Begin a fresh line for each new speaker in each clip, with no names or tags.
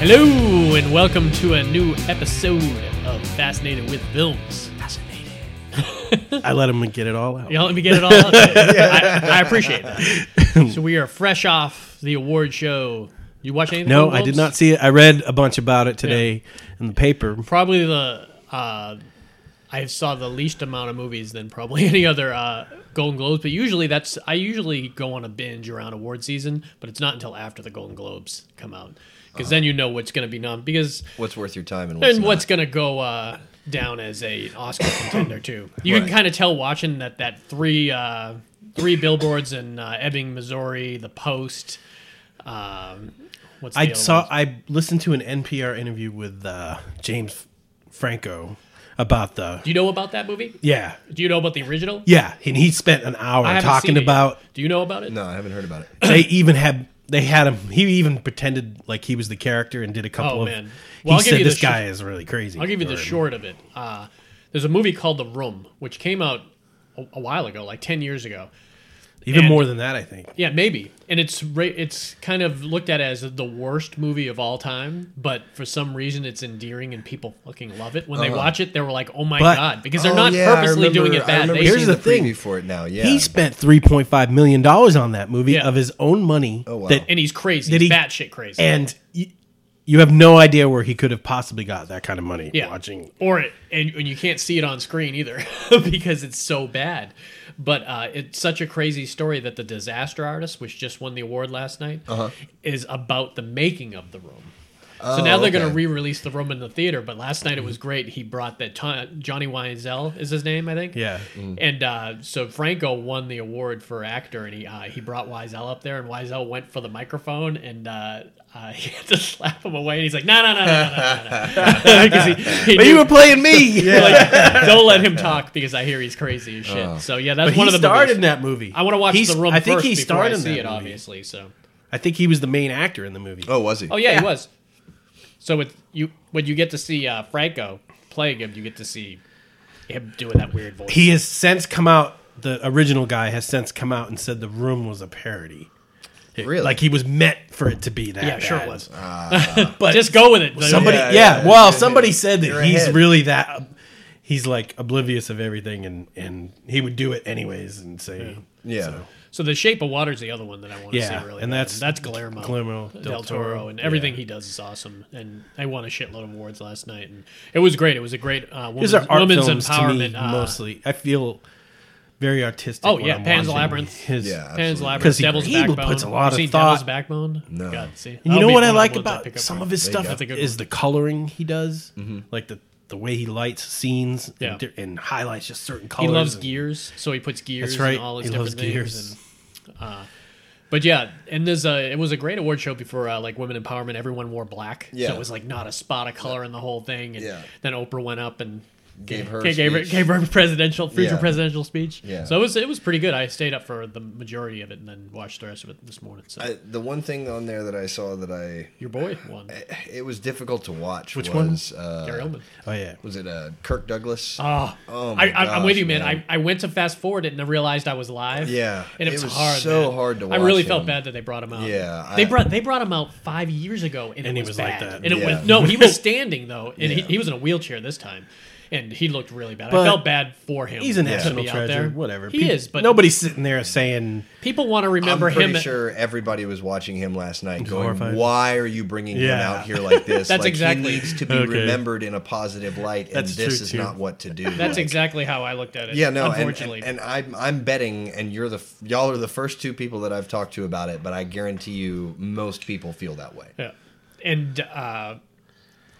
Hello and welcome to a new episode of Fascinated with Films. Fascinated.
I let him get it all out.
Yeah, let me get it all out there. I, I appreciate that. So we are fresh off the award show. You watch anything?
No,
Will
I did
Wilms?
not see it. I read a bunch about it today in the paper.
Probably the uh, I saw the least amount of movies than probably any other uh, Golden Globes. But usually that's I usually go on a binge around award season, but it's not until after the Golden Globes come out because
Uh-huh.
then you know what's going to be nom. Because
what's worth your time and what's
and
not.
what's gonna go uh, down as a an Oscar contender too. You can
Right.
kind of tell watching that that three uh, three billboards in uh, Ebbing, Missouri, The Post. Um, what's the
I
other
saw.
ones?
I listened to an NPR interview with uh, James Franco about the.
Do you know about that movie?
Yeah,
Do you know about the original?
yeah, and he spent an hour
I haven't
talking
seen it yet.
about.
Do you know about it?
no, I haven't heard about it.
They even had. They had him. He even pretended like he was the character and did a couple
Oh,
of.
man. Well,
he
I'll give
said
you the
this
sh-
guy is really crazy.
I'll give you the
Or-
short of it. Uh, there's a movie called The Room, which came out a, a while ago, like ten years ago.
Even
and-
more than that, I think.
Yeah, maybe. And it's ra- it's kind of looked at as the worst movie of all time, but for some reason it's endearing and people fucking love it. When they watch it, they were like, "Oh my
But-
god," because they're
Uh-huh. Oh,
not
yeah, I
purposely doing
remember-
it
I
bad.
remember
They-
Here's
seeing
the thing.
preview for it now. Yeah,
He spent three point five million dollars on that movie
Yeah.
of his own money.
Oh, wow.
That
and he's crazy.
Did
He's
he-
batshit crazy.
and you, you have no idea where he could have possibly got that kind of money
yeah.
watching
or it, and, and you can't see it on screen either because it's so bad. But uh, it's such a crazy story that the Disaster Artist, which just won the award last night,
Uh-huh.
is about the making of the room.
Oh,
so now they're going to
okay.
re-release the room in the theater. But last night it was great. He brought that ton- Johnny Wiesel is his name, I think.
yeah
And uh, so Franco won the award for actor, and he uh, he brought Wiesel up there, and Wiesel went for the microphone, and uh, uh, he had to slap him away, and he's like, "No, no, no, no, no, no, no," because he, he
but you
knew-
were playing me
like, don't let him talk because I hear he's crazy as shit. so yeah, that's
But
one
he
of the
starred
movies.
in that movie
I want to watch
He's-
the room.
i think
first
he
before
starred
I
in
see
that
it,
movie.
obviously. So
i think he was the main actor in the movie
Oh, was he?
oh yeah,
Yeah.
he was. So with you, when you get to see uh, Franco playing him, you get to see him doing that weird voice.
he has since come out the original guy has since come out and said the room was a parody It-
Really?
like he was meant for it to be that
yeah, sure it
bad.
was. but just go with it. dude.
somebody yeah,
Yeah, yeah,
well somebody said that
You're
he's
ahead.
really that he's like oblivious of everything and and he would do it anyways and say
Yeah.
so.
So the Shape of Water is the other one that I want to
Yeah,
see really.
and
bad.
that's
that's Guillermo,
Guillermo
del,
del
Toro,
Toro,
and everything he does is awesome. And I won a shitload of awards last night, and it was great. It was a great uh, women's,
These are art
women's
films to
empowerment.
me
uh,
mostly. I feel very artistic.
Oh
when
yeah,
I'm
Pan's
watching
Labyrinth.
His,
Yeah.
Pan's
Absolutely.
Labyrinth.
'Cause he-
Devil's
he
Backbone.
puts a lot
You
of
seen
thought.
Devil's Backbone. No. God, see,
And
that'll
you know
be
what
one
I
of the
like
ones I
about
pick up
some
on.
of his
There you go. Mm-hmm.
stuff
That's a good
is
one.
the coloring he does, like the the way he lights scenes
Yeah.
and, di- and highlights just certain
He
colors.
loves
and-
gears, so he puts gears.
That's right.
And all his
He
different
loves
things
gears.
And, uh, but yeah, and there's a it was a great award show before uh, like women empowerment. Everyone wore black, so
Yeah.
it was like not a spot of color in the whole thing. And
Yeah.
then Oprah went up and
Gave her
gave, gave her
speech.
gave her a presidential future
Yeah.
presidential speech.
Yeah.
So it was it was pretty good. I stayed up for the majority of it and then watched the rest of it this morning. So
I, the one thing on there that I saw that I
your boy won,
it was difficult to watch.
Which one?
was, Uh,
Gary Oldman.
Oh yeah,
Was it uh, Kirk Douglas?
Oh,
Oh my
I, I, I'm with
gosh,
you, man.
man.
I, I went to fast forward it and I realized I was live.
Yeah,
and it,
it
was,
was
hard.
so
man.
hard to
I really
watch
felt
him.
bad that they brought him out.
Yeah,
they
I-
brought they brought him out five years ago, and,
And
it
he
was
was like
bad.
that.
And it
Yeah.
was no, he was standing though, and he,
Yeah.
he was in a wheelchair this time, and he looked really bad. I
But
felt bad for him.
he's a
to
national
be out
treasure.
there.
Whatever
he
Peop-
is, but
nobody's sitting there saying
people want to remember
I'm pretty
him.
sure everybody was watching him last night, going,
horrified.
"Why are you bringing him
Yeah.
out here like this?
That's
like,
exactly-
he needs to be
Okay.
remembered in a positive light, and
That's
this
true,
is
too.
not what to do."
That's
Like,
exactly how I looked at it.
Yeah, no, and-
unfortunately,
and, and I'm I'm betting, and you're the f- y'all are the first two people that I've talked to about it, but I guarantee you, most people feel that way.
Yeah. And uh,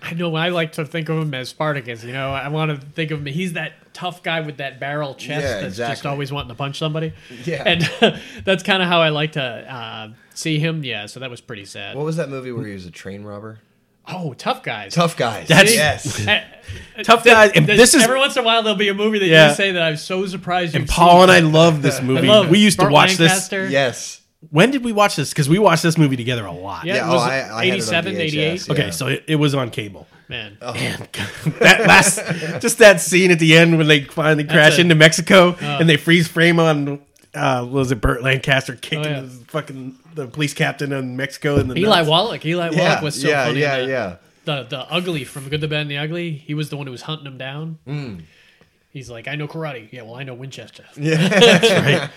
I know I like to think of him as Spartacus. You know, I want to think of him. He's that tough guy with that barrel chest
Yeah,
that's just
exactly.
always wanting to punch somebody.
Yeah.
And that's kind of how I like to uh, see him. Yeah. So that was pretty sad.
What was that movie where he was a train robber?
oh, tough guys.
Tough guys.
That's-
yes.
Uh,
tough
th-
guys. And
th-
this is
every once in a while there'll be a movie that
Yeah.
you say that I'm so surprised.
and
you've
Paul
seen.
and I love this
I
movie.
love
we used to
Burt
watch
Lancaster.
this.
yes.
When did we watch this? Because we watched this movie together a lot.
Yeah.
Yeah.
was
oh, I, I had it
87,
on VHS,
88?
yeah.
Okay, so it, it was on cable.
man.
Oh, that last just that scene at the end when they finally crash
a- Oh.
into Mexico and they freeze frame on uh, was it Burt Lancaster kicked
Oh, yeah.
his fucking the police captain in Mexico in the
Eli
nuts?
Wallach. Eli
Yeah,
Wallach was so
yeah,
funny. in
yeah,
that.
yeah.
The the ugly from Good, the Bad, and the Ugly. He was the one who was hunting him down. He's like, I know karate. Yeah, well, I know Winchester. Yeah,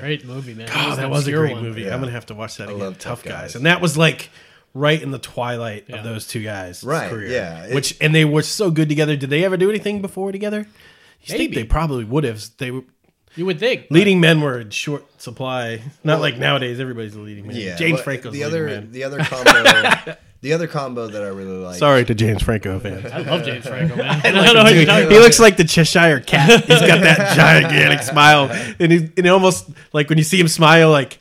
great movie, man.
Oh, that was a
obscure
great
one.
movie. I'm gonna have to watch that again.
love
tough
Tough
guys.
Guys.
and that was like right in the twilight
Yeah.
of those two guys'
Right,
career.
yeah. It-
which and they were so good together. Did they ever do anything before together? You think
Maybe.
they probably would have. They were
You would think.
leading men were in short supply. Not like nowadays, everybody's a leading man.
Yeah,
James
but
Franco's
the
the
other
man.
the other combo the other combo that I really like.
Sorry to James Franco fans.
I love James Franco, man. I don't Oh, know what you're talking
he looks like the Cheshire cat. He's got that gigantic smile, and he and it almost like when you see him smile, like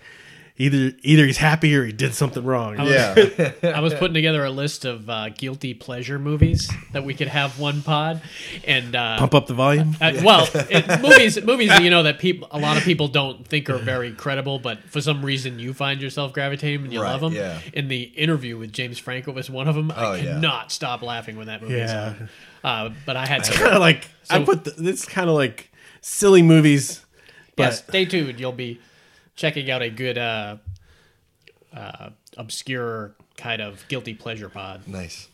either either he's happy or he did something wrong.
Yeah,
I was putting together a list of uh, guilty pleasure movies that we could have one pod, and uh,
Pump up the volume.
uh, well, it, movies movies that you know that people a lot of people don't think are very credible, but for some reason you find yourself gravitating and you
Right,
love 'em. love them.
yeah.
In the interview with James Franco was one of them.
Oh,
I
yeah.
cannot stop laughing when that movie is
Yeah.
on. Uh, but I had
kind of like I
So-
put the, this kind of like silly movies. But
yeah, stay tuned. You'll be checking out a good uh, uh, obscure kind of guilty pleasure pod.
nice.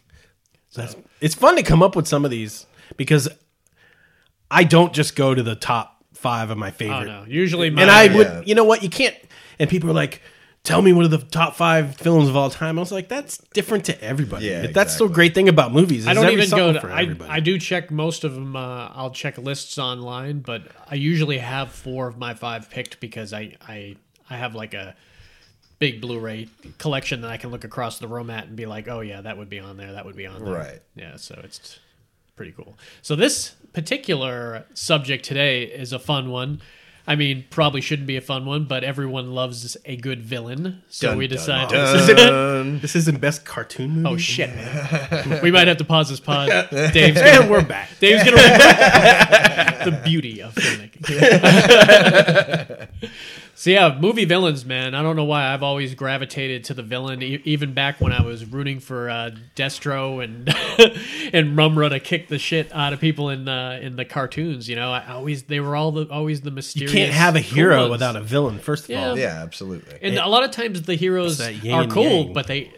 that's, it's fun to come up with some of these because I don't just go to the top five of my favorite.
I don't know. Usually, my,
And I would,
Oh, Yeah.
you know what? You can't. And people are like, "Tell me one of the top five films of all time." I was like, "That's different to everybody.
Yeah,
That's the
exactly.
great thing about movies.
I
is
don't
every
even go
something
to.
for
I,
everybody.
I do check most of them. Uh, I'll check lists online, but I usually have four of my five picked because I I I have like a big Blu-ray collection that I can look across the room at and be like, oh yeah, that would be on there. That would be on there.
Right.
Yeah. So it's pretty cool. So this particular subject today is a fun one. I mean, probably shouldn't be a fun one, but everyone loves a good villain, so
Dun,
we
dun,
decided.
This
Um,
isn't, this isn't best cartoon movie.
Oh shit! man. Mm-hmm. we might have to pause this pod. Dave's gonna
And we're back.
Dave's gonna remember the beauty of filmmaking. so yeah, movie villains, man. I don't know why I've always gravitated to the villain, e- even back when I was rooting for uh, Destro and and Mumra to kick the shit out of people in uh, in the cartoons. You know, I always they were all the always the
You
mysterious.
can't have a hero
cool ones.
without a villain. First of
Yeah.
all,
Yeah, absolutely.
And a lot of times the heroes
It's that yin
are
and
cool,
yang.
but they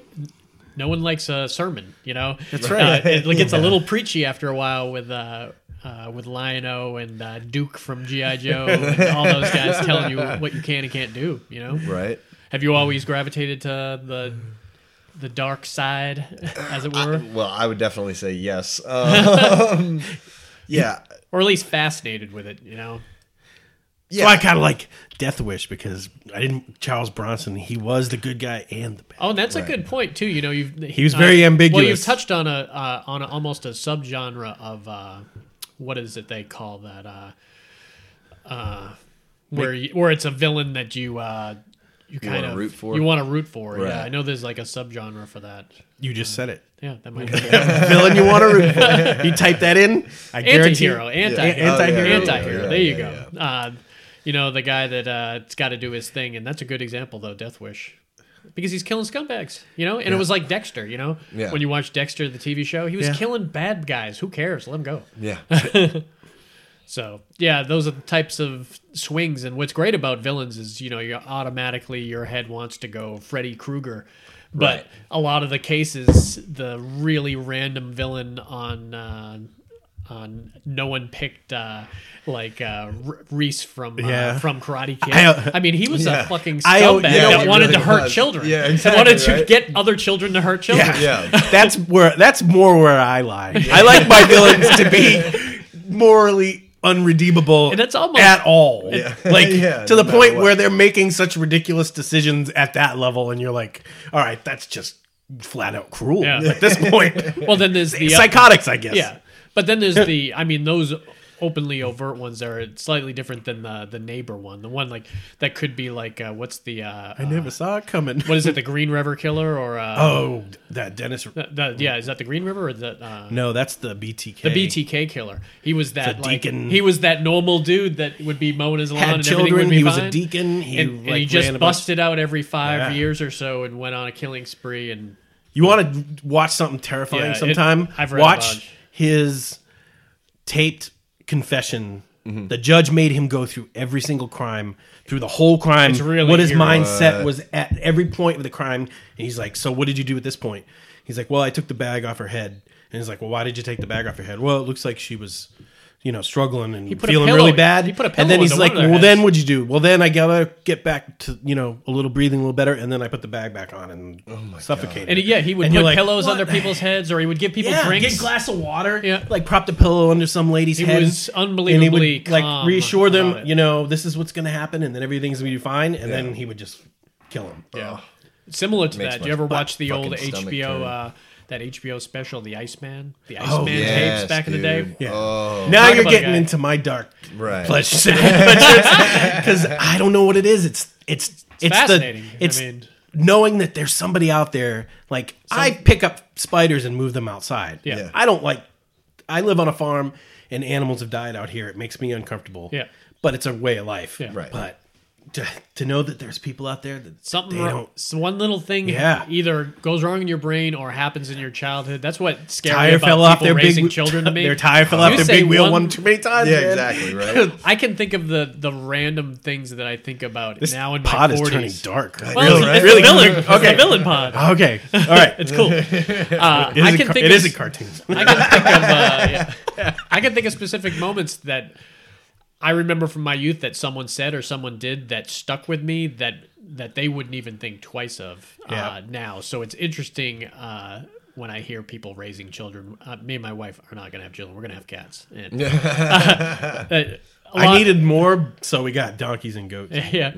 no one likes a sermon. You know, that's
right.
Uh, it gets a little preachy after a while with uh, uh, with Lion-O and uh, Duke from GI Joe and all those guys telling you what you can and can't do. You know,
right.
have you always gravitated to the the dark side, as it were,
Well, I would definitely say yes. Um, yeah,
or at least fascinated with it? You know,
yeah.
So I kind of like Death Wish because I didn't Charles Bronson. He was the good guy and the bad.
Oh, and that's a
Right.
good point too. You know, you've he
was very
Well, you've
ambiguous.
touched on a uh, on a, almost a subgenre of uh, what is it they call that? Uh, uh, where you, where it's a villain that you uh, you kind
wanna
of
root for?
You want to root for?
Right.
Yeah, I know there's like a subgenre for that.
You just said it.
Yeah, that might be
Villain you want to root for. You type that in. I guarantee.
anti-hero, anti-hero,
Yeah, anti-hero.
anti-hero.
Oh, Yeah,
there you
yeah,
go. Uh, you know the guy that uh, has got to do his thing, and that's a good example though. Death Wish, because he's killing scumbags. You know, and it was like Dexter. You know,
Yeah.
when you watch Dexter, the TV show, he was
Yeah.
killing bad guys. Who cares? Let him go.
yeah.
So yeah, those are the types of swings. And what's great about villains is you know you automatically your head wants to go Freddy Krueger, but
Right.
a lot of the cases, the really random villain on uh, on no one picked uh, like uh, R- Reese from
Yeah.
uh, from Karate Kid.
I-
I, mean, he was a fucking
I-
scumbag
you know
that
what
wanted
really
to hurt
was.
children.
Yeah,
That wanted
exactly,
to
right?
get other children to hurt children.
Yeah.
Yeah.
That's where. That's more where I lie. I like my villains to be morally unredeemable
And it's almost-
at all. Like
Yeah,
to the
no
point
matter what.
where they're making such ridiculous decisions at that level, and you're like, all right, that's just flat out cruel
Yeah.
at this point.
Well, then there's the
Psychotics, I guess.
Yeah, but then there's the. I mean, those openly overt ones are slightly different than the the neighbor one. The one like that could be like uh, what's the uh,
I never saw it coming.
what is it? The Green River Killer or uh,
Oh, that Dennis.
the, yeah? Is that the Green River or the uh,
No, that's the BTK.
the BTK killer? He was that
The
like
deacon.
he was that normal dude that would be mowing his lawn
Had
and everything
children.
would be
He was a
fine.
deacon. He,
and, and
like,
he just
ran about-
busted out every five
Yeah.
years or so and went on a killing spree and
You want to watch something terrifying
Yeah, it-
sometime?
I've read
watch
about it.
his taped confession The judge made him go through every single crime, through the whole crime,
It's really
what his
eerie.
mindset was at every point of the crime. And he's like, "So what did you do at this point?" He's like, "Well, I took the bag off her head." And he's like, "Well, why did you take the bag off her head?" Well, it looks like she was, you know, struggling and
put a
feeling
pillow-
really bad.
he put a
and then
pillow
he's
under
like,
one of their
"Well, then
heads."
what'd you do?" Well, then I gotta get back to you know a little breathing, a little better, and then I put the bag back on and suffocated.
And he- yeah, he would
And
put
you're like,
pillows
"What
under
the
people's heads, or he would give people
yeah,
drinks.
get a glass of water.
Yeah.
like propped a pillow under some lady's
He
head.
was
and he
unbelievably
would like
calm
reassure
about
them,
it.
you know, this is what's going to happen, and then everything's going to be fine, and then he would just kill him.
Yeah. Similar to
Makes
that,
my
do you ever watch the
fucking
old
stomach
HBO
turn.
uh, that HBO special, The Iceman, the Iceman
Oh,
yes,
tapes back in the
dude.
day?
Yeah.
Oh,
now
Talk
you're
about a
getting
guy.
into my dark
Right.
pleasures because I don't know what it is. It's it's it's,
fascinating.
The,
I
it's
mean-
knowing that there's somebody out there. Like I pick up spiders and move them outside.
Yeah. Yeah.
I don't like. I live on a farm and animals have died out here. It makes me uncomfortable.
Yeah.
but it's a way of life.
Yeah.
Right.
but. To, to know that there's people out there that
Something
they
wrong.
don't
so one little thing
Yeah.
either goes wrong in your brain or happens in your childhood. That's what scary
tire
about
fell off
people
their big
raising children to me.
Their tire fell off
You
their
say
big wheel
one-
one too many times.
yeah,
man.
exactly, right?
I can think of the the random things that I think about
This
now in my
pod
40s.
is turning dark.
Well,
Really?
it's, it's
Really?
the villain. It's the
Okay.
villain pod.
Okay. All right.
It's cool. Uh,
It is
I
a
can
car-
think of,
it is a cartoon.
I can think of uh, yeah. I can think of specific moments that I remember from my youth that someone said or someone did that stuck with me that that they wouldn't even think twice of
Yeah.
uh, now. So it's interesting uh, when I hear people raising children. Uh, me and my wife are not going to have children. We're going to have cats. And, uh, a
I
lot-
needed more, so we got donkeys and goats.
yeah.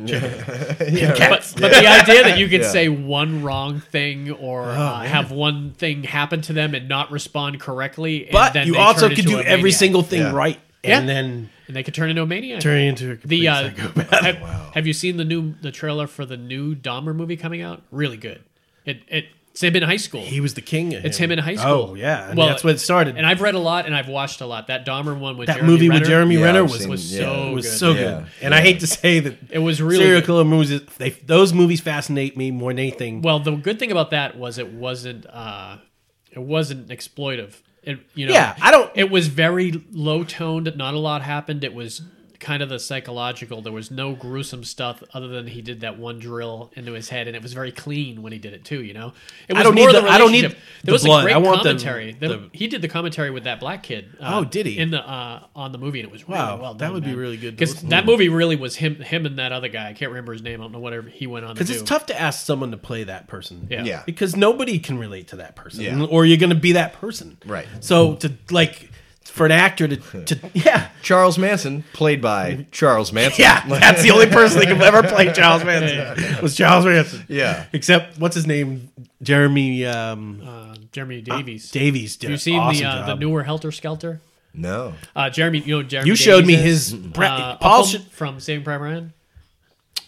Yeah.
But, but the idea that you could
Yeah.
say one wrong thing or
Oh,
uh, have one thing happen to them and not respond correctly, and
But
then
you
they
also
turn
could
into
do
a
every
maniac.
single thing
Yeah.
right,
Yeah.
and then
and they could turn into a maniac.
turn into a complete
the uh,
psychopath.
have, have you seen the new the trailer for the new Dahmer movie coming out? Really good. It it it's him in high school.
He was the king. Of
it's him in high school.
Oh yeah, well, that's what it started.
And I've read a lot and I've watched a lot. That Dahmer one with
that
Jeremy
movie with
Renner,
Jeremy
Yeah,
Renner
I've
was
seen-
was
yeah.
so
it was
good.
so
Yeah,
good. And I hate to say that
It was really
serial
good.
killer movies. They, those movies fascinate me more than anything.
Well, the good thing about that was it wasn't uh, it wasn't exploitive. It you know
Yeah, I don't-
It was very low toned. Not a lot happened. It was kind of the psychological. There was no gruesome stuff other than he did that one drill into his head, and it was very clean when he did it too. You know, it was
don't need
more
the-
the
I don't need
relationship.
the
There was
blood.
a great
I want the-
commentary. The,
the-
he did the commentary with that black kid. uh,
Oh, did he?
in the uh, on the movie? And it was really
Wow,
well
that
done,
would be
man.
really good to
'Cause
listen
that movie really was him him and that other guy. I can't remember his name. I don't know whatever he went on to
Because
do.
it's tough to ask someone to play that person.
Yeah.
Yeah.
Because nobody can relate to that person,
Yeah.
or you're going to be that person.
Right.
So to like for an actor to to yeah
Charles Manson, played by Charles Manson.
yeah that's the only person that could ever play Charles Manson was Charles Manson.
Yeah.
Except what's his name? Jeremy um,
uh, Jeremy Davies.
Davies.
Have
Did
you
an
seen
awesome
the uh, the
job.
newer Helter Skelter?
No.
Uh, Jeremy, you know Jeremy.
You showed me
Davies is,
his Brett,
uh,
Paul.
Upham
Sh-
from Saving Private Ryan.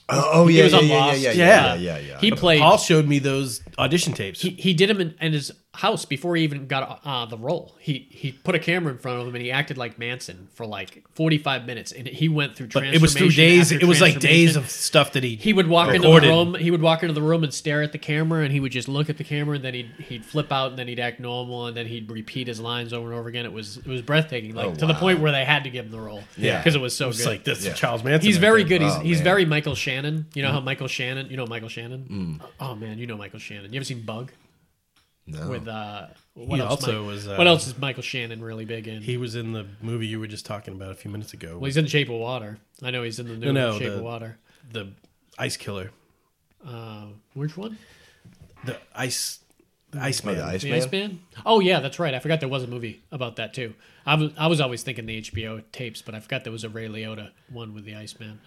Oh, oh yeah,
was
yeah,
on
yeah, yeah,
Lost.
yeah,
Yeah.
yeah, yeah, yeah.
He played.
Paul showed me those audition tapes.
he, he did him in, in his house before he even got uh, the role. He he put a camera in front of him and he acted like Manson for like forty five minutes, and he went through.
but it was through days. It was like days of stuff that he
He would walk into
Recorded.
the room. He would walk into the room and stare at the camera, and he would just look at the camera, and then he'd he'd flip out, and then he'd act normal, and then he'd repeat his lines over and over again. It was it was breathtaking, like
Oh,
to the
wow.
point where they had to give him the role,
Yeah.
because it was so
It's
good.
like this
Yeah.
Charles Manson.
He's
right
very
there.
good. He's
Oh,
he's
man.
very Michael Shannon. You
Mm.
know how Michael Shannon. You know Michael Shannon. Oh man, you know Michael Shannon. You ever seen Bug?
No.
With uh, what
Oh. He
else?
also
Mike-
was, uh,
what else is Michael Shannon really big in?
He was in the movie you were just talking about a few minutes ago.
well, he's in Shape of Water. I know he's in the new
No, no,
Shape
the-
of Water.
the ice killer,
Uh, which one?
the ice, the Iceman.
Oh, the Ice-
The
Man?
Iceman. Oh yeah, that's right. I forgot there was a movie about that too. I was I was always thinking the HBO tapes, but I forgot there was a Ray Liotta one with the Iceman.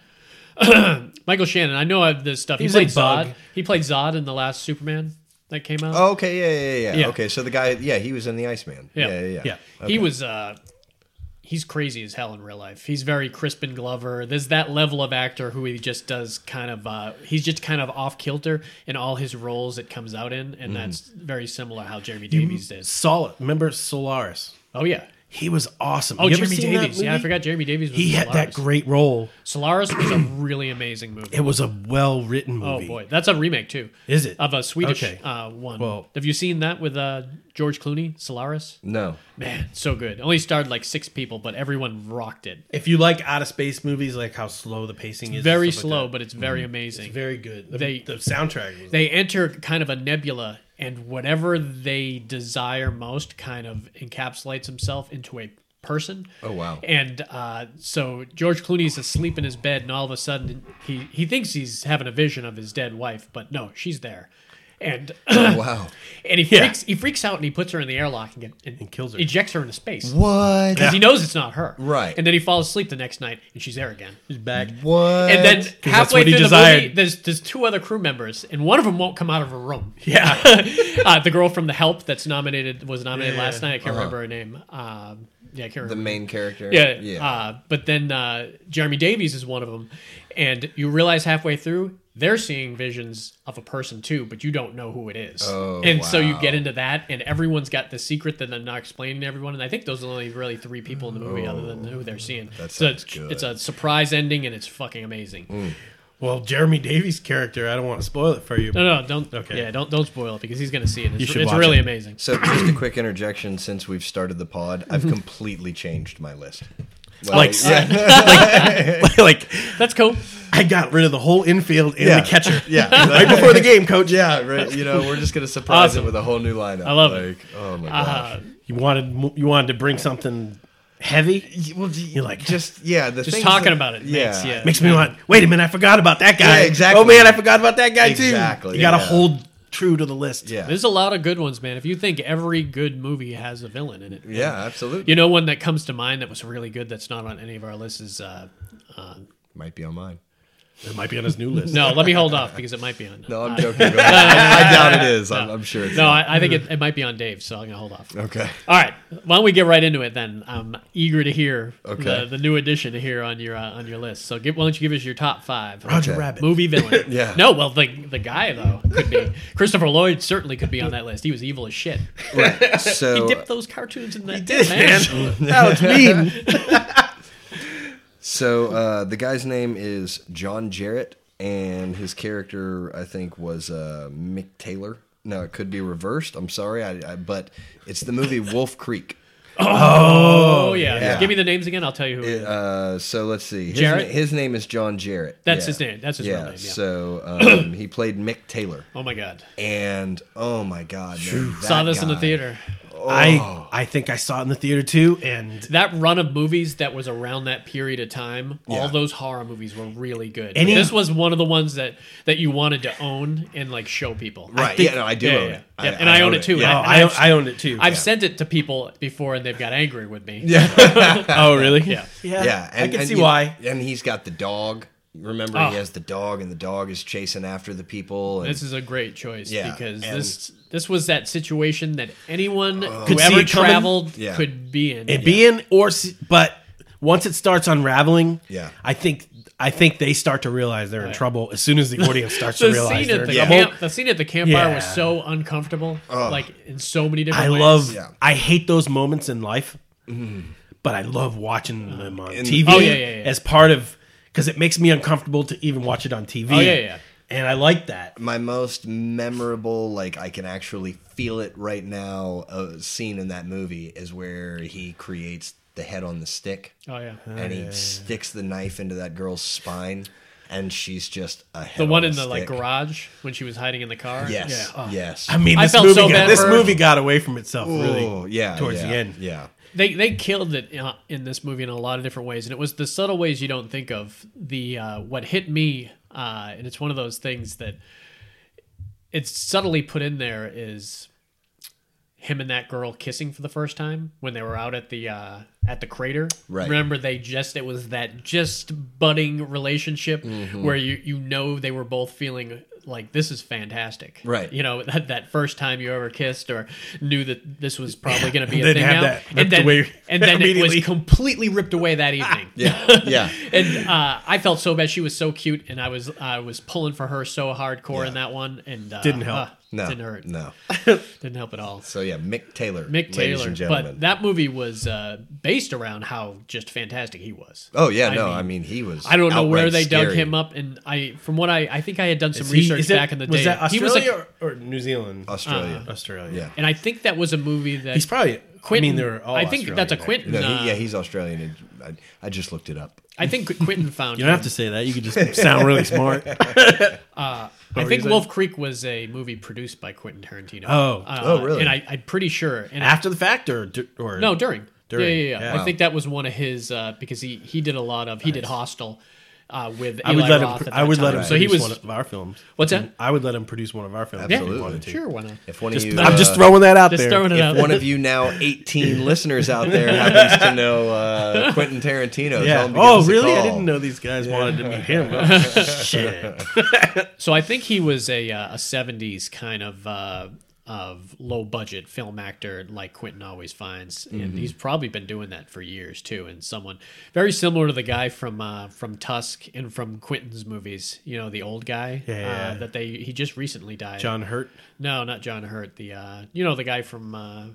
Michael Shannon. I know of this stuff. He
He's
played
in Bug.
Zod. He played Zod in the last Superman that came out.
Oh, okay, yeah, yeah, yeah,
Yeah.
Okay, so the guy, yeah, he was in the Iceman. Yeah,
Yeah.
yeah, yeah.
Yeah.
He was uh he's crazy as hell in real life. He's very Crispin Glover. There's that level of actor who he just does kind of uh he's just kind of off kilter in all his roles it comes
Mm-hmm.
out in and that's very similar how Jeremy Davies is.
Solid. Remember Solaris?
Oh yeah.
He was awesome.
Oh,
You ever
Jeremy
seen that
Davies. Yeah, I
movie?
forgot Jeremy Davies. Was
He
in
had that
Solaris.
great role.
Solaris was a really amazing movie.
It was a well written
Oh
movie.
boy, that's a remake too.
Is it?
of a Swedish
Okay.
uh, one?
Well-
Have you seen that with uh, George Clooney, Solaris?
No.
Man, so good. Only starred like six people, but everyone rocked it.
If you like out of space movies, like how slow the pacing is, and
Very
stuff like
slow,
that, Mm-hmm.
but it's very amazing.
it's very good. The,
They-
the soundtrack was
they enter kind of a nebula, and whatever they desire most kind of encapsulates himself into a person.
Oh, wow.
And uh, so George Clooney's asleep in his bed, and all of a sudden he he thinks he's having a vision of his dead wife, but no, she's there. And
wow.
And he
Yeah.
freaks he freaks out and he puts her in the airlock and, get, and,
And kills her.
Ejects her into space.
What?
Because he knows it's not her.
Right.
And then he falls asleep the next night and she's there again.
back.
What?
And then
Uh, that's
halfway
what he
through the movie,
desired.
there's there's two other crew members, and one of them won't come out of her room.
Yeah,
uh, the girl from The Help that's nominated was nominated
Yeah. uh-huh.
last night. I can't remember her name. Um, yeah, I can't
the
remember.
main character.
Yeah.
Yeah.
Uh, but then uh, Jeremy Davies is one of them. And you realize halfway through, they're seeing visions of a person too, but you don't know who it is.
Oh,
and so you
wow.
get into that, and everyone's got the secret that I'm not explaining to everyone. And I think those are only really three people in the movie other than who they're seeing.
that
so
sounds
it's,
Oh, good.
it's a surprise ending, and it's fucking amazing.
well, Jeremy Davies' character. I don't want to spoil it for you.
No, no, don't.
Okay.
Yeah, don't don't spoil it because he's gonna see it. It's,
should
it's
watch
really
it.
amazing.
so just a quick interjection since we've started the pod, I've
Mhm.
completely changed my list.
Like, like, like,
That's cool.
I got rid of the whole infield and the catcher.
Yeah, right before the game, coach. Yeah, right. You know, we're just gonna surprise
Awesome.
it with a whole new lineup. I
love
like,
it.
Oh my
Uh,
gosh.
You wanted mo- you wanted to bring something heavy.
Y- well, y-
You're like-
just yeah, the
just
things
talking
that-
about it. Makes, yeah.
Makes me want. Wait a minute, I forgot about that guy.
Yeah, exactly.
Oh man, I forgot about that guy too.
Exactly,
You got to
yeah.
hold true to the list.
yeah,
There's a lot of good ones, man. If you think every good movie has a villain in it,
yeah, absolutely.
You know, one that comes to mind that was really good that's not on any of our lists is uh, uh,
Might be on mine.
it might be on his new list.
no. Let me hold off because it might be on.
No, I'm joking. Go ahead. I doubt it is. I'm, I'm sure it's
No,
not.
I, I think it, it might be on Dave, so I'm gonna hold off.
okay.
All right, why don't we get right into it then? I'm eager to hear
Okay.
the, the new addition here on your uh, on your list. So, give, why don't you give us your top five
Roger
Okay.
Rabbit.
movie villain?
Yeah.
No, well, the the guy though could be Christopher Lloyd. Certainly could be on that list. He was evil as shit. He
So
dipped those cartoons in that. He
uh, did, man. That was mean.
So uh, the guy's name is John Jarrett, and his character, I think, was uh, Mick Taylor. No, it could be reversed. I'm sorry, I, I, but it's the movie Wolf Creek.
Oh yeah.
yeah.
Give me the names again. I'll tell you who. it is.
Uh, so let's see. His,
Jarrett?
na- his name is John Jarrett.
That's
Yeah.
his name. That's his
yeah.
real name. Yeah.
So um, he played Mick Taylor,
Oh my god.
and oh my God, man, that
Saw this in the
guy.
theater.
I
Oh.
I think I saw it in the theater too, and
That run of movies that was around that period of time, all
Yeah.
those horror movies were really good.
Any-
this was one of the ones that that you wanted to own and like show people.
Right.
think-
yeah. No, I do
Yeah,
own
yeah.
it.
Yep, and I own it too.
oh,
Yeah.
Yeah.
I
I've-
I owned it too.
I've sent it to people before and they've got angry with me.
oh really?
Yeah.
yeah.
Yeah,
I can see
you-
why.
And he's got the dog. Remember,
Oh.
he has the dog, and the dog is chasing after the people. And
This is a great choice
Yeah,
because
and-
this this was that situation that anyone who
Could see
ever
it coming.
traveled
Yeah.
could be in.
It being or s- but once it starts unraveling,
Yeah.
I think I think they start to realize they're in trouble as soon as the audience starts to
the
realize
scene
they're
at
in
the
Yeah.
trouble.
camp, the scene at the campfire was
Yeah.
so uncomfortable, like in so many different.
I
ways.
love.
Yeah.
I hate those moments in life, but I love watching them on TV
Oh, yeah, yeah, yeah.
as part of because it makes me uncomfortable to even watch it on TV.
Oh, yeah, yeah.
And I like that.
my most memorable, like I can actually feel it right now, uh, scene in that movie is where he creates the head on the stick,
Oh yeah,
and he sticks the knife into that girl's spine, and she's just a head
the one
on
in
a
the like
stick.
garage when she was hiding in the car.
Yes,
Yeah. Oh.
yes.
I mean,
I
this
felt
movie
so
got,
bad
this
for her.
movie got away from itself
Oh,
really.
yeah,
towards
yeah,
the end.
yeah.
They they killed it uh, in this movie in a lot of different ways, and it was the subtle ways you don't think of. The uh, what hit me, uh, and it's one of those things that it's subtly put in there is him and that girl kissing for the first time when they were out at the uh, at the crater.
Right.
Remember, they just it was that just budding relationship
Mm-hmm.
where you you know they were both feeling like this is fantastic.
Right.
You know that that first time you ever kissed or knew that this was probably going to be
And
a
then
thing
have
now,
that ripped
and then
away
and then it was
immediately. Ah,
completely ripped away that evening.
Yeah, yeah.
and uh, I felt so bad. She was so cute, and I was I was pulling for her so hardcore in
Yeah.
that one, and uh,
Didn't help.
uh,
No,
didn't hurt.
No.
Didn't help at all.
So yeah, Mick Taylor.
Mick
ladies
Taylor,
and gentlemen.
but that movie was uh, based around how just fantastic he was.
oh yeah,
I
no,
mean-
I mean he was.
I don't know where
outright
they dug
scary.
him up, and I from what I I think I had done some
Is he-
research
is it-
back in the day.
Was that
He
Australia
was like-
or, or New Zealand?
Australia.
Uh,
Australia.
yeah.
and I think that was a movie that
He's probably.
Quentin.
I mean, they're all.
I think
Australian,
that's a
right?
Quentin.
No,
uh,
he, yeah, he's Australian. and I, I just looked it up.
I think Quentin found.
You don't
him.
have to say that. You can just sound really smart.
I
were
think
you saying?
Wolf Creek was a movie produced by Quentin Tarantino.
Oh.
Uh,
Oh, really?
And I, I'm pretty sure. And
After the fact or. d- or
No, during.
During,
Yeah, yeah, yeah.
yeah.
I think that was one of his uh, because he he did a lot of he did Hostel uh, with
I would
Eli
let him.
Roth
pr-
at
I
that
would let
time.
him.
So he
produce
was
one of our films.
What's that?
I would let him produce one of our films. if he
Absolutely.
wanted to.
sure why not?
If one
Just-
of you,
I'm
uh,
just throwing that out
Just
there.
throwing it out.
if one of you now 18 listeners out there happens to know uh, Quentin Tarantino, tell him
Yeah.
to give
Oh,
us a
really? I
call.
didn't know these guys wanted to meet him. Shit.
So I think he was a uh, a '70s kind of uh, of low budget film actor, like Quentin always finds,
Mm-hmm.
and he's probably been doing that for years too. And someone very similar to the guy from uh, from Tusk and from Quentin's movies, you know, the old guy
Yeah, yeah.
Uh, that they he just recently died.
John Hurt.
No, not John Hurt. The uh, you know the guy from uh,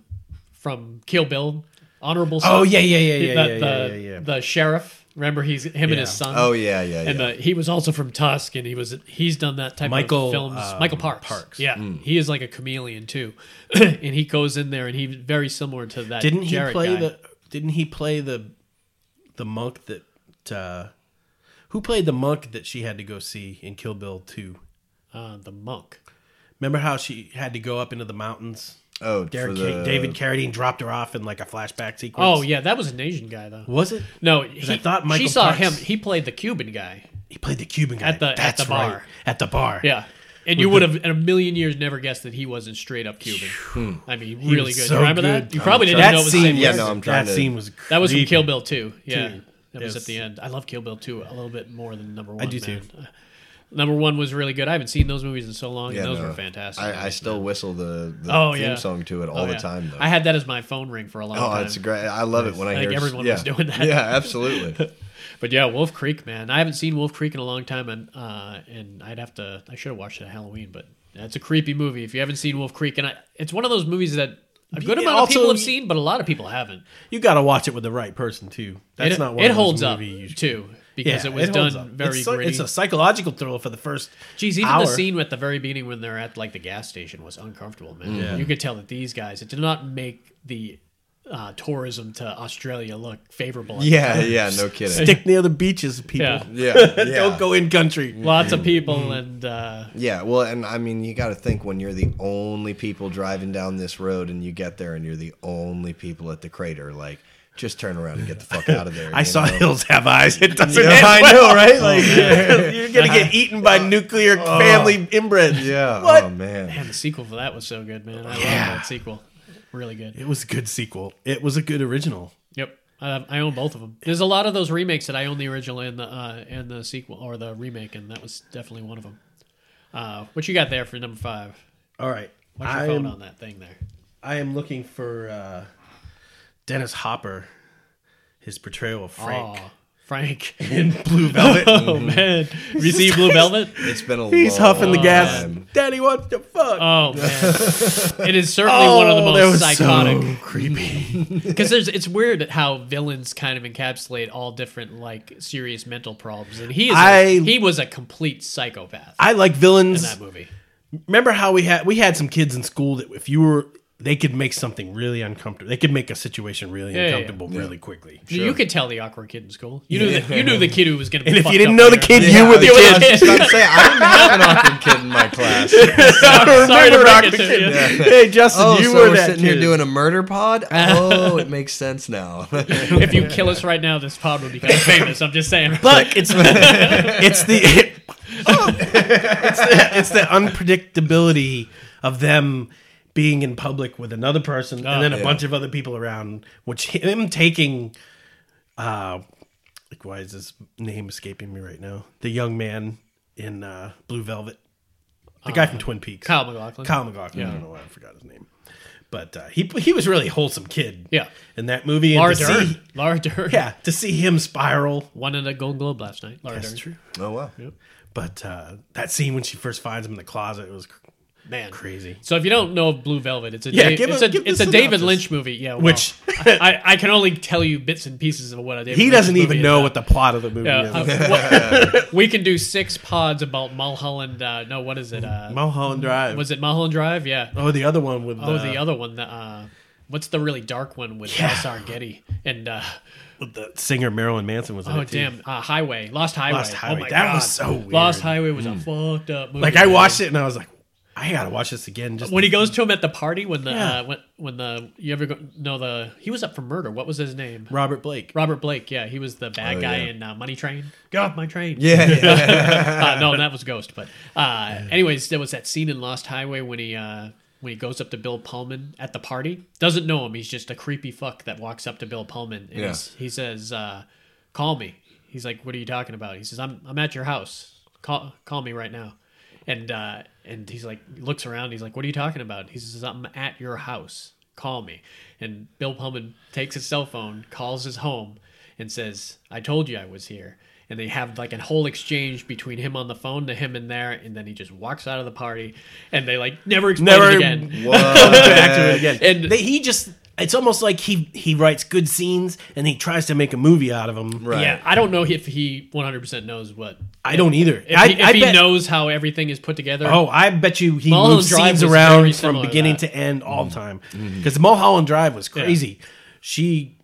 from Kill Bill, honorable.
Oh
son?
yeah, yeah, yeah, yeah,
the,
yeah, yeah,
the,
yeah, yeah.
uh, the sheriff. Remember, he's him and his
Yeah.
son.
Oh yeah, yeah, yeah.
And uh, he was also from Tusk, and he was he's done that type
Michael,
of films.
um,
Michael Parks,
Parks. Hmm.
yeah, he is like a chameleon too, and he goes in there and he's very similar to that.
Didn't he
Jared
play
guy.
the? Didn't he play the, the monk that, uh, who played the monk that she had to go see in Kill Bill two?
uh, the monk?
Remember how she had to go up into the mountains?
oh, for
Derek,
the,
David Carradine dropped her off in like a flashback sequence.
Oh yeah, that was an Asian guy though.
was it?
No,
'Cause
he,
I thought Michael
she saw
Parks-
him. He played the Cuban guy.
He played the Cuban guy
At the- at
That's
the bar.
right. At the bar.
Yeah. And you would have in a million years never guessed that he wasn't straight up Cuban. I mean, really
was
good.
so
you remember
good.
that? You probably didn't
that
know it was the
scene.
same
Yeah,
person.
no, I'm trying
that
to-
scene was.
That was from
creepy.
Kill Bill too. Yeah,
Two.
that was
Yes.
at the end. I love Kill Bill too a little bit more than number one.
do, too.
man. Uh, Number one was really good. I haven't seen those movies in so long,
Yeah,
and those
no.
were fantastic.
I, I still whistle the, the
Oh,
theme
yeah.
song to it all
Oh,
the
yeah.
time. Though.
I had that as my phone ring for a long
oh,
time.
it's great. I love it when I,
I
hear.
think everyone
yeah.
was doing that.
Yeah, absolutely.
But yeah, Wolf Creek, man. I haven't seen Wolf Creek in a long time, and uh, and I'd have to. I should have watched it at Halloween, but that's a creepy movie. If you haven't seen Wolf Creek, and I, it's one of those movies that a good
It
amount of
also-
people have seen, but a lot of people haven't.
You got to watch it with the right person too. That's
it,
not one
it
of those
holds up
movie you-
too because
Yeah,
it was
holds
done
up.
very
it's, so-
gritty.
It's a psychological thriller for the first.
Geez, even the
hour.
scene at the very beginning when they're at like the gas station was uncomfortable, man.
Yeah.
You could tell that these guys it did not make the uh, tourism to Australia look favorable.
Yeah, yeah. No kidding.
Stick near the beaches, people.
yeah.
Yeah, yeah.
Don't go in country.
Lots of people and uh,
Yeah, well, and I mean, you got to think when you're the only people driving down this road, and you get there, and you're the only people at the crater. Like, just turn around and get the fuck out of there.
I
you
saw
know?
hills have eyes. It doesn't.
Yeah,
end
I
well. Oh,
know, right? Like,
You're gonna get eaten by nuclear family inbreds.
yeah.
What?
Oh man.
man, the sequel for that was so good, man. I love
Yeah.
that sequel. Really good.
It was a good sequel. It was a good original.
Yep. I, have- I own both of them. There's a lot of those remakes that I own the original and the uh, and the sequel or the remake, and that was definitely one of them. Uh, what you got there for number five?
All right.
What's your
I
phone
am,
on that thing there?
I am looking for uh, Dennis Hopper, his portrayal of Frank
Oh, Frank.
in Blue Velvet. Mm-hmm.
Oh man, have you seen Blue Velvet?
It's been a.
He's
long
huffing the gas.
time.
Daddy wants to fuck.
Oh man, it is certainly Oh, one of the
Oh, that
most
was
psychotic.
so creepy.
Because there's it's weird how villains kind of encapsulate all different like serious mental problems, and he is a-
I-
he was a complete psychopath
I like
in
villains.
that movie.
Remember how we had we had some kids in school that if you were they could make something really uncomfortable. They could make a situation really
yeah, yeah.
uncomfortable really quickly.
You could tell the awkward kid in school. You knew that you knew the kid who was going to be.
And if
fucked
you didn't
up
know the
later.
kid,
Yeah,
you were the
I was
kid.
just about to say I didn't have an awkward kid in my class.
Sorry to
Remember
break
Rock
it
the
to
Kid.
you.
Hey Justin,
Oh,
you
so
were
we're
that
sitting
kid.
here doing a murder pod. Oh, it makes sense now.
If you kill us right now, this pod will become famous. I'm just saying.
Look, it's it's the it's the it's the unpredictability of them being in public with another person
Ah,
and then a
yeah.
bunch of other people around, which him taking, uh, like why is this name escaping me right now? The young man in uh, Blue Velvet, the guy from Twin Peaks,
Um, Kyle MacLachlan.
Kyle McLaughlin. I don't know why I forgot his name, but uh, he he was really a wholesome kid.
Yeah.
in that movie, and
Laura
to
Dern.
see-
Laura Dern.
yeah, to see him spiral.
Won in a Golden Globe last night. Laura Dern.
Oh wow.
But uh, that scene when she first finds him in the closet was cr-
Man.
crazy.
So if you don't know of Blue Velvet, it's a
Yeah,
Da-
give
it's
a-
a,
give the
it's a David
synopsis.
Lynch movie. Yeah, well,
Which-
I, I can only tell you bits and pieces of what a David
He
Lynch
doesn't
movie
even
is
know
about.
what the plot of the movie
Yeah,
is.
uh, what- we can do six pods about Mulholland. Uh, no, what is it? Uh,
Mulholland Drive.
was it Mulholland Drive? Yeah.
oh, the other one with
Oh,
the,
the other one. The, uh, what's the really dark one with
Yeah.
Ross Argetti and uh,
with the singer Marilyn Manson was in
oh
it too.
damn, uh, Highway, Lost Highway.
Lost
Oh
Highway.
my
That
God.
was so weird. Hmm.
Lost Highway was a fucked up movie.
Like I
man.
watched it and I was like, I gotta watch this again. Just
when he goes to him at the party when the
Yeah.
uh, when when the you ever go, know the he was up for murder. What was his name?
Robert Blake.
Robert Blake, yeah, he was the bad
Oh,
guy
yeah.
in uh, Money Train. Get off my train!
Yeah. yeah.
uh, no, that was Ghost. But uh, anyways, there was that scene in Lost Highway when he uh, when he goes up to Bill Pullman at the party. Doesn't know him. He's just a creepy fuck that walks up to Bill Pullman and
Yeah.
he's he says, uh, "Call me." He's like, "What are you talking about?" He says, "I'm I'm at your house. Call call me right now." And uh, and he's like, looks around. He's like, "What are you talking about?" He says, "I'm at your house. Call me." And Bill Pullman takes his cell phone, calls his home, and says, "I told you I was here." And they have like a whole exchange between him on the phone to him in there, and then he just walks out of the party, and they like never explain
Never-
it again.
back to it again.
And-
And they, he just it's almost like he he writes good scenes and he tries to make a movie out of them.
Right.
Yeah, I don't know if he 100% knows what
I don't either.
If,
I,
he, if
I
he
bet,
knows how everything is put together,
Oh, I bet you he
Mulholland
moves
Drive
scenes
was very similar
around from
to
beginning
that.
to end all the time. Because Mulholland Drive was crazy. She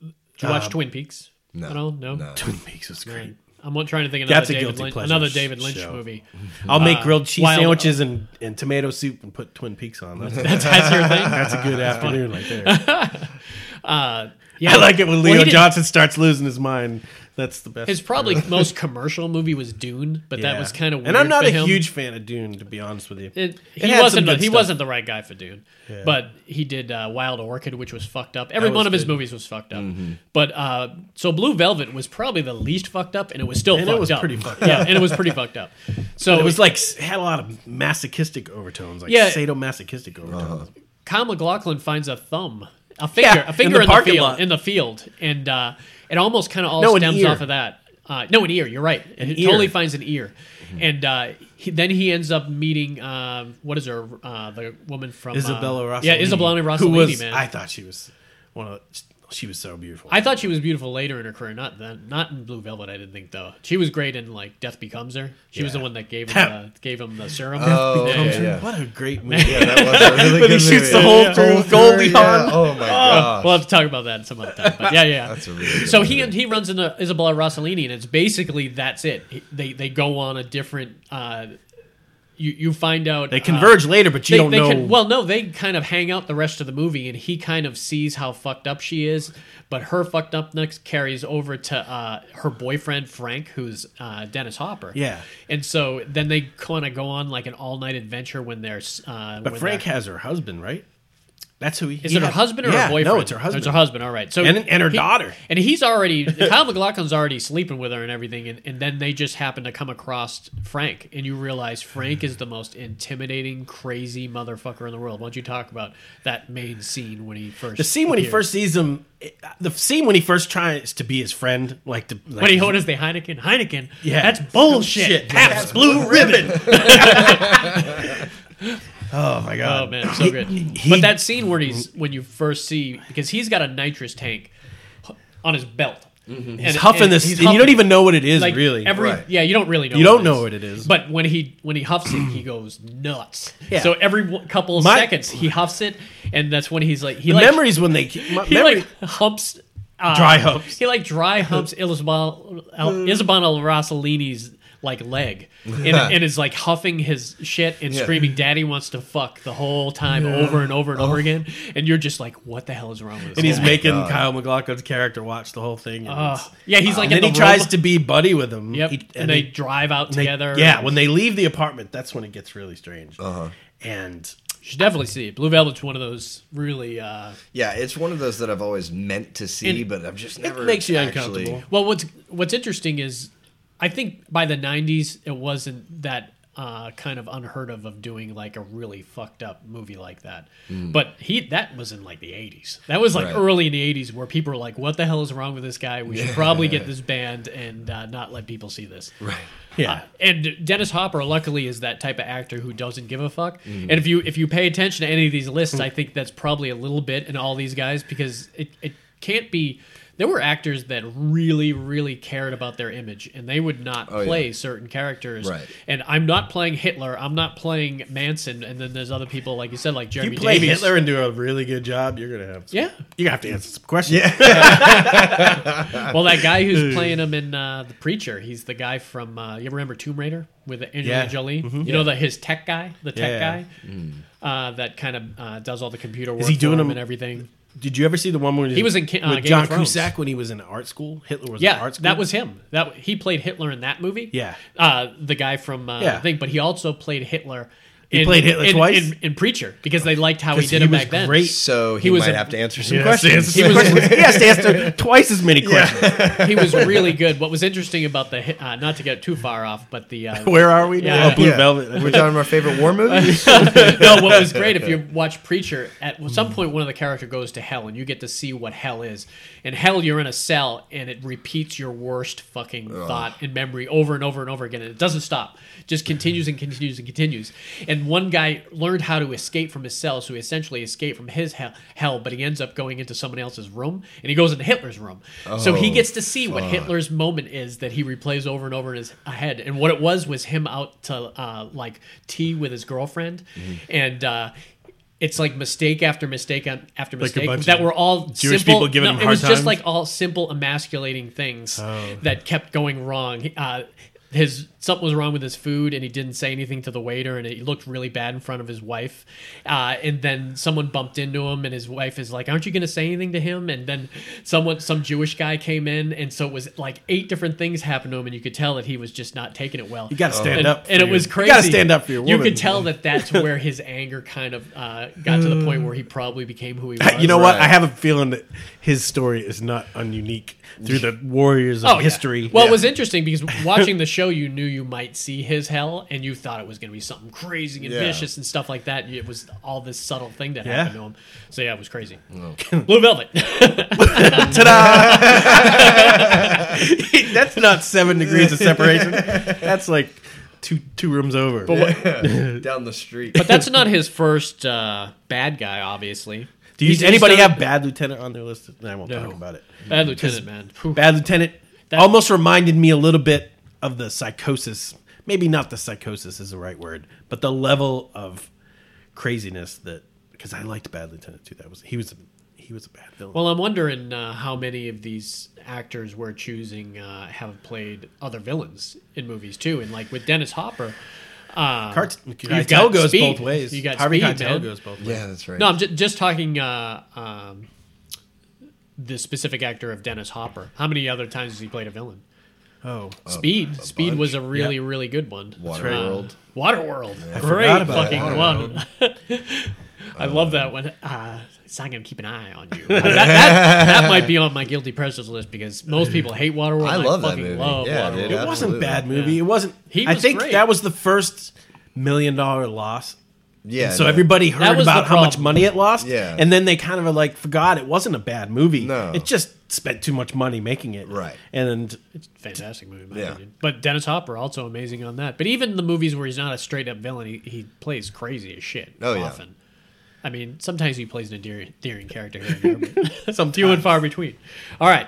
did you watch Twin Peaks?
Um, no,
at all? no.
no.
Twin Peaks was great.
I'm not trying to think of another
That's a
David
guilty
Lynch,
pleasure
another
sh-
David Lynch
show.
movie.
I'll make grilled cheese
wild-
sandwiches and, and tomato soup and put Twin Peaks on. That's, that's
That's your thing.
a good afternoon right there.
Yeah,
I like it when
Well,
Leo
he did-
Johnson starts losing his mind. That's the best.
His probably most commercial movie was Dune, but that
Yeah.
was kind of weird.
And I'm not
for
a
him.
huge fan of Dune, to be honest with you.
It, he
had some
wasn't. The,
good
he
stuff.
wasn't the right guy for Dune, but he did uh, Wild Orchid, which was fucked up. Every
That
one
was
of his
good.
movies was fucked up.
Mm-hmm.
But uh, so Blue Velvet was probably the least fucked up, and it was still
And it
fucked
was
up.
pretty fucked
yeah, and it was pretty fucked up. So
It was like had a lot of masochistic overtones, like
Yeah.
sadomasochistic overtones.
Kyle McLaughlin finds a thumb, a finger,
Yeah,
a finger
in the
in the,
parking
field,
lot.
in the field, and uh, it almost kind of all
No, an
stems
ear.
off of that. Uh, no, an ear. You're right. And it
ear. Mm-hmm.
totally finds an ear, and uh, he, then he ends up meeting uh, what is her uh, the woman from uh,
Isabella Rossellini,
Yeah, Isabella Rossellini.
who was,
man.
I thought she was one of. The, she was so beautiful.
I thought she was beautiful later in her career, not then, not in Blue Velvet. I didn't think though. She was great in like Death Becomes Her. She was the
Yeah.
one that gave him the, gave him the serum.
Oh,
Yeah,
okay,
yeah.
yeah.
What a great movie!
Yeah, that was a really
But he
good
shoots
movie.
the hole through Goldie Hawn.
Oh my god.
We'll have to talk about that some other time. But yeah, yeah.
That's a really good
so he he runs into Isabella Rossellini, and it's basically that's it. He- They they go on a different. Uh, you you find out uh,
They converge later, but you
they,
don't
they
know.
Can, well, no, they kind of hang out the rest of the movie, and he kind of sees how fucked up she is. But her fucked upness carries over to uh, her boyfriend Frank, who's uh, Dennis Hopper.
Yeah.
and so then they kind of go on like an all night adventure when they're. Uh,
but
when
Frank
they're-
has her husband, right? That's who he
is
he
it her
had-
husband or
yeah,
her boyfriend?
No, it's her
It's
husband.
her husband. All right. So
And- and her daughter.
And he's already Kyle McLaughlin's already sleeping with her and everything, and, and then they just happen to come across Frank, and you realize Frank is the most intimidating, crazy motherfucker in the world. Why don't you talk about that main scene when he first
The scene when he
appears?
first sees him, the scene when he first tries to be his friend, like to like,
when he orders the Heineken, Heineken,
Yeah.
that's bullshit.
Shit,
Pabst Blue.
blue ribbon. oh my god!
Oh man, so good.
he-
but that scene where he's when you first see because he's got a nitrous tank on his belt. And-
Mm-hmm. He's huffing
and
this,
he's
and you don't
huffing.
even know what it is
like
really.
every
Right.
yeah you don't really know
You don't
is.
know what it is.
but when he when he huffs it he goes nuts
Yeah.
so every w- couple of
My-
seconds he huffs it and that's when he's like he
the
like,
memories when they my,
he
memory,
like humps uh,
Dry humps.
he like dry humps Isabel
Mm.
Isabella Rossellini's like leg and, and is like huffing his shit and
Yeah.
screaming daddy wants to fuck the whole time over and over and over
Oh.
again and you're just like what the hell is wrong with this
and he's
guy?
making Kyle McLaughlin's character watch the whole thing. And,
Uh,
it's-
yeah
Oh.
he's like
and then
in
he
the
tries
room.
to be buddy with him.
Yep,
He-
and, they, drive out
they-
together.
yeah, when they leave the apartment, that's when it gets really strange. Uh-huh. And
You should definitely see it. Blue Velvet's one of those really. Uh,
Yeah, it's one of those that I've always meant to see,
It-
but I've just never.
makes you
actually-
uncomfortable.
well, what's what's interesting is, I think by the '90s it wasn't that uh, kind of unheard of of doing like a really fucked up movie like that. But he that was in like the '80s. That was like
Hmm. Right.
early in the '80s where people were like, "What the hell is wrong with this guy? We should probably get this banned and uh, not let people see this." Right.
Yeah.
Uh, and Dennis Hopper, luckily, is that type of actor who doesn't give a fuck. And if you if you pay attention to any of these lists, I think that's probably a little bit in all these guys because it, it can't be. There were actors that really, really cared about their image, and they would not
Oh, yeah.
play certain characters.
Right.
And I'm not playing Hitler. I'm not playing Manson. And then there's other people, like you said, like
you
Jeremy
play
Davies.
Hitler and do a really good job, you're gonna have
Yeah.
You have to answer some questions. Yeah.
Well, that guy who's playing him in uh, the Preacher, he's the guy from uh, you remember Tomb Raider with Angelina
Yeah.
Jolie. You know the his tech guy, the tech
Yeah.
guy uh, that kind of uh, does all the computer work.
he
for
doing
him
him-
and everything?
Did you ever see the one where
He was in Ki- uh,
with
Game of
John
Thrones.
Cusack when he was in art school? Hitler was in
Yeah,
art school.
that was him. That he played Hitler in that movie.
Yeah.
uh, the guy from uh,
Yeah.
thing, but he also played Hitler.
He played Hitler
in,
twice?
in, in Preacher because they liked how he
'Cause
did
he
it
was
back then.
great.
So he,
He was
might
a-
have to answer some
He has to
questions.
answer some questions. He has to answer twice as many questions.
He was really good. What was interesting about the Hit- uh, not to get too far off, but the uh,
Where are we now?
Yeah.
Oh, Blue
Yeah.
Velvet.
We're talking about our favorite war movies.
no, what was great if you watch Preacher, at some point one of the character goes to hell and you get to see what hell is. In hell, you're in a cell and it repeats your worst fucking thought and memory over and over and over again, and it doesn't stop. Just continues and continues and continues. And one guy learned how to escape from his cell, so he essentially escaped from his hell, hell but he ends up going into someone else's room and he goes into Hitler's room. so he
Oh,
gets to see what Hitler's moment is that he replays over and over in his head. And what it was was him out to uh, like tea with his girlfriend,
Mm-hmm.
and uh, it's like mistake after mistake on- after
Like a
mistake
bunch
that
of
were all
Jewish
simple,
people giving
no,
him
It
hard
was just
times?
like all simple emasculating things
Oh.
that kept going wrong. Uh, his something was wrong with his food, and he didn't say anything to the waiter, and he looked really bad in front of his wife. Uh, and then someone bumped into him, and his wife is like, "Aren't you going to say anything to him?" And then someone, some Jewish guy came in, and so it was like eight different things happened to him, and you could tell that he was just not taking it well.
You got to stand
and,
up. for
and it
your-
was crazy.
You got to stand up for your woman.
You could tell that that's where his anger kind of uh, got to the point where he probably became who he was.
You know what?
Right.
I have a feeling that his story is not ununique through the warriors of
Oh, yeah.
history.
Well, it was interesting because watching the show, you knew you might see his hell, and you thought it was going to be something crazy and
Yeah.
vicious and stuff like that. It was all this subtle thing that
Yeah.
happened to him. So yeah, it was crazy. Blue Velvet.
that's not seven degrees of separation. That's like two two rooms over.
Down the street.
but that's not his first uh, bad guy, obviously.
Do you,
He's- he's
anybody
done-
have Bad Lieutenant on their list? No, I won't
No.
talk about it.
Bad Lieutenant, man. Whew.
Bad Lieutenant
That-
almost reminded me a little bit of the psychosis. Maybe not the psychosis is the right word, but the level of craziness that because I liked Bad Lieutenant too. That was he was a, he was a bad villain.
Well, I'm wondering uh, how many of these actors we're choosing uh, have played other villains in movies too, and like with Dennis Hopper. Uh,
Cart-
you've
Keitel
got
Uh-huh. goes
speed.
both ways.
You got
Harvey
speed,
Keitel
man.
goes both ways.
yeah, that's right.
No, I'm just, just talking uh, um, the specific actor of Dennis Hopper. How many other times has he played a villain?
Oh,
Speed. Speed
bunch.
was a really,
Yeah.
really good one.
right.
Waterworld.
Uh, Waterworld.
forgot
Great
about
fucking
Waterworld.
one. I love that one. Uh, it's not going to keep an eye on you. that, that, that might be on my guilty pleasures list because most people hate Waterworld.
I
and
love that
fucking
movie.
Love
Yeah,
Waterworld.
dude,
it wasn't
Absolutely.
a bad movie. It wasn't.
He
I
was
think
great.
that was the first million dollar loss.
Yeah.
So
no.
everybody heard
was the
about how much
problem.
money it lost,
Yeah.
and then they kind of like forgot it wasn't a bad movie.
No.
It just spent too much money making it.
Right.
And
It's a fantastic movie, in my
Yeah.
opinion. But Dennis Hopper also amazing on that. But even the movies where he's not a straight up villain, he, he plays crazy as shit.
Oh, yeah.
often. I mean, sometimes he plays an endearing, endearing character here and there, but some few and far between. All right,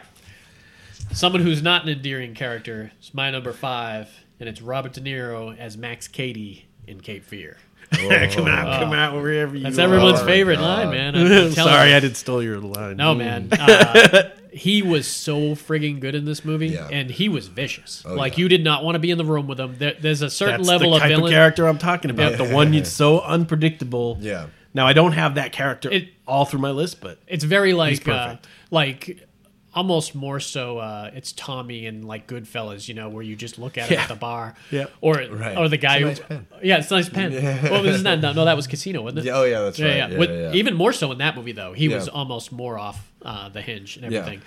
someone who's not an endearing character is my number five, and it's Robert De Niro as Max Cady in Cape Fear.
come out, come out wherever you.
That's
are.
everyone's
my
favorite
God.
line, man. I'm telling
Sorry,
you.
I did steal your line.
Mm.
No, Oh, man. Uh, he was so frigging good in this movie,
Yeah. Oh,
and he was vicious. like
yeah.
you did not want to be in the room with him. There, there's a certain
That's
level
the
of
type
villain.
of character I'm talking about.
Yeah.
The one that's so unpredictable.
Yeah.
Now I don't have that character
It-
all through my list, but
It's very like uh,
perfect.
like almost more so uh, it's Tommy and like Goodfellas, you know, where you just look at him
Yeah.
at the bar.
Yeah.
Or
Right.
or the guy
It's a
who Yeah, it's a nice pen. Well, this is not no, no, that was Casino, wasn't it?
Yeah, oh, yeah, that's right. Yeah,
With-
yeah, yeah.
Even more so in that movie though. He
Yeah.
was almost more off uh, the hinge and
Yeah.
everything.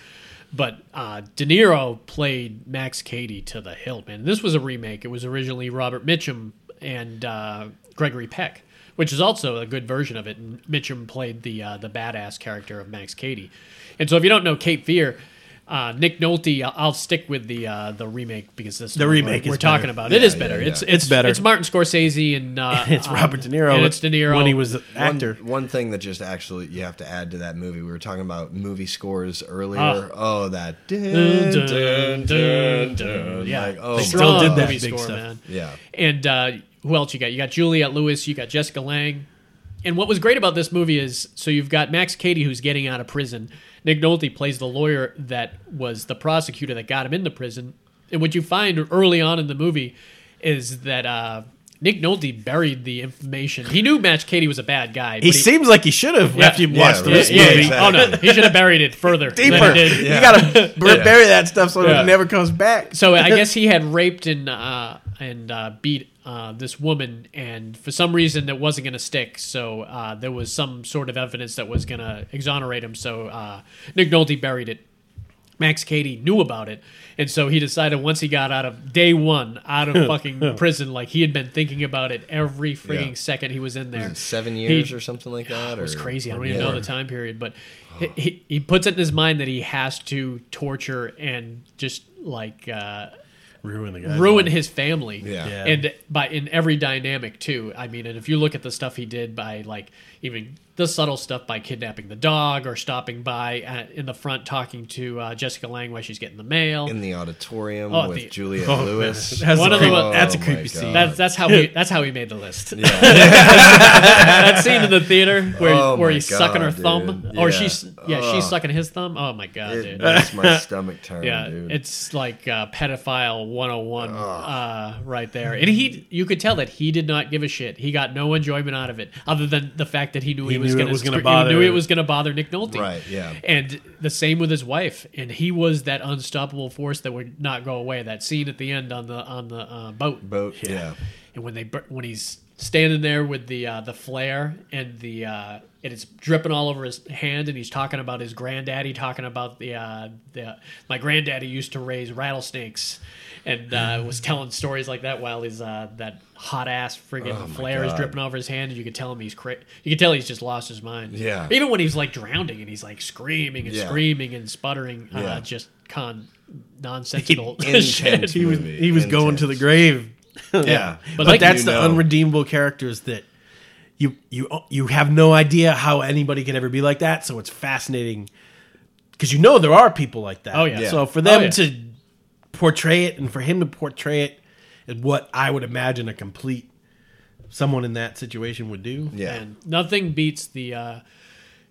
But uh, De Niro played Max Cady to the hilt, man. This was a remake. It was originally Robert Mitchum and uh, Gregory Peck, which is also a good version of it. And Mitchum played the uh, the badass character of Max Cady. And so, if you don't know Cape Fear, uh, Nick Nolte, I'll, I'll stick with the uh, the remake because this the
remake
we're,
is
we're talking
better.
about. it is
yeah,
better.
yeah.
It's it's
better.
It's Martin Scorsese and uh,
It's
um,
Robert De Niro.
And it's De Niro
when he was an
One-
actor.
One, thing that just actually you have to add to that movie. We were talking about movie scores earlier.
Ah.
oh, that.
Dun, dun, dun, dun. Yeah,
Like, oh,
They
my
still did
God.
that
Big
big score,
stuff.
man.
Yeah.
And uh, who else you got? You got Juliette Lewis. You got Jessica Lange. And what was great about this movie is so you've got Max Cady who's getting out of prison. Nick Nolte plays the lawyer that was the prosecutor that got him into prison. And what you find early on in the movie is that uh, Nick Nolte buried the information. He knew Max Cady was a bad guy. but
He seems like he should have after you
Yeah,
watched
yeah,
this
yeah,
movie.
exactly.
Oh no, he should have buried it further. than he
Deeper.
did.
You gotta bur- bury that stuff so
Yeah.
it never comes back.
So I guess he had raped and uh, and uh, beat uh, this woman, and for some reason that wasn't going to stick. So uh, there was some sort of evidence that was going to exonerate him. So uh, Nick Nolte buried it. Max Cady knew about it, and so he decided once he got out of day one out of fucking prison, like he had been thinking about it every freaking
Yeah.
second he was in there.
Seven
He-
years or something like that. Or,
it was crazy. I don't even
Yeah.
know the time period, but he, he, he puts it in his mind that he has to torture and just like uh,
Ruin the guy.
ruin his family.
Yeah.
Yeah.
And by in every dynamic too. I mean, and if you look at the stuff he did by like even the subtle stuff by kidnapping the dog or stopping by at, in the front talking to uh, Jessica Lang while she's getting the mail.
In the auditorium
Oh,
with
the-
Juliette
Oh,
Lewis.
man. That's
One
a
of the-
creep-
Oh,
that's a
my
creepy
God.
scene.
that's that's how he that's how he made the list.
Yeah.
that scene in the theater where
Oh
where
my
he's sucking her
God,
thumb,
dude.
or
Yeah.
she's yeah
Ugh.
she's sucking his thumb. Oh my god,
It
dude!
makes my stomach turn,
Yeah,
dude.
it's like uh, pedophile 101 uh, right there. And he, you could tell that he did not give a shit. He got no enjoyment out of it, other than the fact that he knew he, was
knew it
going
was gonna
to
bother-
He knew it was going to bother Nick Nolte.
Right, yeah.
And the same with his wife. And he was that unstoppable force that would not go away. That scene at the end on the on the uh, boat,
Boat. Yeah.
and when they bur- when he's standing there with the uh, the flare and the uh, and it's dripping all over his hand and he's talking about his granddaddy talking about the uh, the my granddaddy used to raise rattlesnakes and
Mm.
uh, was telling stories like that while his uh, that hot ass friggin' flare is
Oh God.
dripping over his hand and you could tell him he's cra- you could tell he's just lost his mind
Yeah.
even when he's like drowning and he's like screaming and
Yeah.
screaming and sputtering
Yeah.
uh, just con nonsensical shit
Intense
he was
movie.
he was going to the grave.
Yeah.
But
But,
like
that's
you
the
know.
unredeemable characters that you you you have no idea how anybody could ever be like that. So it's fascinating because you know there are people like that.
Oh, yeah.
So for
Yeah.
them
Oh, yeah.
to portray it and for him to portray it, is what I would imagine a complete someone in that situation would do.
Yeah.
And nothing beats the. Uh,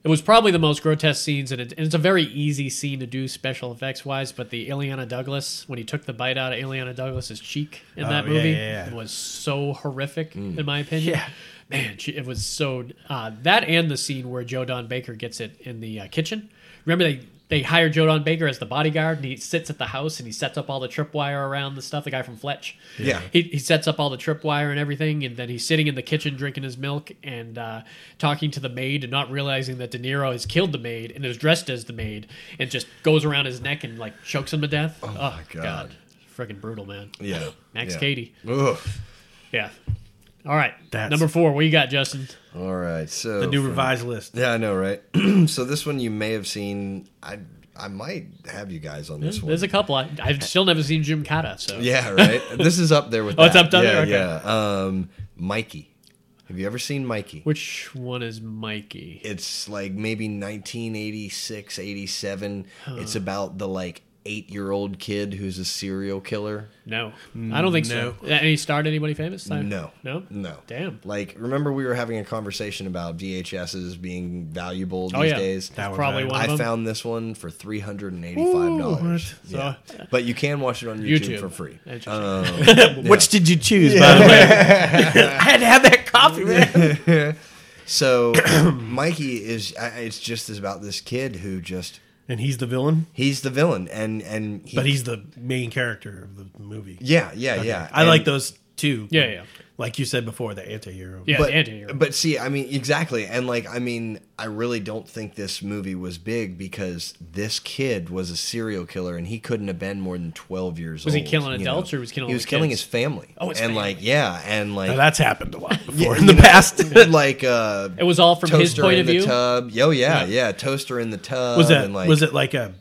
it was probably the most grotesque scenes, and, it, and it's a very easy scene to do special effects wise. But the Ileana Douglas, when he took the bite out of Ileana Douglas's cheek in that
Oh, yeah,
movie,
yeah, yeah.
was so horrific,
Mm.
in my opinion.
Yeah.
Man, she, it was so. Uh, that and the scene where Joe Don Baker gets it in the uh, kitchen. Remember, they, they hire Joe Don Baker as the bodyguard, and he sits at the house and he sets up all the tripwire around the stuff, the guy from Fletch
Yeah.
he, he sets up all the tripwire and everything, and then he's sitting in the kitchen drinking his milk and uh, talking to the maid, and not realizing that De Niro has killed the maid and is dressed as the maid, and just goes around his neck and like chokes him to death. Oh,
my God.
freaking brutal, man.
Yeah.
Max
yeah.
Cady.
Ugh.
Yeah. All right,
That's-
number four. What you got, Justin?
All right. So
The new
from-
revised list.
Yeah, I know, right? so this one you may have seen. I I might have you guys on this one.
There's a couple. I, I've still never seen Jim Cotta, so
yeah, right. this is up there with.
Oh, it's
that.
up down
yeah,
there? Okay.
Yeah. Um, Mikey. Have you ever seen Mikey?
which one is Mikey?
it's like maybe 1986 87 it's about the like eight year old kid who's a serial killer
No, I don't think so. And he starred anybody famous? I-
no
Uh, no,
no
Damn.
like remember we were having a conversation about vhs's being valuable these
Oh yeah,
days
That's
one's
probably
right.
one. Of
i
them.
found this one for $385
So-
yeah. but you can watch it on youtube,
YouTube
for free
Interesting.
Which did you choose, by the way? I had to have that coffee, man.
Um, So Mikey is I- it's just is about this kid who just
and he's the villain,
He's the villain, and and he,
but he's the main character of the movie.
yeah, yeah, yeah.
I
And-
like those two.
Yeah, yeah.
Like you said before, the anti-hero.
Yeah,
but,
the anti-hero.
But see, I mean, exactly. And like, I mean, I really don't think this movie was big because this kid was a serial killer and he couldn't have been more than 12 years
Was he
old.
killing
you
adults or was he killing
He was
the
killing
kids?
his family.
Oh, his
And
family.
like, yeah. And like,
Now, that's happened a lot before
Yeah,
in the past.
like, uh,
It was all from his
toaster
point
in
of
the
view.
tub. Oh, yeah, yeah.
Yeah.
Toaster in the tub.
was that
and like,
was it like a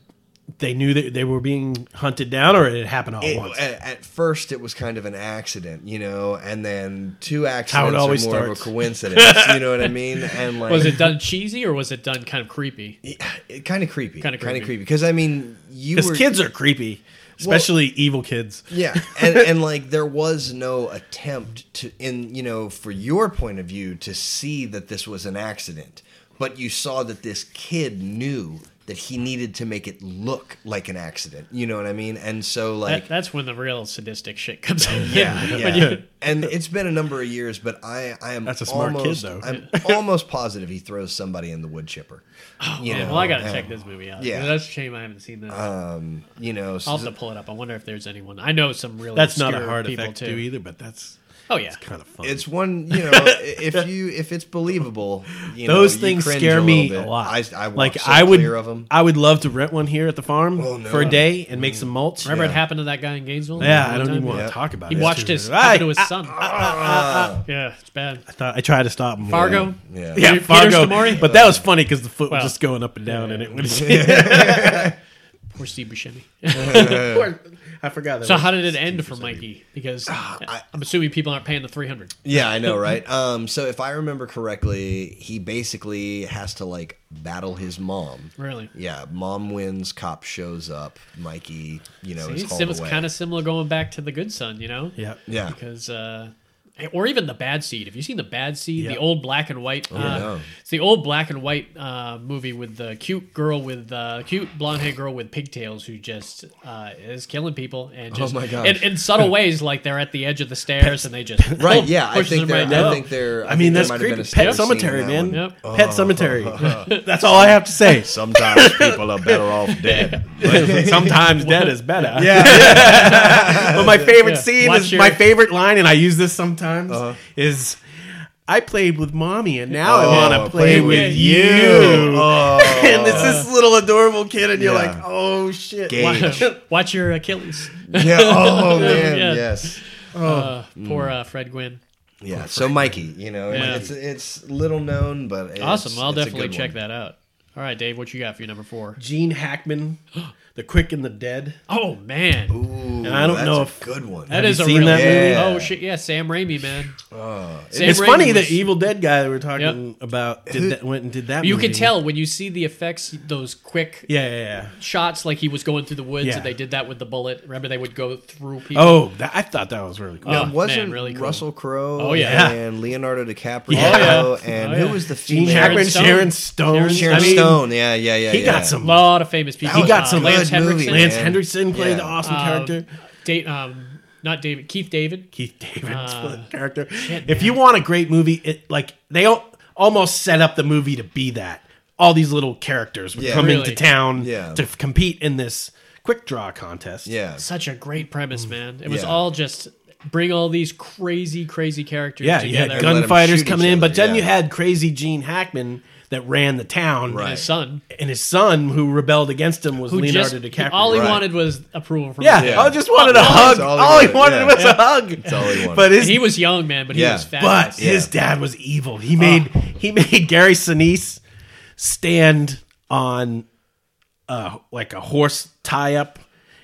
they knew that they were being hunted down, or it happened all at
it-
once?
at, at first it was kind of an accident, you know, and then two
how it
accidents are more
always
of a
starts.
coincidence, you know what I mean? And like
Was it done cheesy or was it done kind of creepy?
kind of creepy,
Kinda
kind of
creepy.
creepy because I mean, you
Because
were
kids are creepy, especially evil kids.
Yeah, and, and like there was no attempt to, in you know, for your point of view, to see that this was an accident, but you saw that this kid knew that he needed to make it look like an accident. You know what I mean? And so like.
That, that's when the real sadistic shit comes out.
yeah,
When
yeah.
you-
and it's been a number of years, but I, I am
That's a smart kid,
almost,
though.
I'm almost positive he throws somebody in the wood chipper. Oh, you
Yeah,
know,
well, I gotta
and,
check this movie out.
yeah. Uh,
that's a shame I haven't seen this.
You know,
I'll have to pull it up. I wonder if there's anyone. I know some really
That's not a
obscure
hard
people
effect to
too.
do either, but that's
Oh yeah,
kind of fun.
It's one, you know, if you if it's believable, you
Those
know, you
things
cringe
scare
a
me a
little bit.
lot.
I, I walk
like
so
I would,
clear of them.
I would love to rent one here at the farm
Oh, no.
for a day and make some mulch.
remember it happened to that guy in Gainesville?
Yeah,
That
I
one
don't even
time?
want to
Yeah.
talk about
He
it.
watched
too.
his
I,
happen to his
I,
son. yeah, it's bad.
I thought I tried to stop him.
Fargo.
Yeah.
ah, Yeah,
Peter
Fargo.
Stamori?
But that was funny because the foot
Well.
was just going up and down, and it was.
Poor Steve Buscemi.
I forgot that.
so how did it end for Mikey? Because I, am assuming people aren't paying the 300.
Yeah, I know, right? Um, so if I remember correctly, he basically has to like battle his mom.
Really?
Yeah, mom wins, cop shows up, Mikey, you know,
See,
is
it's
hauled away.
kind of similar going back to the Good Son, you know?
Yeah.
yeah.
because uh or even the bad seed have you seen the bad seed
Yeah.
the old black and white uh,
no.
it's the old black and white uh movie with the cute girl with uh cute blonde haired girl with pigtails who just uh is killing people and just
Oh my gosh.
in, in subtle ways like they're at the edge of the stairs and they just
Right, yeah, I
pushes
think
them
they're-
right
I
down.
think they're- I
I, mean,
think there
that's
might have
creepy.
been a
Pet
scene in
Cemetery,
that
man.
one.
Yep.
Pet Cemetery. that's all I have to say.
Sometimes people are better off dead.
Sometimes dead is better. Yeah. but my favorite
Yeah.
scene
Watch
is
your-
my favorite line, and I use this sometimes is. I played with mommy, and now Oh, I want to play, with, you. Oh. and it's this little adorable kid, and you're
Yeah.
like, "Oh shit!"
Gay.
watch, watch your achilles
Yeah, oh man,
Yeah.
yes.
uh,
Mm.
poor uh, fred gwynn
Yeah, so Mikey, you know,
Yeah.
it's it's little known, but it's,
awesome i'll
it's a
definitely
good
check
one.
that out all right dave what you got for your number four?
Gene Hackman, The Quick and the Dead.
Oh man
Ooh,
And I don't
that's
know
a
if-
good one.
that
you
is a
seen
real
that
movie.
movie?
Oh shit! Yeah, Sam Raimi, man.
Uh,
Sam
It's
Raimi
funny
was-
the Evil Dead guy that we're talking about did that, went and did that.
You
movie.
can tell when you see the effects, those quick
Yeah, yeah, yeah.
shots, like he was going through the woods,
Yeah.
and they did that with the bullet. Remember, they would go through people.
Oh, that, I thought that was really cool.
Oh,
Now,
man,
wasn't
really cool.
Russell Crowe
Oh, yeah.
and Leonardo DiCaprio
Oh, yeah.
and
Oh,
who
yeah.
was the
Gene
female?
Sharon
Hackman,
Stone.
Sharon Stone.
Sharon
I mean,
Stone. Yeah, yeah, yeah.
He
yeah.
got some.
a lot of famous people.
Oh,
Uh,
He got some
Lance
good
Henriksen,
movies.
Lance
man.
Hendrickson played
Yeah.
the awesome
uh,
character.
Da- um, not David, Keith David.
Keith David
uh,
character. if you want a great movie, it like they al- almost set up the movie to be that. All these little characters would
Yeah.
come
Really.
into town
Yeah.
to f- compete in this quick draw contest.
Yeah.
Such a great premise,
Mm.
man. It was
Yeah.
all just bring all these crazy, crazy characters
Yeah, you had
together.
gun- let 'em
gunfighters
shoot
coming
each
in,
other,
but then
yeah.
you had crazy Gene Hackman that ran the town,
Right.
his son,
and his son who rebelled against him was
who
Leonardo
just
DiCaprio.
all he
Right.
wanted was approval from.
yeah,
his
Yeah.
I just wanted a hug.
that's
All
all
he
he
wanted,
wanted, yeah.
was a hug. That's
all he wanted.
But his,
dad. He was young, man, but he
Yeah.
was fat.
but
Yeah.
his dad was evil. He made he made Gary Sinise stand on uh like a horse tie up,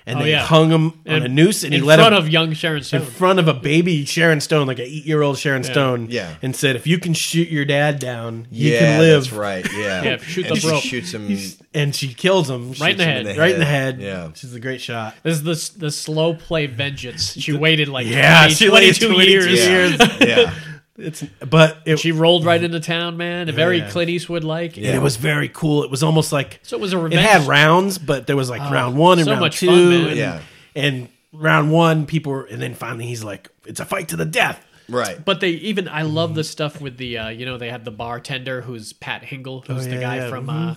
and
Oh,
they
yeah.
hung him on
And-
a noose, and he
in
let
front
him
of young Sharon Stone.
in front of a baby Sharon Stone, like an eight year old Sharon Stone,
Yeah.
and said, "If you can shoot your dad down, you
yeah,
can live."
That's right. Yeah.
Yeah, shoot
and
the
she
rope.
shoots him
And she kills him
Right in the
shoots
head.
him right in the head.
Yeah.
she's a great shot.
This is the s- the slow play vengeance. She waited like
Yeah,
20,
she waited
22,
22
years.
years.
Yeah. yeah.
It's but it,
She rolled right into town, man. A very
Yeah.
Clint Eastwood like.
and it was very cool. It was almost like
So it was a
it
revenge. Oh,
had rounds, but there was like round one and
so
round
much
two,
fun, man.
and,
Yeah.
and round one people were, and then finally he's like, "It's a fight to the death."
Right.
but they even I love the stuff with the uh, you know they had the bartender who's Pat Hingle who's
Oh,
the
yeah,
guy
yeah,
from uh,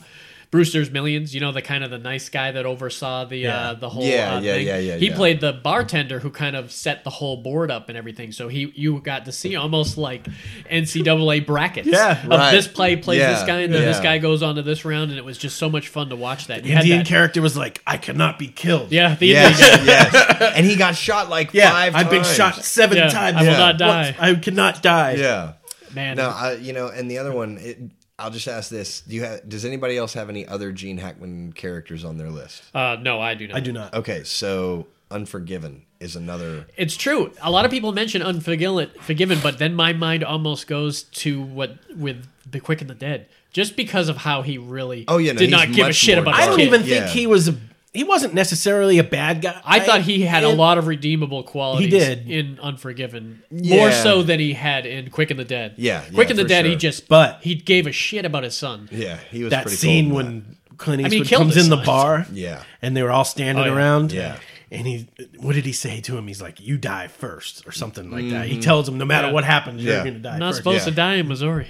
Brewster's Millions. You know the kind of the nice guy that oversaw the
Yeah.
uh, the whole
Yeah,
uh,
yeah,
thing?
yeah, yeah,
He
yeah.
played the bartender who kind of set the whole board up and everything. So he you got to see almost like NCAA brackets.
Yeah,
of
right.
this play plays this
Yeah,
guy and then this
yeah.
guy goes on to this round, and it was just so much fun to watch that. You had
Indian
that-
character was like, I cannot be killed.
yeah, the
Yes,
Indian guy.
yes. And he got shot like
Yeah,
five
I've been
times.
shot seven
Yeah,
times.
I will
Yeah.
not die.
Once- I cannot die.
Yeah.
man.
No, I, you know, and the other one, it, I'll just ask this: Do you have? Does anybody else have any other Gene Hackman characters on their list?
uh, no, I do not.
I do not.
Okay, so Unforgiven is another.
It's true. A lot of people mention Unforgiven, forgiven, but then my mind almost goes to what with The Quick and the Dead, just because of how he really
Oh, yeah, no,
did
he's
not give a
much
shit
more
about.
I
dark.
His
don't
kid.
even
Yeah.
think he was. A, he wasn't necessarily a bad guy.
I thought he had a
And-
lot of redeemable qualities.
did.
in Unforgiven, more
Yeah.
so than he had in Quick and the Dead.
Yeah, yeah,
Quick and the
for
Dead, he
sure.
just
But-
he gave a shit about his son.
Yeah, he was
that
pretty
scene
cool in
when Clint
mean, he
Eastwood
killed
comes
his
in the
son.
bar,
Yeah.
and they were all standing
Oh, yeah.
around,
Yeah.
And he, what did he say to him? He's like, "You die first or something like that. He tells him, "No matter
Yeah.
what happens, you're
Mm-hmm. Yeah.
going to die."
I'm not
first.
supposed
yeah.
to die in Missouri.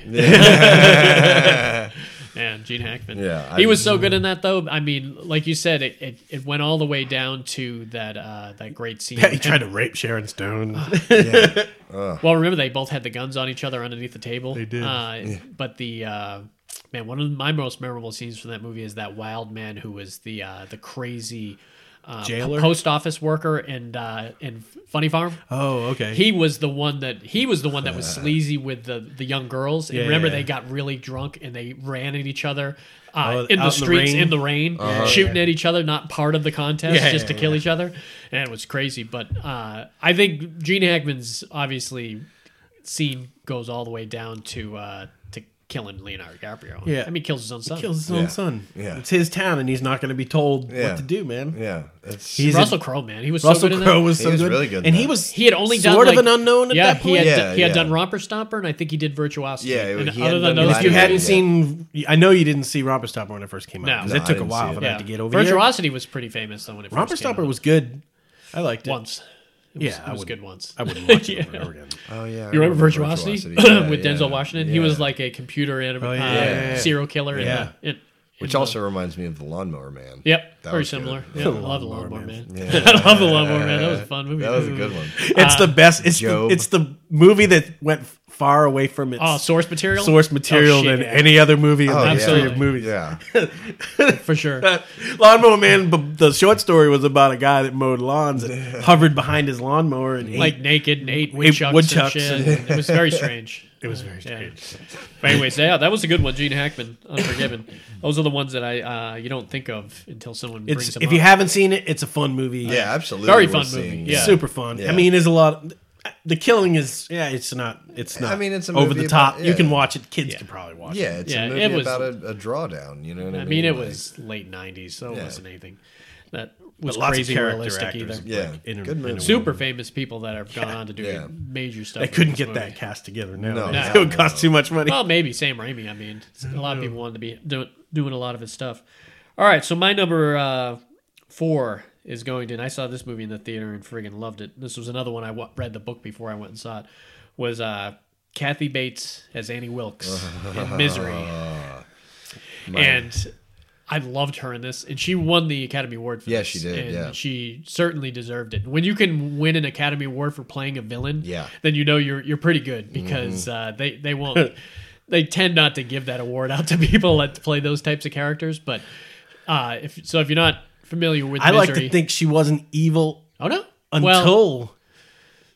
Man, Gene Hackman.
Yeah,
he
I-
was so good in that though. I mean, like you said, it, it, it went all the way down to that uh, that great scene.
he tried to rape Sharon Stone.
Well, remember they both had the guns on each other underneath the table. They
did.
Uh, but the uh, man, one of my most memorable scenes from that movie is that wild man who was the uh, the crazy uh,
Jailer?
post office worker and uh, in Funny Farm.
oh, okay. Uh,
He was the one that he was the one that was sleazy with the the young girls. And
Yeah,
remember,
yeah.
they got really drunk and they ran at each other uh,
Oh,
in
out
the
in the
streets
rain? Uh-huh.
in the rain, shooting at each other, not part of the contest,
Yeah,
just
yeah,
to kill each other. And it was crazy. But uh, I think Gene Hackman's obviously scene goes all the way down to uh, to killing Leonardo DiCaprio.
Yeah.
I mean, he kills his own son.
kills his own
Yeah.
son.
Yeah.
It's his town, and he's not going to be told
Yeah.
what to do, man.
that. Yeah, it's,
He's a-
Russell Crowe, man, he was so
Russell
good in that.
Crowe was
He
so
was
good,
really good in
and he
that.
was
He had only done
sort
like-
of an unknown at
yeah,
that
he
point.
had,
Yeah,
he had
yeah.
done Romper Stomper, and I think he did Virtuosity.
Yeah,
And
he
other
hadn't
than
done
those
If
If
two
you hadn't
movies-
seen, I know you didn't see Romper Stopper when it first came out.
No. No,
'cause that
I
took a
didn't
while
see
for
it.
that to get over. here.
Virtuosity was pretty famous though when it first
Romper
came
Stopper
out.
was good. I liked it.
once.
yeah,
It
I
was
would,
good once.
I wouldn't watch it over and over again.
oh yeah. I
you remember Virtuosity,
Yeah,
with
yeah,
Denzel Washington? He
yeah.
was like a computer anim-
yeah,
uh,
yeah, yeah, yeah.
serial killer. in
Yeah.
the- in- in
Which
the-
also reminds me of the Lawnmower Man.
Yep,
That
very
was good.
similar.
Yeah.
Yeah, I love the Lawnmower Man.
Yeah.
I love the Lawnmower Man. That was a fun movie.
That was a good one.
It's
Uh,
the best. It's the,
Job.
it's the movie that went far away from its
Oh, source material.
source material
Oh, shit,
than
yeah,
any other movie in the
Oh, yeah.
history of
Absolutely.
movies.
Yeah,
for sure.
Lawnmower Man. b- The short story was about a guy that mowed lawns and hovered behind his lawnmower and ate
like naked and ate woodchucks,
woodchucks
and shit. it was very strange. It was very strange. But anyways, yeah, that was a good one. Gene Hackman, Unforgiven. Those are the ones that I uh, you don't think of until someone brings
It's
them
if
up.
you haven't seen it, it's a fun movie.
yeah, absolutely.
Very
worth
fun movie,
seeing.
yeah.
super fun. I
Yeah.
mean, there's a lot. the killing is yeah, it's not. It's not.
I mean, it's a
over
movie
the top.
about-
You
yeah.
can watch it. Kids can probably watch. it.
Yeah, it's
Yeah,
a
it
movie
was-
about a, a drawdown. You know what I mean?
I mean, it
Like,
was late '90s, so it
Yeah.
wasn't anything that was
But lots
crazy
of character
realistic
actors.
either.
like,
Yeah,
in a-
good
in a
movie.
Super famous people that have gone on to do
Yeah.
major stuff.
They
with
couldn't
this
get
movie.
that cast together. No,
No,
it
no,
would cost too much money.
Well, maybe Sam Raimi. I mean, a lot of people wanted to be do, doing a lot of his stuff. All right, so my number uh, four is going to. And I saw this movie in the theater and friggin' loved it. This was another one I w- read the book before I went and saw it. Was uh, Kathy Bates as Annie Wilkes in Misery, and I loved her in this, and she won the Academy Award for
Yeah,
this.
she did,
and
yeah.
she certainly deserved it. When you can win an Academy Award for playing a villain,
Yeah.
then you know you're you're pretty good because uh, they they won't they tend not to give that award out to people that play those types of characters. But uh, if so, if you're not familiar with
I like
Misery,
to think she wasn't evil
oh no, well,
until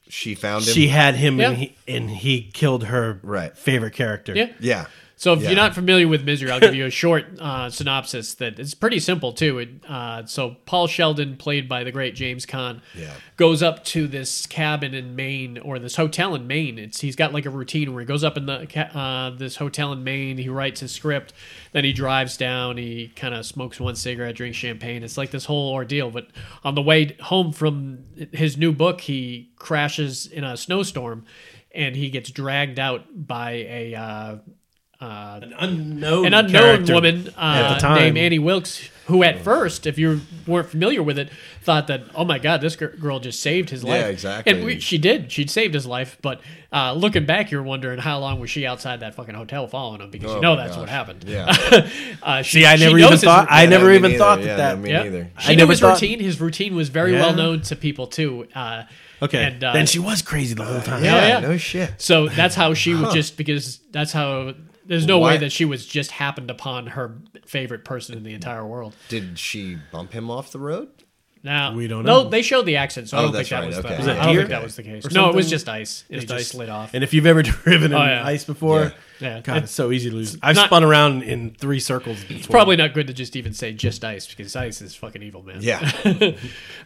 she found him.
she had him and,
Yeah.
he, and he killed her
Right.
favorite character.
yeah.
yeah,
So if
Yeah.
you're not familiar with Misery, I'll give you a short uh, synopsis that it's pretty simple too. It, uh, so Paul Sheldon, played by the great James Caan,
Yeah.
goes up to this cabin in Maine or this hotel in Maine. It's he's got like a routine where he goes up in the ca- uh, this hotel in Maine. He writes his script, then he drives down. He kind of smokes one cigarette, drinks champagne. It's like this whole ordeal. But on the way home from his new book, he crashes in a snowstorm, and he gets dragged out by a. Uh, uh,
An unknown
an unknown
character
woman uh,
at the time.
named Annie Wilkes, who at first, if you weren't familiar with it, thought that oh my god, this gir- girl just saved his life.
exactly.
And we, she did. She'd saved his life. But uh, looking back, you're wondering how long was she outside that fucking hotel following him because
Oh
you know
my
that's what
gosh.
happened.
Yeah.
Uh, she,
See, I
she
never
knows
even
his
thought.
routine.
I
Yeah,
never
me
even
neither.
thought
Yeah,
that. that
no, me
Yeah.
neither.
She
I
knew
never
his
thought-
routine. His routine was very
Yeah.
well known to people too. Uh,
okay,
And, uh,
then she was crazy the whole time.
yeah.
Yeah, no shit.
So that's how she was just because that's how there's no
Why-
way that she was just happened upon her favorite person in the entire world.
Did she bump him off the road?
Now
We don't
No,
know.
they showed the accent, so I
Oh,
don't think
that's
that
right,
was
okay.
the.
Was that
I don't
deer?
think that was the case.
Or
No, it was
something?
just ice. It just
ice.
slid off.
And if you've ever driven in
Oh, yeah.
ice before,
Yeah.
God,
It-
it's so easy to lose. I've
not-
spun around in three circles. Before.
It's probably not good to just even say just ice because ice is fucking evil, man.
Yeah.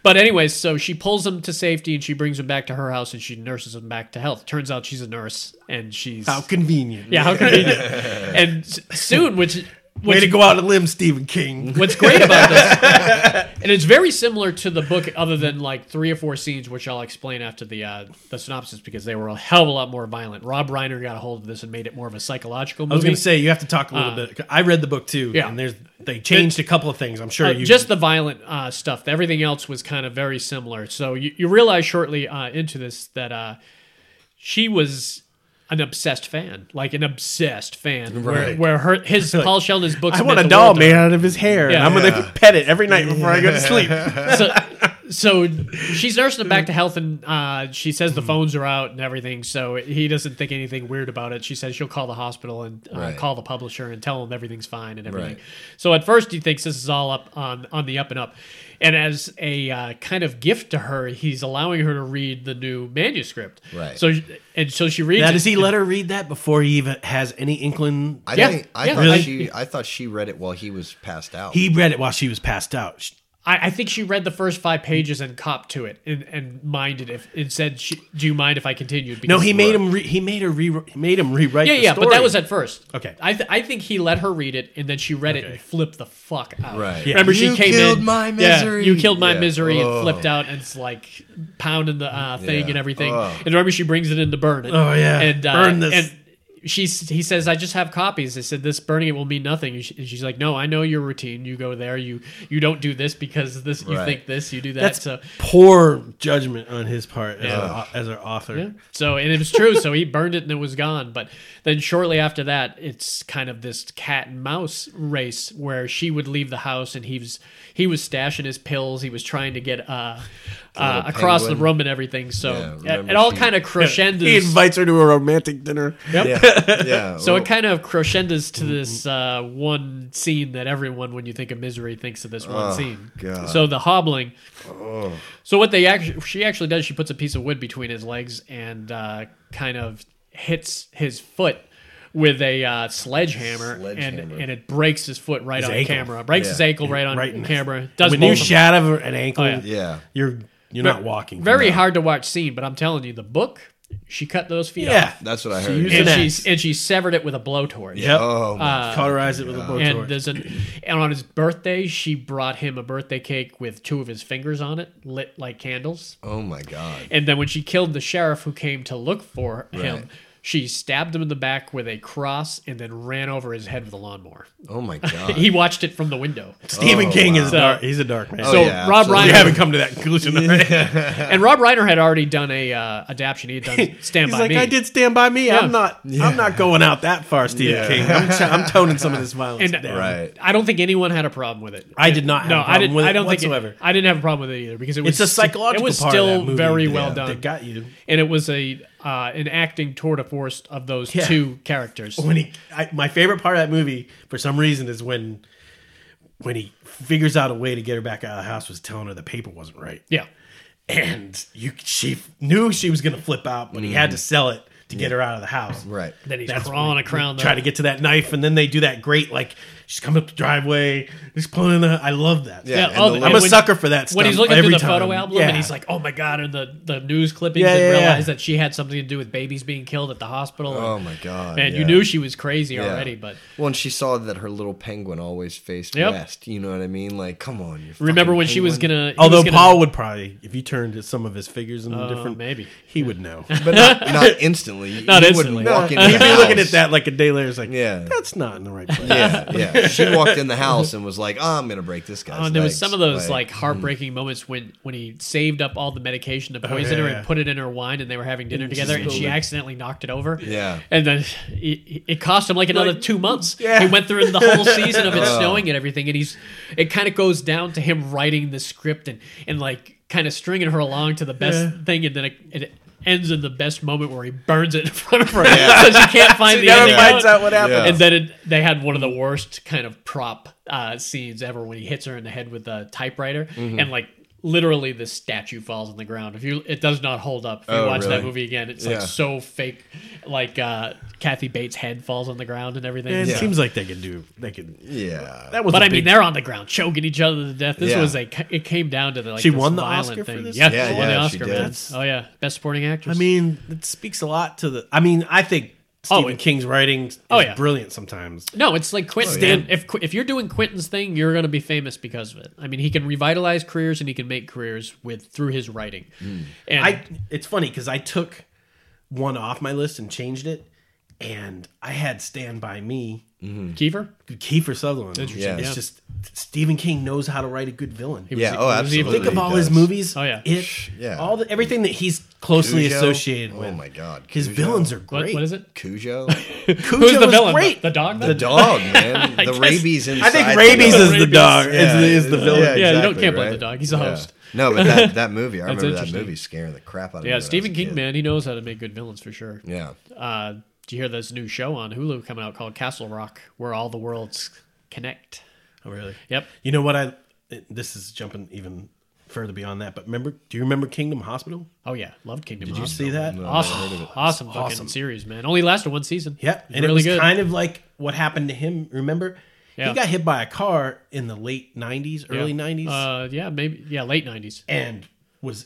But anyways, so she pulls him to safety and she brings him back to her house and she nurses him back to health. Turns out she's a nurse and she's
how convenient.
yeah, how convenient. and s- soon, which
Way
which
to go out on a limb, Stephen King.
What's great about this, and it's very similar to the book, other than like three or four scenes, which I'll explain after the uh, the synopsis because they were a hell of a lot more violent. Rob Reiner got a hold of this and made it more of a psychological movie. Uh,
I was going to say you have to talk a little bit. I read the book too,
yeah.
and there's they changed a couple of things. I'm sure
Uh,
you
just the violent uh, stuff. Everything else was kind of very similar. So you, you realize shortly uh, into this that uh, she was an obsessed fan, like an obsessed fan, where,
Right.
where her his Paul Sheldon's books.
I want
meant
a
the world
doll
to
made
her.
out of his hair, and
Yeah.
I'm going to pet it every night before I go to sleep.
so, so she's nursing him back to health, and uh, she says
Mm-hmm.
the phones are out and everything. So he doesn't think anything weird about it. She says she'll call the hospital and uh,
Right.
call the publisher and tell him everything's fine and everything.
Right.
So at first he thinks this is all up on on the up and up, and as a uh, kind of gift to her, he's allowing her to read the new manuscript.
Right.
So and so she reads.
Now,
it.
does he let her read that before he even has any inkling?
I
Yeah,
think I
yeah.
thought
Really?
she I thought she read it while he was passed out.
He read it while she was passed out. She-
I, I think she read the first five pages and copped to it and, and minded if and said, she, "Do you mind if I continued?"
No,
Because
he made him. Re- he made her re- he made him rewrite.
Yeah,
the
yeah, but that
story.
was at first.
Okay.
I, th- I think he let her read it, and then she read it
Okay.
and flipped the fuck out.
Right. Yeah.
Remember,
You
she came
killed
in.
my misery.
Yeah, you killed my
Yeah.
misery
Oh.
and flipped out, and it's like pounding the uh, thing
Yeah.
and everything.
Oh.
And remember, she brings it in to burn it.
Oh, yeah.
and uh,
Burn this.
And, she s- he says I just have copies. I said this burning it will mean nothing. And she- and she's like, no, I know your routine. You go there. You you don't do this because this. You
Right.
think this. You do that.
That's
so
poor judgment on his part as,
Yeah.
a, as our author.
Yeah. So and it was true. so he burned it and it was gone. But then shortly after that, it's kind of this cat and mouse race where she would leave the house and he was he was stashing his pills. He was trying to get uh, uh
little
across
penguin.
the room and everything. So
Yeah,
it,
remember
it all
she-
kind of crescendos.
He invites her to a romantic dinner.
Yep.
yeah. yeah.
So
well,
Oh.
it kind of crescendos to this uh, one scene that everyone, when you think of misery, thinks of this
Ah,
one scene.
God.
So the hobbling.
Oh.
So what they actually, she actually does, she puts a piece of wood between his legs and uh, kind of hits his foot with a uh, sledgehammer, and
Sledgehammer.
and it breaks his foot right
His
on
ankle.
camera. Breaks
Yeah.
his ankle right on
Right in the-
camera. Does
when
both
you
of them.
shatter an ankle,
Oh, yeah.
yeah.
you're you're not walking. from
Very
that.
hard to watch scene, but I'm telling you, the book she cut those feet
Yeah,
off.
That's what I
She
heard.
used
And
an
she
axe.
and she severed it with a blowtorch.
Yep.
Oh
Uh,
my
Cauterize it with a
and
blowtorch.
there's an and on his birthday she brought him a birthday cake with two of his fingers on it lit like candles
oh my god.
and then when she killed the sheriff who came to look for
Right.
him she stabbed him in the back with a cross and then ran over his head with a lawnmower
Oh my god.
he watched it from the window
Stephen King is
So-
dark. He's a dark man.
Oh,
so
yeah,
rob
absolutely.
reiner
Oh, you haven't come to that conclusion. already.
and rob reiner had already done a uh, adaptation he had done stand
He's
by
like,
me
I did stand by me.
Yeah.
I'm not. I'm not going out that far, Stephen
Yeah.
King. I'm, t- I'm toning some of this violence
and
down.
Right.
I don't think anyone had a problem with it.
I did not have
no,
a problem
I didn't.
with
I
it
don't think it-
whatsoever.
I didn't have a problem with it either because it was
It's a
It
psychological
was
part
still
of that movie
very
that-
well
that
done.
got you.
and it was a uh, an acting tour de force of those
Yeah.
two characters.
when he I, my favorite part of that movie for some reason is when when he figures out a way to get her back out of the house was telling her the paper wasn't right
Yeah,
and you she knew she was going to flip out but he had to sell it to get her out of the house
Right.
then he's
That's
crawling a crown.
try to get to that knife and then they do that great like she's coming up the driveway he's pulling the i love that
Yeah. and
oh,
the
and
I'm
a
when-
sucker for that
When he's
stunt
looking through
every
the
time.
photo album
Yeah.
and he's like, "Oh my god!" and the, the news clippings
Yeah,
and
yeah, yeah.
realize that she had something to do with babies being killed at the hospital.
Oh
and,
my god.
man,
yeah.
you knew she was crazy
Yeah.
already, but
Well, and she saw that her little penguin always faced
Yep.
west. You know what I mean? Like, come on. You
remember
fucking
when she was
penguin.
gonna? he
although
was gonna-
paul would probably if you turned some of his figures in the
Uh,
different
maybe.
he would know
But not, not instantly.
Not
You
instantly.
Wouldn't walk
he'd
into the
be looking
house.
at that like a day later it's like
Yeah.
that's not in the right place
Yeah, yeah. she walked in the house and was like, oh, "I'm gonna break this guy's."
Oh, and there was
legs."
some of those like
mm-hmm.
heartbreaking moments when when he saved up all the medication to poison
Oh, yeah,
her
yeah.
and put it in her wine, and they were having dinner together, and she
spilled it.
accidentally knocked it over.
Yeah.
and then it, it cost him like another
Like,
two months.
yeah. Oh.
he went through the whole season of it snowing and everything, and he's it kind of goes down to him writing the script and and like kind of stringing her along to the best
Yeah.
thing, and then it. it ends in the best moment where he burns it in front of her because she can't find the
Never
ending
finds out what happened.
Yeah.
and then it, they had one of the worst kind of prop uh, scenes ever when he hits her in the head with a typewriter
Mm-hmm.
and like literally the statue falls on the ground if you it does not hold up if you
Oh,
watch that
really?
movie again it's
Yeah.
like so fake like uh kathy bates head falls on the ground and everything
It
So-
seems like they could do. They could.
Yeah.
That was.
but
I
i mean they're on the ground choking each other to death this
Yeah.
was a it came down to the like
She
this
won the
violent
Oscar for
thing
this?
yeah,
Yeah,
she won the
yeah, she
oscar
did.
man. oh yeah best supporting
I
actress
mean, it speaks a lot to the. I mean, I think
Oh,
Stephen
it-
King's writing is
Oh, yeah.
brilliant sometimes.
No, it's like
Oh,
Quentin.
yeah.
man. If Qu- if you're doing Quentin's thing, you're going to be famous because of it. I mean, he can revitalize careers and he can make careers with through his writing. And
Hmm. I. It's funny because I took one off my list and changed it, and I had Stand by Me.
Kiefer,
Kiefer Sutherland.
Yeah.
It's
yeah.
just Stephen King knows how to write a good villain.
He was-
Yeah. Oh,
he was evil.
absolutely.
Think of all
does.
his movies.
Oh, yeah.
It.
Yeah.
All the everything that he's closely
Cujo?
associated
Oh
with.
my God,
His
Cujo.
villains are
what,
great.
what is it?
Cujo.
Cujo
Who's the
is
villain?
Great.
The dog.
The dog, man. The rabies inside.
I think
the
rabies
dog.
is the
Rabies.
dog.
Yeah,
is, is the villain.
Yeah, you don't- can't blame the dog. He's a host.
No, but that, that movie, I
That's
remember that
interesting.
movie scaring the crap out of me. when I
yeah,
was
Stephen
a
King,
kid.
man, he knows how to make good villains for sure.
Yeah.
Uh, do you hear this new show on Hulu coming out called Castle Rock, where all the worlds connect?
Oh, really?
Yep.
You know what? I this is jumping even further beyond that. But remember, do you remember Kingdom Hospital?
Oh yeah, loved Kingdom.
Did you
Hearts.
see that?
Awesome, awesome fucking
Awesome.
series, man. Only lasted one season.
Yeah, and
really
it was
good.
kind of like what happened to him. Remember,
Yeah.
he got hit by a car in the late '90s, early
yeah.
'90s,
Uh, yeah, maybe. Yeah, late nineties.
and was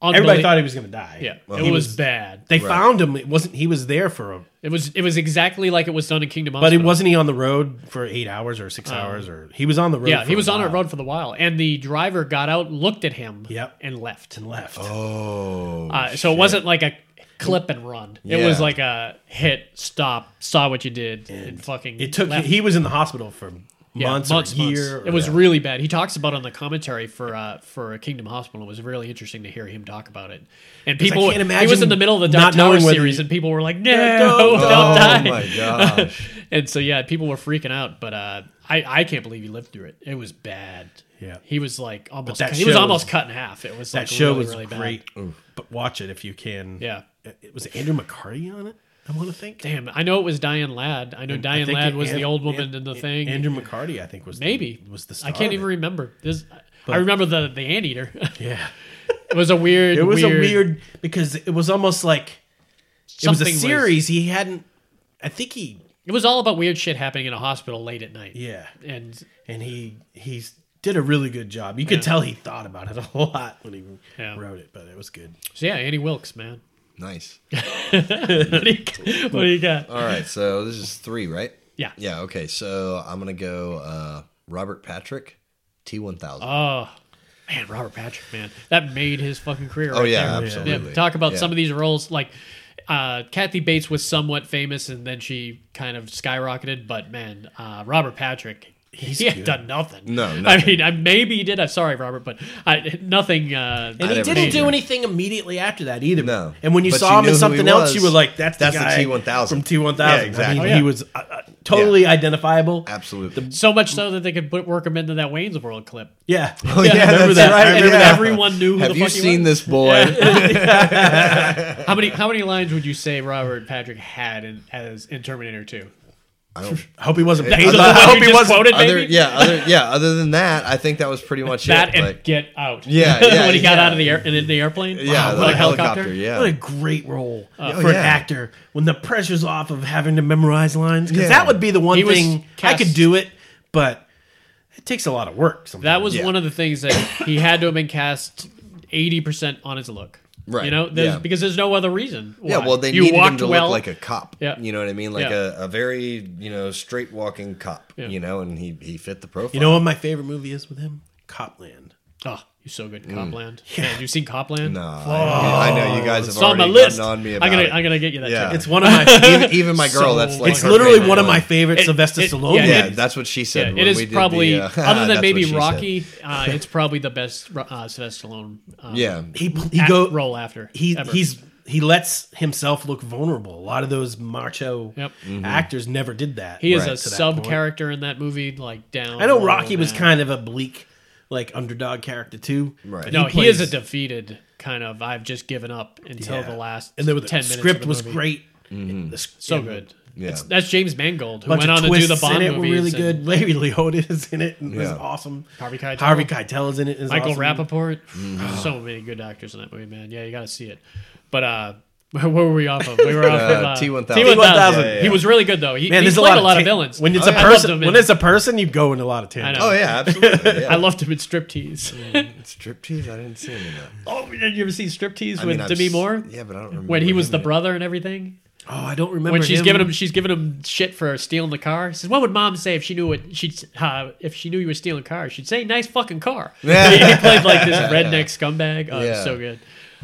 everybody thought he was going to die.
Yeah,
Well,
it
he
was, bad.
They found him. It wasn't. He was there for a,
It was it was exactly like it was done in Kingdom Hearts.
but it wasn't he on the road for eight hours or six hours or he was on the road.
Uh, Yeah,
for
he
a
was on a
while
road for the while, and the driver got out, looked at him,
Yep.
and left.
and left.
Oh.
Uh, so it wasn't like a clip and run. It
Yeah.
was like a hit, stop, saw what you did, and, fucking.
It took.
left.
He was in the hospital for
Yeah,
months, or a year.
It
or-
was really bad. He talks about it on the commentary for uh, for Kingdom Hospital. It was really interesting to hear him talk about it. And people,
can't
he was
imagine
in the middle of the Dark
not knowing
Tower
whether
series,
you-
and people were like, "No,
don't-
don't
oh
die."
my gosh.
And so yeah, people were freaking out, but uh, I I can't believe he lived through it. It was bad.
Yeah.
he was like almost
that
he was
show
almost
was-
cut in half. It was
that
like
show
really,
was
really bad.
great. But watch it if you can.
Yeah.
It- it was Andrew McCarty on it. I want to think.
Damn, I know it was Diane Ladd. I know
I
Diane
think
Ladd
it-
was the
An-
old woman
An-
in the
An-
thing.
Andrew McCarty, I think, was the-
Maybe
was the. Star
I can't
of
even
it.
remember this. I
But-
remember the the anteater.
Yeah,
it was a weird.
it was
weird,
a weird because it was almost like it was a
something
series. He hadn't. I think he.
it was all about weird shit happening in a hospital late at night.
Yeah,
and
and he he's did a really good job. You could tell he thought about it a lot when he
Yeah.
wrote it, but it was good.
so yeah, Annie Wilkes, man.
nice.
what, do you, what do you got?
All right. So this is three, right?
Yeah.
Yeah. Okay. So I'm going to go uh, Robert Patrick, T1000.
Oh man, Robert Patrick, man, that made his fucking career.
Oh,
right
yeah,
there.
absolutely.
Yeah, talk about
Yeah.
some of these roles, like uh, Kathy Bates was somewhat famous, and then she kind of skyrocketed. But man, uh, Robert Patrick. he had
good.
done nothing.
No,
I
nothing.
mean, I maybe he did. I'm sorry, Robert, but I, nothing. Uh,
And
I
he
never
didn't
seen
do
him.
anything immediately after that either.
No.
And when you
But
saw
you
him in
knew who
something
he
else, you
was.
were like, "That's the
That's
guy
the T1000.
from T1000."
Yeah, exactly.
I mean,
Oh, yeah.
He was uh, uh, totally identifiable.
Absolutely.
so much so that they could put, work him into that Wayne's World clip.
Yeah.
Oh, yeah,
remember
that's
that.
right,
I remember
yeah.
that.
Everyone knew. Who
Have
the
you
fuck he
seen
was.
this boy?
How many how many lines would you say Robert Patrick had in as in Terminator Two?
I don't.
I hope he wasn't.
Hey,
paid.
other-
I hope he
just
wasn't.
quoted,
Other,
maybe?
yeah, other, yeah. Other than that, I think that was pretty much
That
it.
and
like-
get out.
Yeah, yeah,
when he got
yeah.
out of the air and in the airplane.
yeah,
Wow,
the
what a
helicopter. Yeah,
What a great role
Oh,
for an
yeah.
actor when the pressure's off of having to memorize lines. Because
Yeah.
that would be the one
He was
thing I could
cast-
do it, but it takes a lot of work. Sometimes.
That was
Yeah.
one of the things that he had to have been cast eighty percent on his look.
Right,
You know, there's,
yeah.
because there's no other reason.
Yeah,
why.
well, they
you
needed him
walked
to
well,
look like a cop.
Yeah.
You know what I mean? Like
Yeah.
a, a very, you know, straight walking cop,
Yeah.
you know, and he, he fit the profile.
you know what my favorite movie is with him? Copland.
Oh, He's so good in Copland. Man, you've seen Copland?
Mm. No, I, I know you guys have
It's on my
already
list.
gotten on me
I'm
about
gonna,
it.
I'm gonna get you that.
Yeah.
ticket.
It's one of my.
even, even my girl,
So-
that's like
it's
her
literally
favorite
one of my favorite
It-
Sylvester
it-
Stallone.
yeah,
Yeah,
it-
that's what she said.
Yeah,
when
it is
we did
probably
the, uh,
other
that's
than maybe
what she said.
Rocky. Uh, it's probably the best uh, Sylvester Stallone. Um,
Yeah,
he he
act-
go
role after
he
ever.
he's he lets himself look vulnerable. A lot of those macho
Yep.
actors never did that.
he is
Mm-hmm.
Oh,
Right.
a
to that
sub
point.
character in that movie, like down.
I know
low,
Rocky was
down.
kind of a bleak, like underdog character too.
Right.
but
No, he, is a
plays-
defeated kind, of. I've just given up until
Yeah.
the last.
and then with
ten
the
minutes. of
script
the
was
movie.
great.
Mm-hmm.
so good.
Yeah.
It's- that's James Mangold who
Bunch
went
of
on to do
twists
the Bond
in it were
movies.
really
and
good. Larry Leota is in it. And is
Yeah.
awesome.
Harvey Keitel.
Harvey Keitel Mm-hmm. is in it. and is
Michael
awesome.
Rappaport. So many good actors in that movie, man. Yeah, you got to see it. But uh, where were we off of? We were off of
Uh,
uh,
T1000.
T1000.
He was really good though. He,
Man,
he
there's
played
a lot, of,
of
ta-
villains.
When it's
I
a
loved
person,
him in-
when it's a person, you go in a lot of
I
tangents.
know.
Oh yeah, absolutely. Yeah.
I loved him in Striptease.
striptease. I didn't see any of that.
Oh, did you ever see Striptease
I
with
mean, I've
Demi
s-
Moore?
Yeah, but I don't remember
When he was
him
the
in it.
brother and everything,
Oh, I don't remember.
when she's
him.
giving him, she's giving him shit for stealing the car. She says, "What would mom say if she knew what she uh, if she knew you were stealing cars? She'd say, nice fucking car.'"
Yeah.
he, he played like this redneck scumbag. Oh, it was
Yeah.
so good.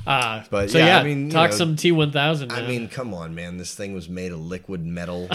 Uh,
But,
so
yeah,
yeah,
I mean, you
talk
know,
some T one thousand.
I mean, come on, man. This thing was made of liquid metal,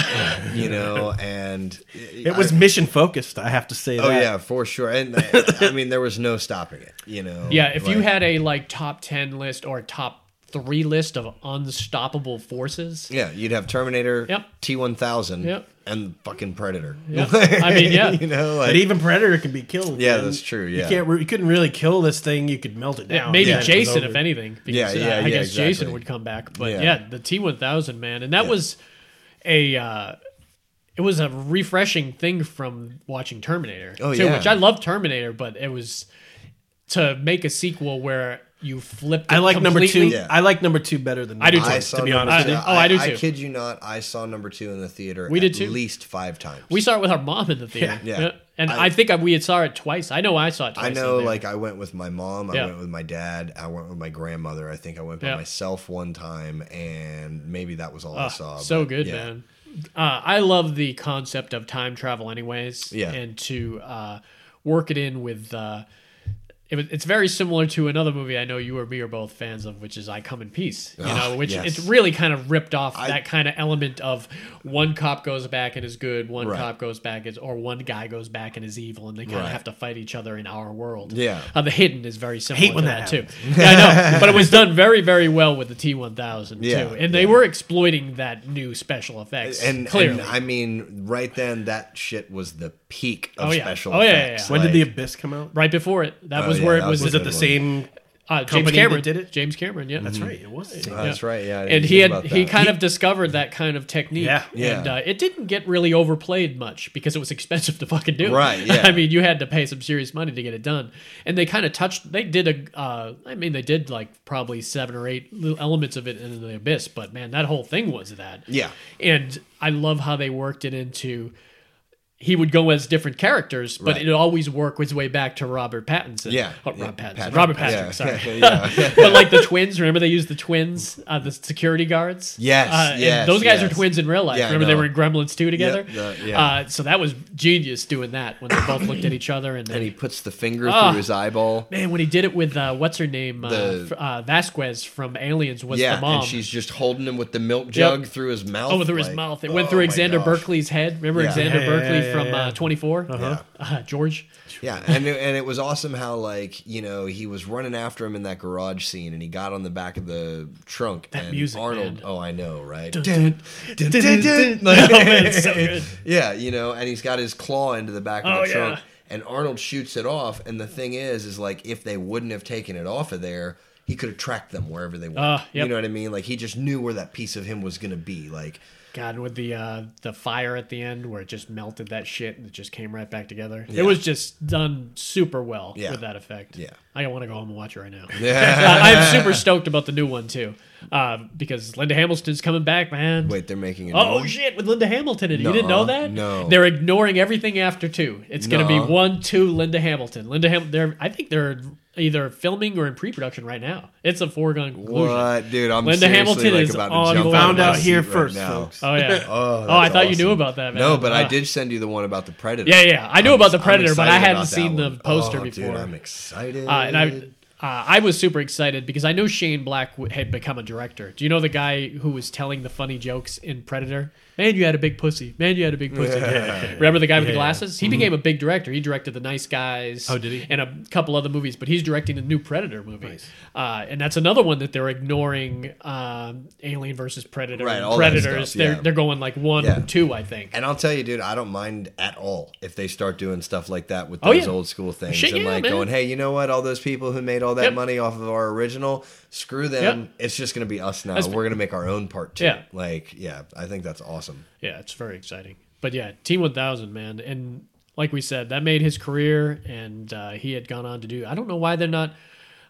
you know, and
It was mission focused. I have to say.
Oh
that.
yeah, for sure. And uh, I mean, there was no stopping it. You know.
yeah, if you
like-
had a like top ten list or top three list of unstoppable forces,
Yeah, you'd have Terminator,
Yep.
T one thousand,
Yep.
and fucking Predator.
Yeah. I mean, yeah.
you know, like
But even Predator can be killed.
Oh, Yeah,
man.
that's true, yeah.
you can't. Re- you couldn't really kill this thing. You could melt it
Yeah,
down.
maybe
Yeah, it was
Jason,
over.
if anything. Because,
Yeah,
yeah,
yeah,
I
yeah,
guess Jason
exactly.
would come back. But
Yeah.
yeah, the T one thousand man, and that was a uh, it was a refreshing thing from watching Terminator.
Oh,
too,
yeah.
which I love Terminator, but it was to make a sequel where you flip.
I like number two.
Yeah.
I like number two better than
I do too.
number one,
I
to
saw
To be
number
honest,
two-
I- oh, I do
I
too.
kid you not. I saw number two in the theater.
We
at
did too.
least five times.
We saw it with our mom in the theater.
Yeah. Yeah.
and
I-
I, think I, we had saw it twice. I know I saw it. twice
I
in the
know,
theater.
like I went with my mom, I
Yeah.
went with my dad, I went with my grandmother. I think I went by
Yeah. Ah,
myself one time, and maybe that was all I saw.
so
but
good,
yeah.
man. Uh, I love the concept of time travel, anyways.
Yeah.
and to uh, work it in with. Uh, it, was- it's very similar to another movie I know you or me are both fans of, which is I Come in Peace. You
Ah,
know, which
yes.
it's really kind of ripped off
I-
that kind of element of one cop goes back and is good, one
Right.
cop goes back is or one guy goes back and is evil, and they kind
Right.
of have to fight each other in our world.
Yeah.
uh, the Hidden is very similar
hate when
to
that
that, too. yeah, I know, but it was done very, very well with the T one thousand
Yeah,
too, and they
yeah.
were exploiting that new special effects.
And,
clearly,
and I mean, right then, that shit was the peak of
Oh, yeah.
special
Oh, yeah, yeah,
effects.
yeah.
when did
like-
the Abyss come out?
right before it, that
Oh,
was
yeah,
where
that
it was.
Was
was a
it the
good one.
same?
uh, James
company that
Cameron
did it?
James Cameron,
Mm-hmm.
yeah,
That's right. It was.
Oh, That's right. Yeah. I didn't
And he
think about
had he
that.
kind of discovered that kind of technique,
Yeah.
Yeah.
and uh, it didn't get really overplayed much because it was expensive to fucking do.
Right, yeah.
I mean, you had to pay some serious money to get it done, and they kind of touched. They did a. Uh, I mean, they did like probably seven or eight little elements of it in the abyss, but man, that whole thing was that.
Yeah.
and I love how they worked it into. He would go as different characters, but
Right.
it always worked his way back to Robert Pattinson.
Yeah.
oh,
yeah,
Rob Pattinson, Robert Patrick.
Yeah.
Sorry,
yeah.
but like the twins, remember they used the twins, uh, the security guards.
Yes,
Uh, and
yes,
those guys
yes.
are twins in real life.
Yeah, I
remember they
know.
were in Gremlins two together.
the- yeah.
Uh, so that was genius doing that when they both looked at each other and,
And he puts the finger
Ah.
through his eyeball.
man when he did it with uh, what's her name
The-
uh, fr- uh, Vasquez from Aliens was
Yeah,
the mom.
and she's just holding him with the milk jug through his mouth.
Oh, through his
like,
mouth. It went
oh
through
my
Alexander
gosh.
Berkeley's head. Remember
Yeah. Uh-huh.
Alexander
Yeah, yeah,
Berkeley
yeah,
from
yeah.
Uh, 24?
Yeah.
Uh, George?
Yeah, and it, and it was awesome how like you know he was running after him in that garage scene, and he got on the back of the trunk.
That
and
music,
Arnold.
man.
Oh, I know, right?
dun,
Dun, dun, dun.
Oh, man, it's so good.
Yeah, you know, and he's got his claw into the back of
Oh,
the trunk,
yeah.
and Arnold shoots it off. And the thing is, is like if they wouldn't have taken it off of there, he could have tracked them wherever they went.
Ah,
You
yep.
know what I mean? Like he just knew where that piece of him was going to be. Like
God, with the uh, the fire at the end where it just melted that shit and it just came right back together. It was just done super well
Yeah.
with that effect.
Yeah.
I want to go home and watch it right now.
Yeah.
Uh, I'm super stoked about the new one too, uh, because Linda Hamilton's coming back, man.
Wait, they're making it.
Oh shit! With Linda Hamilton, in it. you didn't
Nuh-uh.
know that?
No.
they're ignoring everything after two. It's going to be
Nuh-uh.
one, two, Linda Hamilton. Linda Ham. They're I think they're either filming or in pre-production right now. It's a foregone conclusion.
What, dude? I'm
Linda
seriously,
Hamilton
like,
is
about
on
to jump
board.
Found
my
out
seat
here
right
first,
now.
folks.
Oh yeah.
Oh,
I
that's
thought you
awesome.
knew about that, man.
No, but I
Wow.
did send you the one about the predator.
Uh. Yeah, yeah. I knew about the
I'm
Predator, but I
excited
hadn't
about that
seen the
one.
poster
Oh,
before.
Dude, I'm excited.
Uh, and I, uh, I was super excited because I know Shane Black w- had become a director. Do you know the guy who was telling the funny jokes in Predator? Man, you had a big pussy. Man, you had a big pussy. Remember the guy with the
Yeah.
glasses?
Mm-hmm.
He became a big director. He directed The Nice Guys.
Oh, did he?
And a couple other movies, but he's directing a new Predator movie. Uh, and that's another one that they're ignoring um, Alien versus Predator.
Right,
and
all that
Predators.
stuff, yeah.
They're they're going like one
Yeah.
or two, I think.
And I'll tell you, dude, I don't mind at all if they start doing stuff like that with
Oh,
those
yeah.
old school things
Shit,
and
yeah,
like
man.
going, hey, you know what? All those people who made all that
Yep.
money off of our original, screw them.
Yep.
It's just gonna be us now.
That's-
We're gonna make our own part two.
Yeah.
Like, yeah, I think that's awesome.
Yeah, it's very exciting. But yeah, Team 1000, man. And like we said, that made his career, and uh, he had gone on to do. I don't know why they're not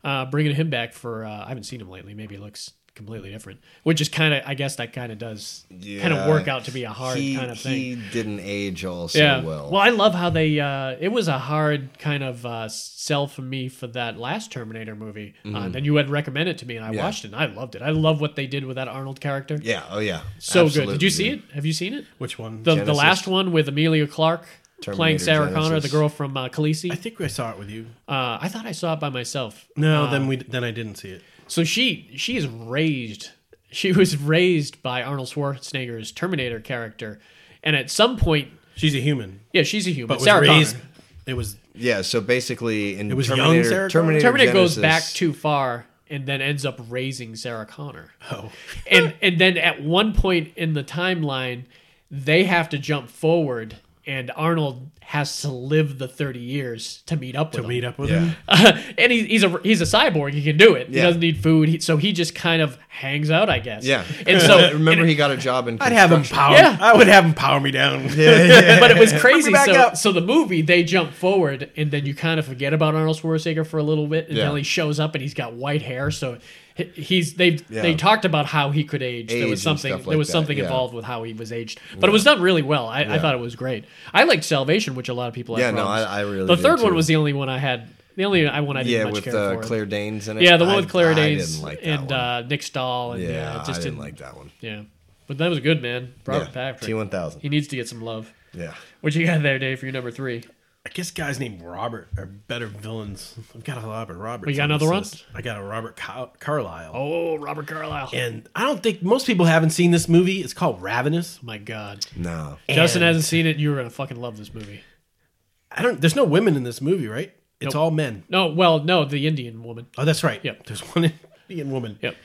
uh, bringing him back for. Uh, I haven't seen him lately. Maybe he looks completely different, which is kind of, I guess that kind of does kind
Yeah.
of work out to be a hard
he,
kind of thing.
He didn't age all so
yeah.
well.
I love how they. Uh, it was a hard kind of uh, sell for me for that last Terminator movie. Uh, and then you had recommended it to me, and I
Mm-hmm. Yeah.
watched it, and I loved it. I love what they did with that Arnold character.
yeah, oh yeah.
So good.
Absolutely,
Did you see
dude.
it? Have you seen it?
Which one?
the, the
Genesis.
last one with Amelia Clark playing
Terminator
Sarah
Genesis.
Connor, the girl from uh, Khaleesi.
I think I saw it with you.
uh, I thought I saw it by myself.
No, then we then I didn't see it.
So she she is raised. She was raised by Arnold Schwarzenegger's Terminator character, and at some point,
She's a human,
yeah, she's a human.
but was
Sarah
raised.
Connor.
It was
Yeah, so basically in
It was young
Terminator,
Sarah Connor?
Terminator,
Terminator goes
Genesis-
back too far and then ends up raising Sarah Connor.
oh,
and and then at one point in the timeline, they have to jump forward, and Arnold has to live the thirty years to meet up with
to
him.
meet up with
Yeah.
him.
and he, he's a he's a cyborg. He can do it. He
Yeah.
doesn't need food. He, so he just kind of hangs out, I guess.
Yeah.
And so
Remember he got a job in
I'd have him
construction.
power.
Yeah.
I would have him power me down.
but it was crazy.
back
So
up.
so the movie they jump forward and then you kind of forget about Arnold Schwarzenegger for a little bit until
Yeah.
he shows up and he's got white hair. So he- he's they
Yeah.
they talked about how he could age.
Age
there
and
was something
stuff like
there was
that,
something
yeah.
involved with how he was aged, but it was done really well. I, I thought it was great. I liked Salvation, which a lot of people had
Yeah, no,
problems.
I- I really
the
did
third one
too.
was the only one I had. The only one I didn't
Yeah,
much
with
care
uh,
for.
Claire Danes in it.
Yeah, the one
I-
with Claire
I
Danes
didn't like that
and
one.
Uh, Nick Stahl. And,
yeah,
yeah, it just
I didn't
didn't
like that one.
Yeah, but that was good, man. Robert Patrick.
T one thousand.
He needs to get some love.
Yeah.
What you got there, Dave, for your number three?
I guess guys named Robert are better villains. I've got a Robert Roberts.
you got
on this
another one?
list. I got a Robert Car- Carlyle.
Oh, Robert Carlyle.
And I don't think most people haven't seen this movie. It's called Ravenous.
my God.
No.
Justin
And-
hasn't seen it. You're going to fucking love this movie.
I don't. There's no women in this movie, right? It's all men.
No, well, no, the Indian woman.
Oh, that's right.
Yep.
There's one Indian woman.
Yep.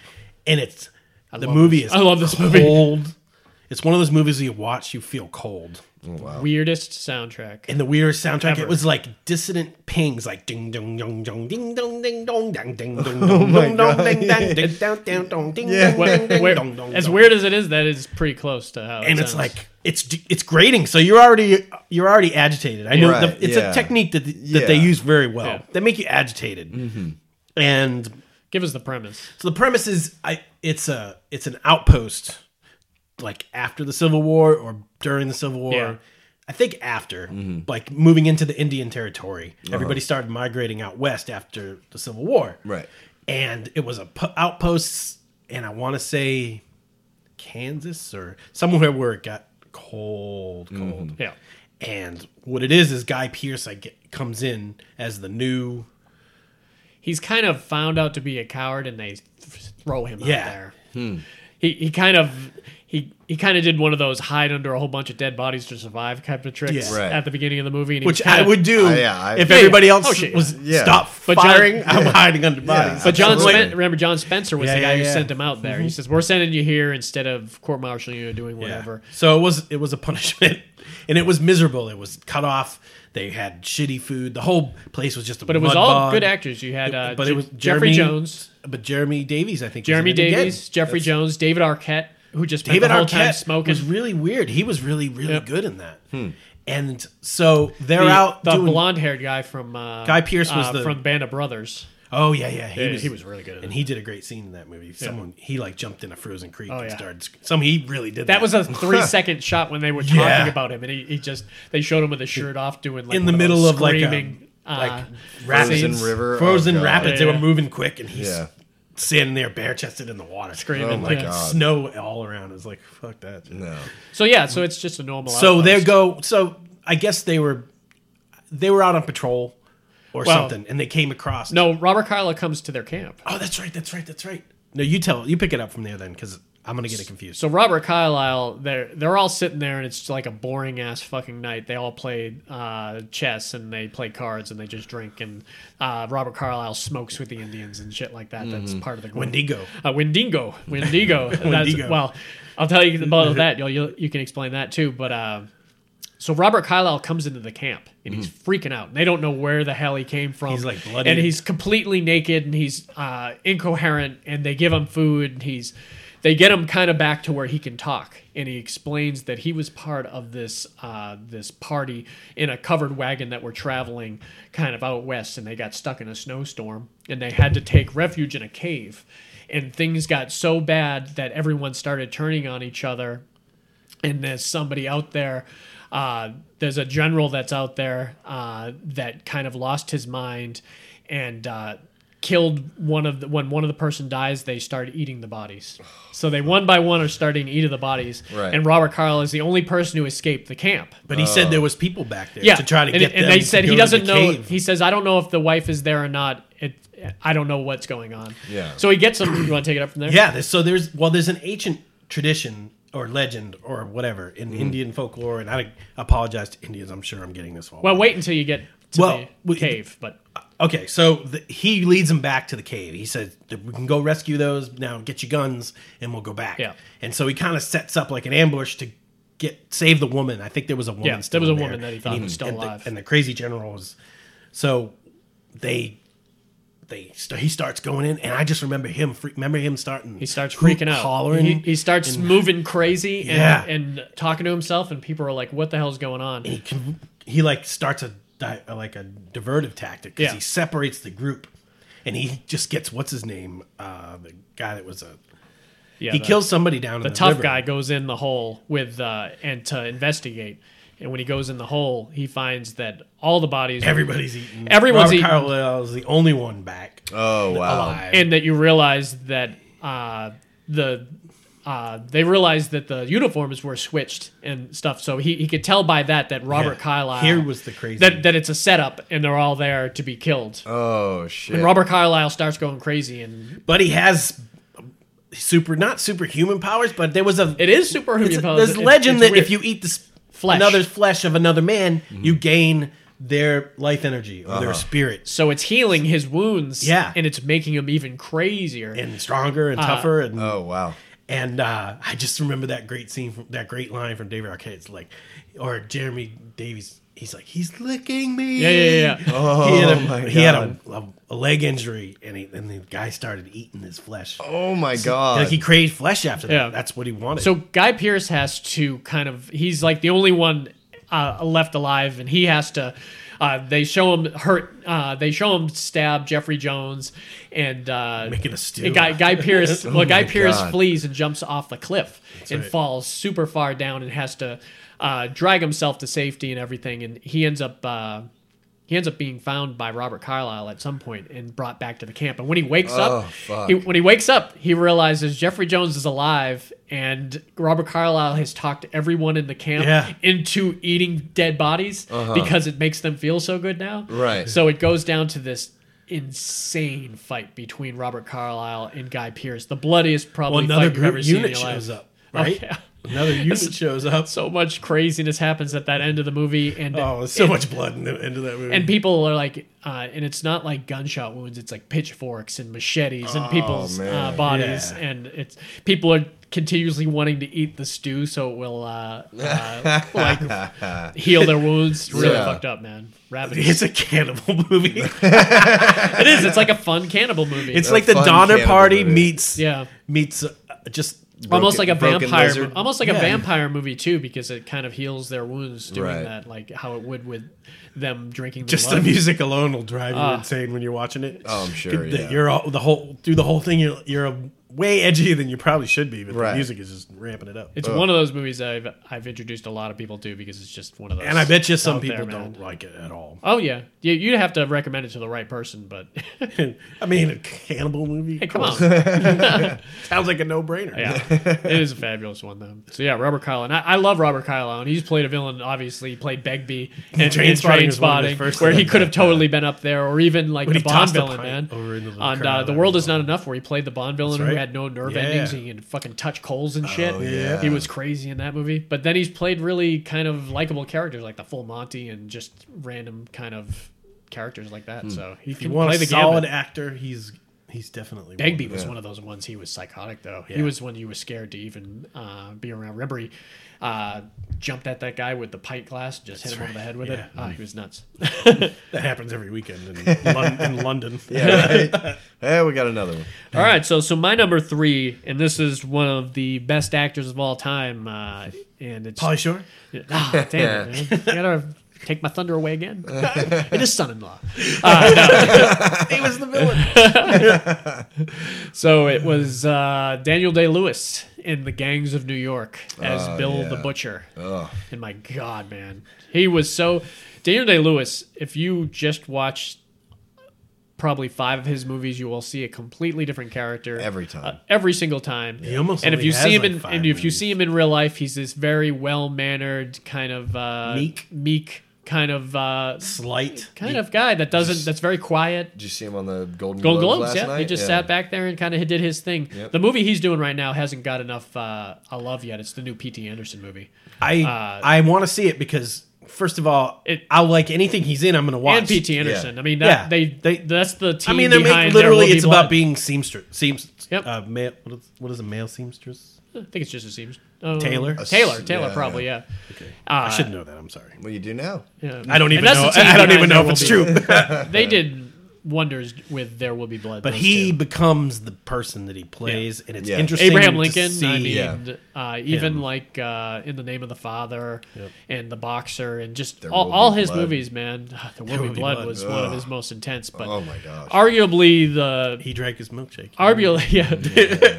And it's the
love
movie
this.
is
I love this
cold.
movie.
It's one of those movies you watch, you feel cold.
Weirdest soundtrack.
And the weirdest soundtrack.
Ever.
It was like dissonant pings, like ding dong dong dong ding dong ding dong dang ding dong
Oh
dong dong dong ding dang ding dong dong dong ding dong ding
Where-
ding dong dong.
as weird as it is, that is pretty close to how. it
and it's
sounds.
like it's it's grating. So you're already you're already agitated. I know
Right,
the, it's
yeah.
a technique that that they
Yeah.
use very well.
Yeah. Mm-hmm.
They make you agitated. And
give us the premise.
so the premise is I it's a it's an outpost like after the Civil War or during the Civil War.
Yeah.
I think after, like moving into the Indian territory, everybody started migrating out west after the Civil War.
Right.
And it was a p- outpost, and I want to say Kansas or somewhere where it got cold, cold.
Yeah.
And what it is is Guy Pearce I get, comes in as the new
He's kind of found out to be a coward, and they th- throw him out
Yeah.
there. He he kind of he he kind of did one of those hide under a whole bunch of dead bodies to survive type of tricks
Yeah.
Right.
at the beginning of the movie, and he
which
kind
I
of-
would do
Uh, yeah, I-
if
Yeah,
everybody
yeah.
else
Oh, shit,
was
yeah.
stop
But John-
firing. I'm hiding under bodies.
But John
Absolutely.
Spen- remember John Spencer was
Yeah,
the guy
yeah,
who
yeah. Mm-hmm.
sent him out there. He says, "We're sending you here instead of court martialing you or doing
Yeah.
whatever."
So it was it was a punishment, and it was miserable. It was cut off. They had shitty food. The whole place was just a
But it was
mud
all
bog.
good actors. You had, uh,
but it was
Jeffrey
Jeremy-
Jones,
But Jeremy Davies, I think. was
Jeremy
in it again.
Davies, Jeffrey Jones, David Arquette, who just spent
David
the whole time
Arquette
smoking.
was really weird. He was really really
Yep. Hmm.
good in that. And so they're
the
out
the
doing.
blonde-haired guy from uh,
Guy Pearce was
uh,
the-
from Band of Brothers.
oh yeah, yeah. He
Yeah,
was
he was really good in
and
it.
he did a great scene in that movie. Someone he like jumped in a frozen creek and
Oh, yeah.
started. sc- Some he really did.
That was a three-second shot when they were talking
Yeah.
about him, and he, he just they showed him with his shirt off doing like
in the
one of
middle
those
of like a,
screaming Uh,
Like
Rapids.
Frozen
River, oh
Frozen
God.
rapids. They
Yeah.
were moving quick, and he's
Yeah.
standing there bare chested in the water,
Screaming,
and,
Oh my
like
God.
snow all around. It's like fuck that.
no.
so yeah, so it's just a normal.
So
outpost.
there go. So I guess they were they were out on patrol or
Well-
something, and they came across.
No, Robert Kyla comes to their camp.
Oh, that's right. That's right. That's right. No, you tell. You pick it up from there then, because I'm gonna get it confused.
So Robert Carlyle, they're they're all sitting there, and it's like a boring ass fucking night. They all play uh, chess and they play cards and they just drink. And uh, Robert Carlyle smokes with the Indians and shit like that.
Mm-hmm.
That's part of the group.
Wendigo.
Uh, Wendigo, Wendigo. That's,
Wendigo.
well, I'll tell you about that. You'll, you'll, you can explain that too. But uh, so Robert Carlyle comes into the camp and he's freaking out. They don't know where the hell he came from.
Mm-hmm. He's, like, bloody.
and he's completely naked and he's uh, incoherent. And they give him food and he's they get him kind of back to where he can talk. And he explains that he was part of this uh, this party in a covered wagon that were traveling kind of out west, and they got stuck in a snowstorm and they had to take refuge in a cave. And things got so bad that everyone started turning on each other and there's somebody out there. Uh, there's a general that's out there uh, that kind of lost his mind and uh, killed one of the, when one of the person dies, they start eating the bodies. So they one by one are starting to eat of the bodies.
Right.
And Robert Carl is the only person who escaped the camp.
But he said there was people back there
Yeah,
to try to
and,
get
and
them.
they
to
said
go
he
to the
doesn't know.
cave.
He says I don't know if the wife is there or not. It, I don't know what's going on.
Yeah.
So he gets him. You want to take it up from there?
Yeah, there's, so there's well, there's an ancient tradition or legend or whatever in Indian folklore, and I apologize to Indians. I'm sure I'm getting this wrong.
Well, wait until you get to
Well,
the
we-
cave. But
okay, so the, he leads them back to the cave. He said we can go rescue those now. Get your guns, and we'll go back.
Yeah.
and so he kind of sets up like an ambush to get save the woman. I think there was a woman.
Yeah, there
still
was a
in
woman that he
and
thought was still
and the-
alive.
and the crazy general was so they. They st- he starts going in, and I just remember him. Fre- remember him starting.
He starts freaking out.
hollering.
He, he starts moving crazy and,
Yeah.
and talking to himself, and people are like, "What the hell's going on?"
he can, he like starts a di- like a divertive tactic because
Yeah.
he separates the group, and he just gets what's his name, uh, the guy that was a
Yeah,
he
the,
kills somebody down
the
in the
tough
river.
guy goes in the hole with uh, and to investigate, and when he goes in the hole, he finds that all the bodies are-
Everybody's eaten.
Everyone's
Robert
eaten.
Carlyle is the only one back
Oh wow.
alive.
and that you realize that uh, the uh, they realized that the uniforms were switched and stuff, so he, he could tell by that that Robert
Yeah.
Carlyle
Here was the crazy-
that that it's a setup and they're all there to be killed.
Oh shit.
and Robert Carlyle starts going crazy and
but he has super not superhuman powers, but there was a
It is superhuman
it's-
powers.
There's
It's-
legend
it's
that
weird.
if you eat this
Flesh. Mm-hmm.
another flesh of another man, you gain their life energy or
Uh-huh.
their spirit.
so it's healing his wounds,
Yeah.
and it's making him even crazier.
And stronger
Uh-huh.
and tougher and
oh wow.
And uh, I just remember that great scene, from, that great line from David Arquette. It's like, or Jeremy Davies. He's like, he's licking me.
Yeah, yeah, yeah.
Oh, he had a,
my
he had
God.
a, a, a leg injury, and, he, and the guy started eating his flesh.
Oh my god.
like he craved flesh after that.
Yeah.
That's what he wanted.
so Guy Pierce has to kind of he's like the only one uh, left alive, and he has to. Uh, they show him hurt. Uh, they show him stab Jeffrey Jones, and uh,
making a stew.
And Guy, Guy Pierce, well, Guy
Oh my
Pierce
God.
flees and jumps off the cliff and
right.
falls super far down and has to uh, drag himself to safety and everything. And he ends up uh, he ends up being found by Robert Carlyle at some point and brought back to the camp. And when he wakes
Oh,
up,
fuck.
he, when he wakes up, he realizes Jeffrey Jones is alive and Robert Carlyle has talked everyone in the camp
Yeah.
into eating dead bodies because it makes them feel so good now.
Uh-huh. Right.
So it goes down to this insane fight between Robert Carlyle and Guy Pierce, the bloodiest
well,
probably
another
fight you've ever
group
seen in
unit
your life.
shows up, right?
yeah.
Another unit shows up.
So much craziness happens at that end of the movie, and
Oh, there's so
and,
much blood in the end of that movie.
and people are like, uh, and it's not like gunshot wounds; it's like pitchforks and machetes and people's uh,
Oh, man.
bodies,
Yeah.
and it's people are continuously wanting to eat the stew so it will uh, uh, like heal their wounds. Really
Yeah.
fucked up, man. Rabbit.
it's a cannibal movie.
It is. It's like a fun cannibal movie.
It's
A
like the
fun
Donner
cannibal
Party
movie.
meets
yeah.
meets uh, just
almost like a
broken
vampire,
lizard.
almost like a
Yeah.
vampire movie too, because it kind of heals their wounds doing
Right.
that, like how it would with them drinking the
just the
blood. Ah.
music alone will drive you insane when you're watching it.
Oh, I'm sure,
The-
yeah.
You're all, the whole through the whole thing. You're you're a way edgier than you probably should be, but
Right.
the music is just ramping it up.
It's one of those movies I've I've introduced a lot of people to because it's just one of those.
and I bet you some
out there,
people
man.
don't like it at all.
Oh yeah, you, you'd have to recommend it to the right person, but
I mean, a cannibal movie
hey, come on,
sounds like a no-brainer.
yeah, it is a fabulous one though. So yeah, Robert Carlyle. And I, I love Robert Carlyle, and he's played a villain. Obviously, he played Begbie in Train Spotting,
Trainspotting is one of his first
where he
things.
could have totally been up there, or even like
When
the
he
Bond
tossed the
villain, man.
pint over into the
On uh,
crowd,
the
I
World Is Not Enough, where he played the Bond villain
That's
who
right.
had no nerve
Yeah. Oh,
endings, he could fucking touch coals and shit.
yeah.
he was crazy in that movie. But then he's played really kind of likable characters like the Full Monty and just random kind of characters like that. So he
Hmm. If you
can
want
play
a
the
solid
gamut.
actor, he's he's definitely one.
Begbie was one of those ones. He was psychotic though. He
Yeah.
was one you were scared to even uh, be around. Remember, he uh, jumped at that guy with the pint glass, just hit him over the head with it. Ah, he was nuts.
That happens every weekend in, Lon- in London.
Yeah, right. hey, we got another one.
All right, so so my number three, and this is one of the best actors of all time, uh, and it's
Polly Shore.
Ah, damn it, man. You gotta take my thunder away again. it is son in law. Uh, no. he was the villain. so it was uh, Daniel Day Lewis in The Gangs of New York as
Oh,
Bill the
yeah.
Butcher.
Ugh.
And my God, man. He was so. Daniel Day Lewis, if you just watch probably five of his movies, you will see a completely different character
Every time.
Uh, every single time.
He almost
and if
only
you
has,
see him
like,
in,
five
and if you
movies.
see him in real life, he's this very well mannered kind of uh,
Meek?
meek kind of uh,
Slight.
kind of guy that doesn't that's very quiet.
Did you see him on the
Golden
Golden, Globes,
Globes,
last
yeah.
night?
He just
Yeah.
sat back there and kind of did his thing.
Yep.
The movie he's doing right now hasn't got enough uh, I love yet. It's the new P.T. Anderson movie.
I
Uh,
I want to see it because first of all,
It-
I'll like anything he's in. I'm going to watch.
And P.T. Anderson. I mean, that,
Yeah.
they,
They-
that's the
I
team.
mean, they're
behind
making
There
literally
Will Be
it's about
Blood.
being seamstress. Seamstress.
Yep.
Uh, male. What is, what is a male seamstress?
I think it's just a seems oh,
Taylor?
Taylor, Taylor,
Yeah,
probably, yeah.
Okay.
Uh,
I should know that. I'm sorry.
Well, you do now.
yeah.
I don't
And
even
that's
know.
the team
I don't
behind
even know if
There
it's
Will
true.
Be Blood. they did wonders with There Will Be Blood.
But
those
he
two.
becomes the person that he plays, and it's
Yeah.
interesting.
Abraham
to
Lincoln.
see-
I mean,
Yeah.
uh, even like uh, in the name of the Father and the boxer, and just
There
all,
Will
all
Be
his
Blood.
movies, man. The Will, Be,
Will Be
Blood,
Blood.
was one of his most intense, but
Oh my gosh.
arguably the
he drank his milkshake.
arguably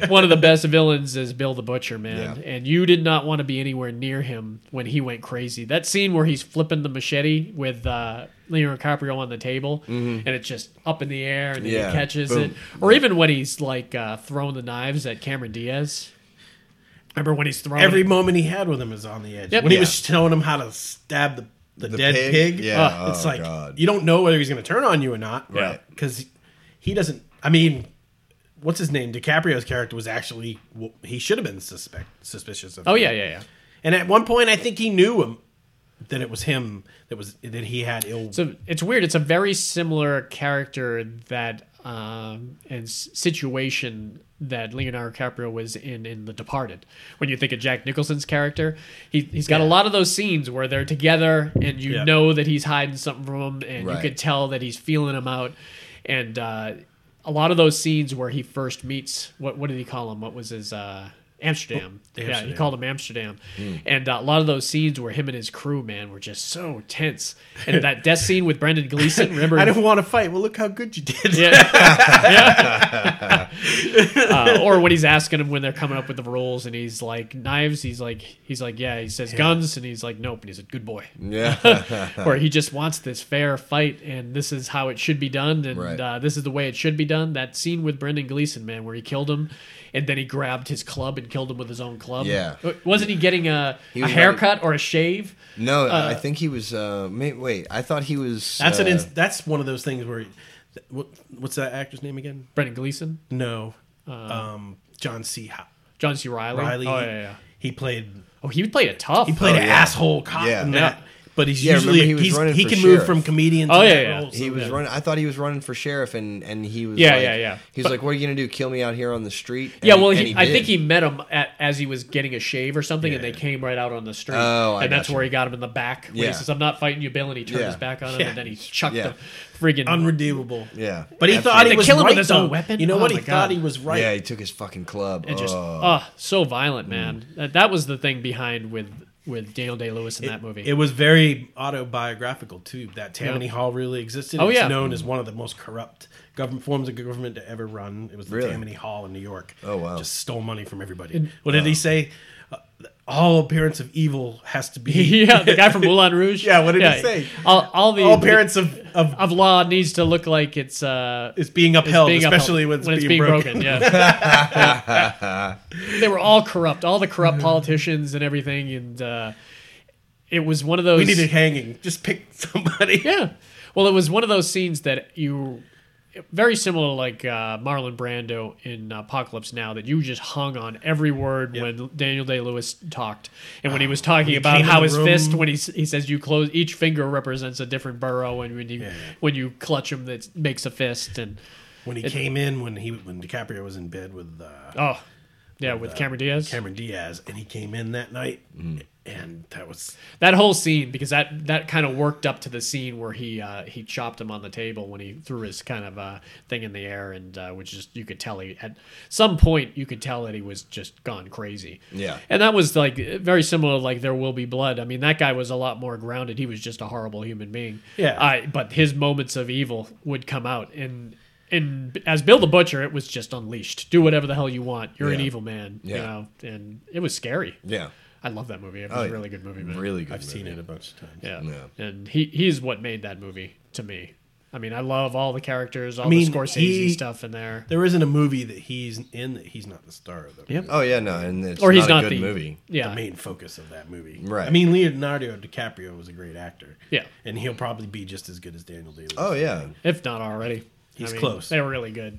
yeah, one of the best villains is Bill the Butcher, man.
Yeah.
And you did not want to be anywhere near him when he went crazy. That scene where he's flipping the machete with uh, Leonardo DiCaprio on the table, and it's just up in the air, and then
Mm-hmm. Yeah,
he catches
boom.
it. Or even when he's like uh, throwing the knives at Cameron Diaz. Remember when he's throwing
Every
it?
moment he had with him is on the edge.
Yep.
When he
Yeah.
was showing him how to stab the, the, dead
pig?
pig,
Yeah.
uh, it's
Oh,
like
God.
you don't know whether he's going to turn on you or not.
Right. Yeah.
Because he doesn't. I mean, what's his name? DiCaprio's character was actually he should have been suspect suspicious of.
Oh
him.
yeah, yeah, yeah.
And at one point, I think he knew him that it was him that was that he had ill.
So it's weird. It's a very similar character that um, and s- situation that Leonardo DiCaprio was in in The Departed. When you think of Jack Nicholson's character, he he's got a lot of those scenes where they're together and you
Yeah.
know that he's hiding something from him, and you
Right.
could tell that he's feeling him out. And uh, a lot of those scenes where he first meets what what did he call him? What was his uh, Amsterdam? Yeah, he
Amsterdam.
called him Amsterdam.
Hmm.
And uh, a lot of those scenes where him and his crew, man, were just so tense. And that death scene with Brendan Gleeson, remember?
I don't want to fight. Well, look how good you did.
yeah. Yeah. uh, or when he's asking him when they're coming up with the rules, and he's like knives. He's like he's like yeah. He says guns, and he's like nope. And he's a good boy.
Yeah.
Where he just wants this fair fight, and this is how it should be done, and
Right.
uh, this is the way it should be done. That scene with Brendan Gleeson, man, where he killed him, and then he grabbed his club and killed him with his own club. Uh,
Yeah.
wasn't he getting a, a
was
haircut or a shave?
No, I think he was. Uh, may, wait, I thought he was.
That's
uh,
an. Ins- that's one of those things where. he- What, what's that actor's name again?
Brendan Gleeson,
No. Um, John C. Ho-
John C. Riley.
Riley.
Uh, Oh yeah, yeah, yeah.
He played.
Oh, he played a tough.
He played
Oh,
an
yeah.
asshole cop
Yeah.
in
Yeah.
that. But he's
Yeah, remember
usually
he was
he's- he,
running for
can
sheriff.
move from comedian. To
Oh, yeah,
that
yeah.
role, so-
He was running. I thought he was running for sheriff, and and he was.
Yeah,
like,
yeah, yeah.
He's like, "What are you gonna do? Kill me out here on the street?" And-
yeah, well,
and
he, I
did.
think he met him at, as he was getting a shave or something, and they
Yeah.
came right out on the street.
Oh, I
and that's
gotcha.
where he got him in the back. Where
Yeah.
He says, "I'm not fighting you, Bill," and he turned
Yeah.
his back on him,
Yeah.
and then he chucked
Yeah.
the friggin'
unredeemable.
Yeah,
But he thought
They
he was
kill him
right
with his own
though.
weapon?
You know
Oh,
what?
my
He thought
God.
he was right.
Yeah, he took his fucking club.
and just
Oh.
oh, so violent, man. That, that was the thing behind with with Daniel Day Lewis in that movie.
Mm. It was very autobiographical too. That Tammany
Yeah.
Hall really existed.
Oh,
it's
yeah.
known as one of the most corrupt government forms of government to ever run. It was the
Really?
Tammany Hall in New York.
Oh, wow.
Just stole money from everybody. what did he say? Uh, all appearance of evil has to be.
yeah, the guy from Moulin Rouge.
Yeah, what did he say?
All, all the
all appearance of of
of law needs to look like it's uh,
is being upheld,
being
Oh, especially
upheld
when it's, being, broken.
Yeah. Yeah. they were all corrupt, all the
Mm-hmm.
corrupt politicians and everything, and uh, it was one of those.
We need a hanging. Just pick somebody.
yeah. Well, it was one of those scenes that you, very similar to like uh, Marlon Brando in Apocalypse Now, that you just hung on every word when Daniel Day Lewis talked, and when he was talking about
Ah, came in
how
the
his fist,
room-
when he s- he says you close each finger represents a different burrow, and when you when you clutch him, that makes a fist, and
When he came in, when he when DiCaprio was in bed with uh,
oh, yeah, with Cameron Diaz.
Cameron Diaz, and he came in that night,
Mm.
and that was
that whole scene because that that kind of worked up to the scene where he uh, he chopped him on the table when he threw his kind of uh, thing in the air and uh, which just you could tell he at some point you could tell that he was just gone crazy
Yeah.
and that was like very similar to like there will be blood I mean that guy was a lot more grounded he was just a horrible human being
Yeah.
I, but his moments of evil would come out and and as Bill the Butcher it was just unleashed do whatever the hell you want you're an
Yeah.
evil man you
Yeah.
know and it was scary
Yeah.
I love that movie it was
Oh,
a really good movie man.
Really good.
I've seen
movie.
it a bunch of times.
Yeah.
Yeah.
And he he's what made that movie to me. I mean, I love all the characters, all
mean,
the Scorsese
he-
stuff in there.
There isn't a movie that he's in that he's not the star of. The,
Yep.
Oh yeah, no, and it's
Or he's
not
not,
a good
the
movie.
Yeah.
the main focus of that movie.
Right.
I mean, Leonardo DiCaprio was a great actor.
Yeah.
And he'll probably be just as good as Daniel Day.
Oh yeah.
if not already.
He's
I mean,
close.
They're really good.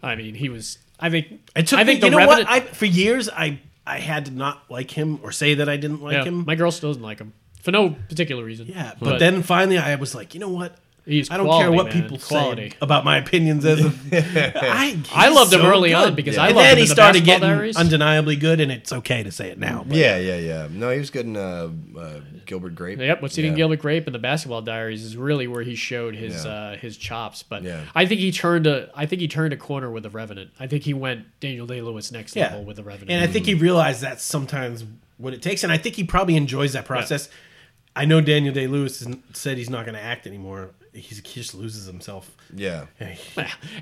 I mean, he was I think
I took.
I think
me,
the
you know what?
Revenant-
I, for years, I I had to not like him or say that I didn't like
yeah,
him.
my girl still doesn't like him. For no particular reason.
yeah, but, then finally, I was like, you know what?
He's
I don't care
quality,
what
man.
people
Quality.
say about my opinions. As a, I,
I
he's
loved him
so
early
good.
on because I
and
loved
then
him
he
in the
started
Basketball
getting
Diaries.
undeniably good, and it's okay to say it now. but-
Yeah, yeah, yeah. No, he was good in uh, uh, Gilbert Grape.
Yep, what's eating
Yeah.
Gilbert Grape and the Basketball Diaries is really where he showed his
Yeah.
uh, his chops. But
Yeah.
I think he turned a I think he turned a corner with the Revenant. I think he went Daniel Day Lewis next
yeah.
level with the Revenant.
And I think he realized that's sometimes what it takes, and I think he probably enjoys that process. I know Daniel Day Lewis said he's not going to act anymore. He's, he just loses himself.
Yeah.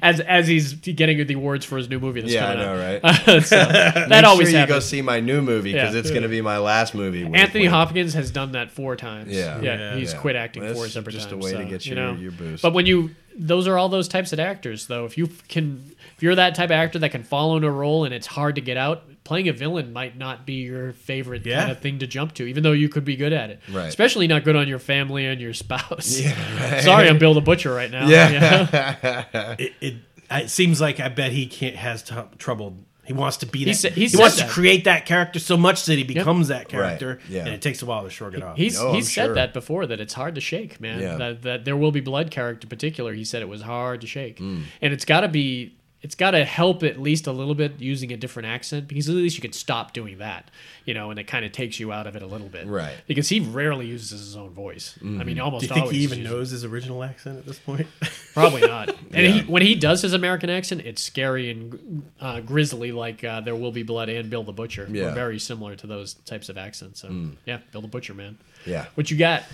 as as he's getting the awards for his new movie. That's
Yeah, I
coming
know,
out.
right?
So, that
Make
always
sure you go
happens.
see my new movie because
Yeah.
it's going to be my last movie. Wink,
Anthony
wink.
Hopkins has done that four times.
Yeah.
yeah,
Yeah.
he's
Yeah.
quit acting
That's
four separate
just a
times.
way to
so,
get
you
your-
know.
your boost.
But when you those are all those types of actors though. If you can, if you're that type of actor that can fall into a role and it's hard to get out, playing a villain might not be your favorite
Yeah.
kind of thing to jump to, even though you could be good at it.
Right.
Especially not good on your family and your spouse.
Yeah,
Sorry, I'm Bill the Butcher right now.
Yeah.
It, it, it seems like I bet he can't has t- trouble. He wants to be that.
sa- he
he
said
wants
that.
to create that character so much that he becomes that
Right.
character,
Yeah.
and it takes a while to shrug it off.
He's
No, I'm
he's said
sure.
that before that it's hard to shake, man.
Yeah.
That that there will be blood character in particular. He said it was hard to shake,
Hmm.
and it's got to be it's got to help at least a little bit using a different accent because at least you could stop doing that, you know, and it kind of takes you out of it a little bit,
Right. Hmm.
Because he rarely uses his own voice. I mean, almost
Do you think
always
he even
uses-
knows his original accent at this point?
Probably not. And he, when he does his American accent, it's scary and uh, grisly, like uh, "There Will Be Blood" and "Bill the Butcher." Yeah.
Yeah. Hmm.
We're very similar to those types of accents. So, yeah, Bill the Butcher, man.
Yeah.
What you got?
All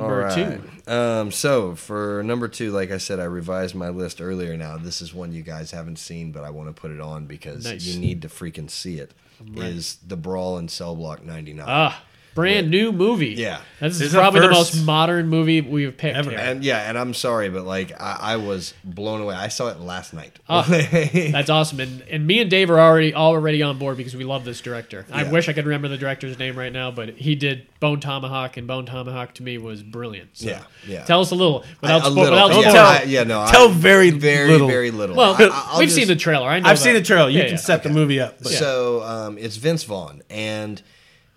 Number
right.
two.
Um, so for number two, like I said, I revised my list earlier. Now this is one you guys haven't seen, but I want to put it on because
Nice.
you need to freaking see it. Is the brawl in Cell Block ninety nine?
Ah, brand new movie.
Yeah.
this is
This is
probably
the
the most
first
modern movie we've picked.
ever.
here.
and yeah, and I'm sorry, but like I, I was blown away. I saw it last night.
Ah. That's awesome. And and me and Dave are already already on board because we love this director. I
Yeah.
wish I could remember the director's name right now, but he did Bone Tomahawk, and Bone Tomahawk to me was brilliant. So
Yeah, yeah.
Tell us a little without
a
spo-
little.
without
yeah,
spoiling.
I- yeah, no,
Tell
I,
very
very
little.
very little.
Well,
I'll
we've
just-
seen the trailer. I know
I've
that.
seen the trailer. You
Yeah,
can
yeah.
set the movie up. but-
So um, it's Vince Vaughn, and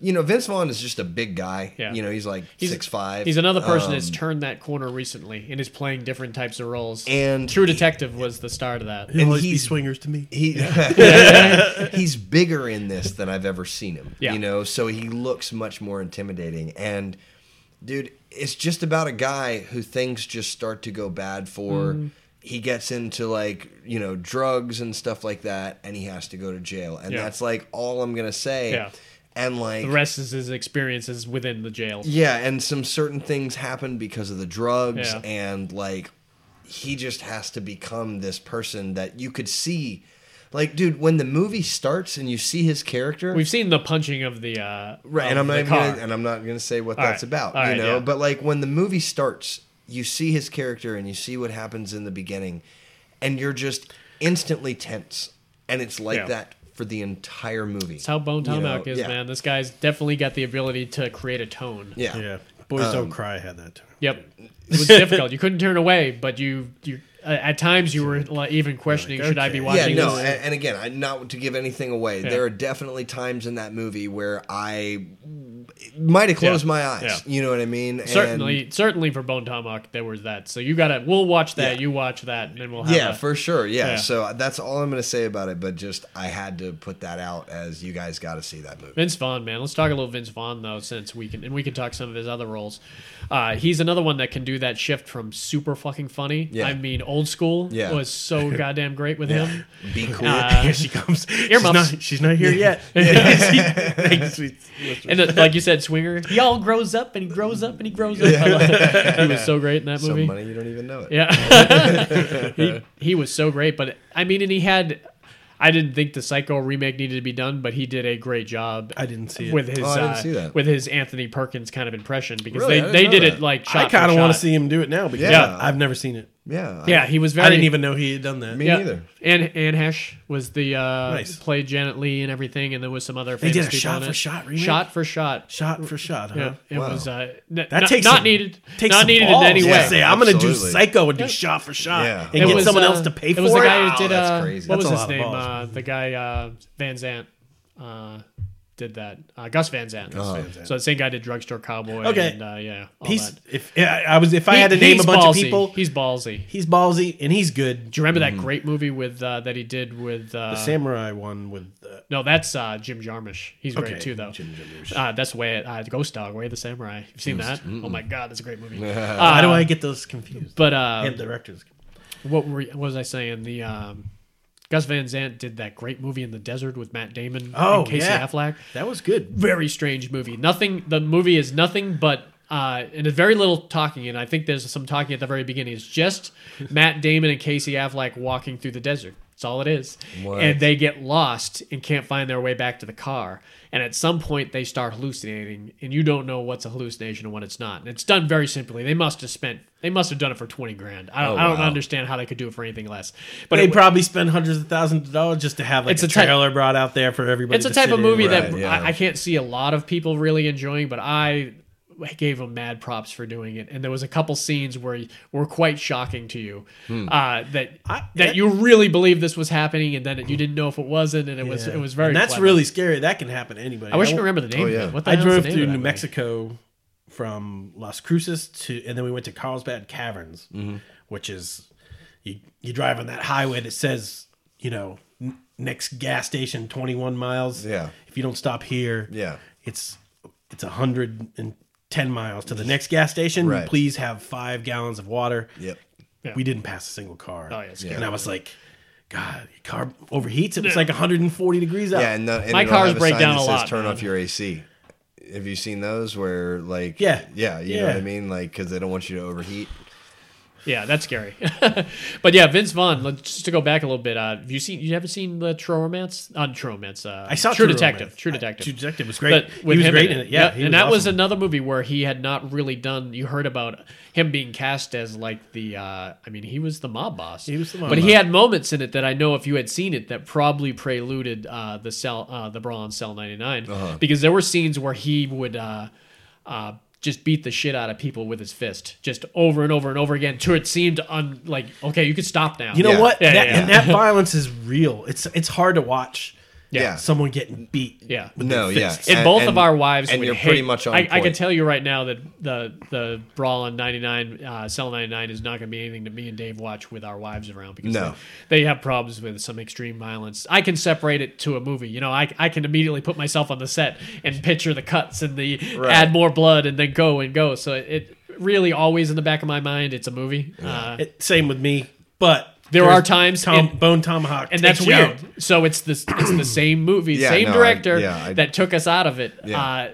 you know Vince Vaughn is just a big guy.
Yeah.
You know he's like six five. Um,
He's another person that's turned that corner recently and is playing different types of roles.
And-
True Detective was the start of that.
He'll always be
he's-
swingers to me.
He he's bigger in this than I've ever seen him.
Yeah.
You know, so he looks much more intimidating. And dude, it's just about a guy who things just start to go bad for.
Mm-hmm.
He gets into like, you know, drugs and stuff like that, and he has to go to jail. And
Yeah.
that's like all I'm gonna say.
Yeah.
and like
The rest is his experiences within the jail.
yeah, and some certain things happen because of the drugs,
Yeah.
and like he just has to become this person that you could see. Like, dude, when the movie starts and you see his character,
We've seen the punching of the uh,
right?
of
And I'm not
the
even
car.
gonna, and I'm not gonna say what
All
that's
right,
about,
all
you
right,
know.
yeah.
But like when the movie starts, you see his character and you see what happens in the beginning, and you're just instantly tense, and it's like
Yeah.
that for the entire movie.
That's how Bone
You know,
Tomahawk is,
yeah.
man. This guy's definitely got the ability to create a tone.
Yeah. Um,
Yeah. Boys Don't Cry had that term.
Yep. It was difficult. You couldn't turn away, but you you uh, at times you were like, even questioning should I be
okay.
watching
yeah, no,
this?
and, and again, I, not to give anything away,
Yeah.
there are definitely times in that movie where I might have closed
Yeah,
my eyes.
yeah.
You know what I mean? And-
certainly, certainly for Bone Tomahawk there was that. So you gotta we'll watch that.
Yeah.
You watch that, and then we'll have
yeah,
a-
for sure. Yeah.
Yeah.
so uh, that's all I'm going to say about it. But just I had to put that out as you guys got to see that movie.
Vince Vaughn, man. Let's talk a little Vince Vaughn though, since we can and we can talk some of his other roles. Uh, he's another one that can do that shift from super fucking funny.
Yeah.
I mean, old school
Yeah.
was so goddamn great with him.
Be cool.
Uh,
Here she comes. She's
earmuffs.
not, she's not here yet. Thanks, sweet-
And uh, like you said, Swinger, he all grows up and he grows up and he grows up. I love- he was so great in that
Some
movie.
money you don't even know it.
Yeah, he he was so great. But I mean, and he had. I didn't think the Psycho remake needed to be done, but he did a great job.
I didn't see it.
with his
Oh, I didn't
uh,
see that.
with his Anthony Perkins kind of impression because
Really? I
they,
didn't
they
know
did
that.
it like shot.
I kind of
want
want to see him do it now because
Yeah.
I've never seen it.
Yeah. I-
Yeah, he was very.
I didn't even know he had done that.
Me
Yeah,
neither.
and Anne Hesh was the uh,
Nice.
played Janet Lee and everything, and there was some other.
They did
famous
a
people
shot
in
for
it.
shot remake?
Shot for shot.
Shot for shot, huh?
Yeah, it
Wow.
was uh, n- not,
That takes
not
some-
needed.
Takes
not
some
needed
balls
in any
to
way.
Yeah.
Say I'm going to do
Absolutely.
Psycho and do shot for shot
Yeah.
and
It
get
was,
someone
uh,
else to pay
it
for
was the guy
Wow,
who did
that's
uh,
Oh, crazy.
what
That's a
was
lot
his
of
name?
balls.
Uh, the guy uh, Van Zant uh, did that. Uh, Gus Van Zant.
Oh.
So the same guy did Drugstore Cowboy.
Okay.
and, uh, yeah. all
He's
that.
if I I was if I
He-
had to name a
he's
bunch
ballsy.
of people, Mm-hmm.
He's ballsy.
he's ballsy and he's good.
Do you remember that great movie with uh, that he did with? Uh,
Samurai one with uh,
no, that's uh, Jim Jarmusch. He's
okay,
great too, though.
Jim Jarmusch.
Uh, that's way uh, Ghost Dog, Way of the Samurai. You've seen that? Oh my God, that's a great movie. uh,
Why do I get those confused?
But uh,
and directors.
what were what was I saying? The um, Gus Van Sant did that great movie in the desert with Matt Damon
Oh,
and Casey
yeah.
Affleck.
That was good.
Very strange movie. Nothing. The movie is nothing but. Uh, and there's very little talking, and I think there's some talking at the very beginning. It's just Matt Damon and Casey Affleck walking through the desert. That's all it is.
What?
And they get lost and can't find their way back to the car. And at some point, they start hallucinating, and you don't know what's a hallucination and what it's not. And it's done very simply. They must have spent, they must have done it for twenty grand. I don't,
Oh,
I don't
wow.
understand how they could do it for anything less. But
But they
it-
probably spend hundreds of thousands of dollars just to have like
It's
a,
a type-
trailer brought out there for everybody.
it's a
to
type
sit
of
in.
movie that
Right, yeah.
I, I can't see a lot of people really enjoying, but I gave them mad props for doing it. And there was a couple scenes where were quite shocking to you
Hmm.
uh, that
I-
that
that-
you really believed this was happening, and then it, you didn't know if it wasn't, and it was
Yeah.
it was very.
And that's
clever.
really scary. That can happen to anybody.
I wish I
won't-
could remember the name.
Oh,
of it.
yeah.
What the
I
hell's the
drove
name
through
of that
New
movie?
Mexico from Las Cruces to, and then we went to Carlsbad Caverns,
Mm-hmm.
which is you you drive on that highway that says you know n- next gas station twenty one miles.
Yeah.
if you don't stop here,
Yeah.
it's it's a hundred and ten miles to the next gas station.
Right.
Please have five gallons of water.
Yep.
Yeah.
We didn't pass a single car.
Oh, yeah, it's
and I was like, God, your car overheats. It was like 140 degrees out.
Yeah. And, the, and
My
it'll
cars
have a
break
sign
down
that
a
says,
lot,
Turn
man.
off your AC. Have you seen those where like
Yeah.
yeah you know what I
Yeah.
mean like because they don't want you to overheat.
Yeah, that's scary. but yeah, Vince Vaughn. let's- Just to go back a little bit, uh, have you seen? You haven't seen the True Romance? Uh, True Romance. Uh,
I saw
True,
True
Detective.
Romance.
True
I-
Detective.
True Detective was great.
But
He
with
was
him
great
in it,
Yeah, he
and
was
that was
awesome.
another movie where he had not really done. You heard about him being cast as like the. Uh, I mean, he was the mob boss. He
was the mob
but he
boss.
had moments in it that I know if you had seen it that probably preluded uh, the cell, uh, the brawl on Cell 99
Uh-huh.
because there were scenes where he would. Uh, uh, just beat the shit out of people with his fist, just over and over and over again. To it seemed un- like okay, you could stop now.
You know
Yeah.
what?
Yeah,
that,
yeah, yeah.
And that violence is real. It's it's hard to watch.
Yeah.
Yeah.
Someone getting beat.
Yeah.
With
No,
their
yeah.
fists.
And,
And-
both of
and-
our wives
and
would
you're
hate-
pretty much on
I, I can
point.
tell you right now that the the brawl on 99 uh, cell 99 is not going to be anything that me and Dave watch with our wives around because
No.
they, they have problems with some extreme violence. I can separate it to a movie. You know, I I can immediately put myself on the set and picture the cuts and the
Right.
add more blood and then go and go. So it, it really always in the back of my mind it's a movie. Uh,
It- same with me. But
there are times
Tom,
in-
Bone Tomahawk,
and that's
takes you
weird.
out.
So it's this it's the same movie,
Yeah,
same
no, I-
director
yeah, I-
that took us out of it,
Yeah.
uh,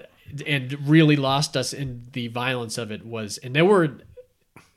and really lost us in the violence of it was. And there were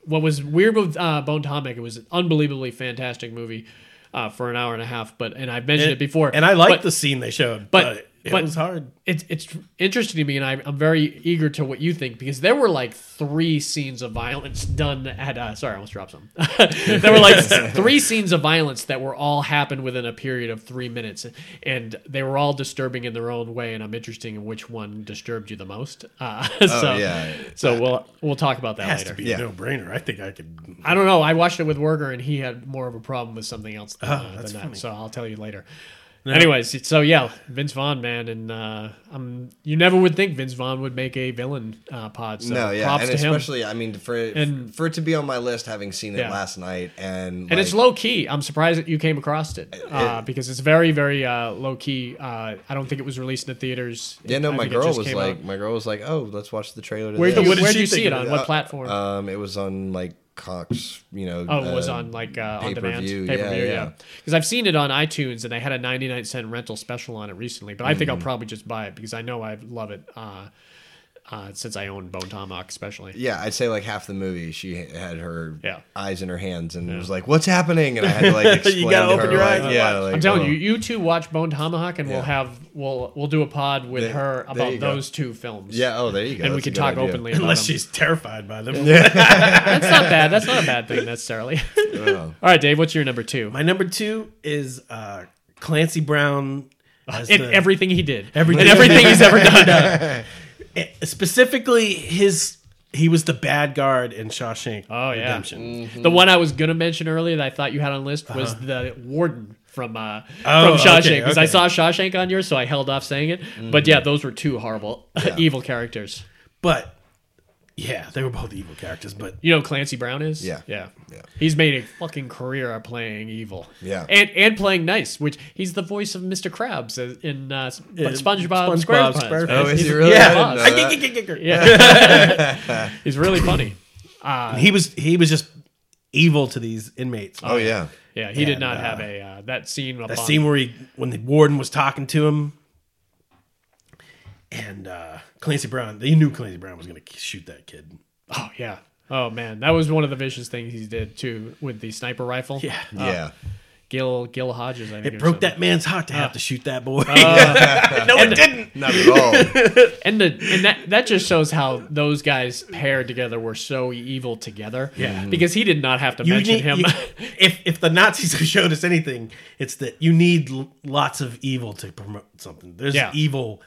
what was weird with uh, Bone Tomahawk. It was an unbelievably fantastic movie uh, for an hour and a half. But and I've mentioned it before,
And I
but-
liked the scene they showed,
but-
but, it
but-
was hard.
it's it's interesting to me, and I'm, I'm very eager to what you think because there were like three scenes of violence done at. Uh, sorry, I almost dropped some. there were like three scenes of violence that were all happened within a period of three minutes, and they were all disturbing in their own way. And I'm interested in which one disturbed you the most. Uh, so
yeah.
so we'll we'll talk about that
It has
later.
to be
Yeah.
a no brainer. I think I could.
I don't know. I watched it with Werger, and he had more of a problem with something else than, uh, than
Ah, that's
that.
funny.
So I'll tell you later. Anyways, so yeah, Vince Vaughn, man, and uh, um, you never would think Vince Vaughn would make a villain uh, pod. So
no, yeah,
props
and
to him.
especially I mean for
And-
for it to be on my list, having seen it
Yeah.
last night, and
and it's low key. I'm surprised that you came across it uh, because it's very, very uh, low key. Uh, I don't think it was released in the theaters.
Yeah, no,
I
my
think it
girl
just
was
came
like,
out.
my girl was like, oh, let's watch the trailer. To
where
this.
did you,
What did
where
she
did you see
think
it
of
on?
it?
What
Uh,
platform?
Um, it was on like Cox, you know.
Oh, it was
uh,
on like uh, on demand
pay-per-view.
pay per view,
Yeah,
yeah.
yeah.
Because I've seen it on iTunes, and they had a ninety nine cent rental special on it recently. But I think
Mm-hmm.
I'll probably just buy it because I know I love it. Uh, uh, since I own Bone Tomahawk, especially.
Yeah, I'd say like half the movie, she had her
Yeah.
eyes in her hands and was like, "What's happening?" And I had to like explain.
gotta
to
open
her,
your eyes
like,
and
Yeah,
watch.
like,
I'm telling
oh.
you, you two watch Bone Tomahawk, and we'll
Yeah.
have we'll we'll do a pod with
There-
her
there you
about
go.
those two films.
Yeah. Oh, there you go.
and we
That's a
can
good
talk
idea.
openly. About
Unless
them.
she's terrified by them.
that's not bad. That's not a bad thing necessarily. All right, Dave, what's your number two?
My number two is uh, Clancy Brown. as
In
the-
everything he did, and
Everything.
everything he's ever done.
specifically his he was the bad guard in Shawshank
Oh, yeah.
Redemption.
Mm-hmm.
The
Hmm.
one I was gonna mention earlier that I thought you had on the
Uh-huh.
list was the warden from uh,
Oh,
from Shawshank
okay,
because I saw
okay.
Shawshank on yours, so I held off saying it.
Hmm.
But yeah, those were two horrible evil characters.
But yeah, they were both evil characters, but
You know who Clancy Brown is?
Yeah.
yeah,
Yeah.
He's made a fucking career of playing evil.
Yeah.
and and playing nice, which he's the voice of Mr. Krabs in uh, Sp- SpongeBob,
SpongeBob
SquarePots.
SquarePants.
right?
Oh, is he
He's-
really?
Yeah,
I didn't know
boss.
that.
yeah. he's really funny.
he was he was just evil to these inmates.
Oh yeah.
Yeah, he did
And,
not
uh,
have a uh, that scene.
that
upon-
scene where he when the warden was talking to him and uh Clancy Brown, they knew Clancy Brown was going to shoot that kid.
Oh yeah. Oh man, that was one of the vicious things he did too with the sniper rifle. Uh,
Yeah.
Yeah.
Gil Gil Hodges. I think
It
or
broke
something.
that man's heart to have to shoot
Oh.
that boy. no, it didn't.
Not at all.
And the and that that just shows how those guys paired together were so evil together.
Yeah. Mhm.
Because he did not have to
you
mention
need,
him.
you- if if the Nazis have showed us anything, it's that you need l- lots of evil to promote something. There's
Yeah.
evil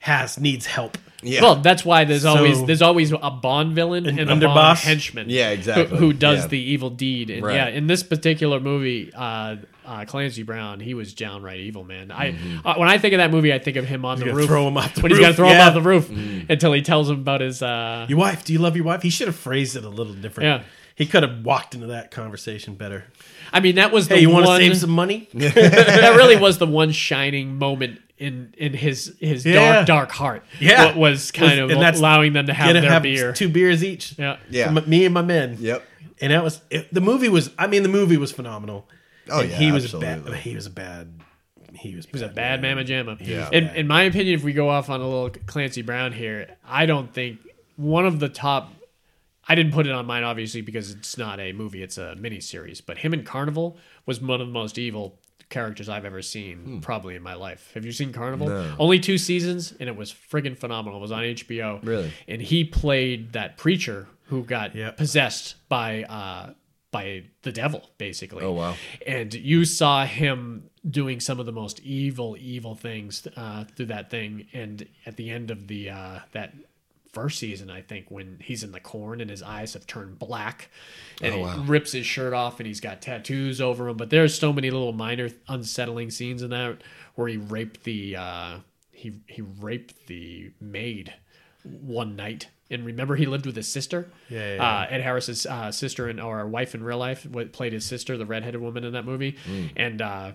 has needs help.
Yeah.
Well, that's why there's always
So-
there's always a Bond villain and a Bond
underboss.
henchman.
Yeah,
who-
exactly.
Who, does
Yeah.
the evil deed? And
Right.
yeah, in this particular movie, uh, uh, Clancy Brown, he was downright evil, man. I uh, when I think of that movie, I think of him on the
Mm-hmm. gonna
roof.
throw him off the
when he's gonna
roof,
throw
yeah. Mm.
him off the roof until he tells him about his. Uh,
Your wife, do you love your wife? He should have phrased it a little different.
Yeah.
He could have walked into that conversation better.
I mean, that was the
Hey, you
one.
want to save some money?
that really was the one shining moment in in his his
Yeah.
dark dark heart.
Yeah.
what was kind
And
of
that's-
allowing them to have
Get him
their
have
beer.
two beers each.
yeah.
Yeah.
M- me and my men.
Yep.
And that was it, the movie was. I mean, the movie was phenomenal.
Oh,
And
yeah,
he was
absolutely.
bad. He was a bad. He was. He
was a bad mamma jamma.
Yeah.
In, in my opinion, if we go off on a little Clancy Brown here, I don't think one of the top. I didn't put it on mine obviously because it's not a movie; it's a miniseries. But him in Carnival was one of the most evil characters I've ever seen,
Hmm.
probably in my life. Have you seen Carnival? Only two seasons, and it was friggin' phenomenal. It was on HBO.
Really?
And he played that preacher who got
Yep.
possessed by uh, by the devil, basically.
Oh, wow.
And you saw him doing some of the most evil, evil things uh, through that thing. And at the end of the uh, that first season, I think when he's in the corn and his eyes have turned black,
Oh,
and he rips his shirt off and he's got tattoos over him. But there's so many little minor unsettling scenes in that where he raped the uh, he he raped the maid one night. And remember, he lived with his sister.
Yeah, yeah,
Uh, Ed Harris's uh,
Mm.
sister and or wife in real life wa- played his sister, the redheaded woman in that movie, and uh,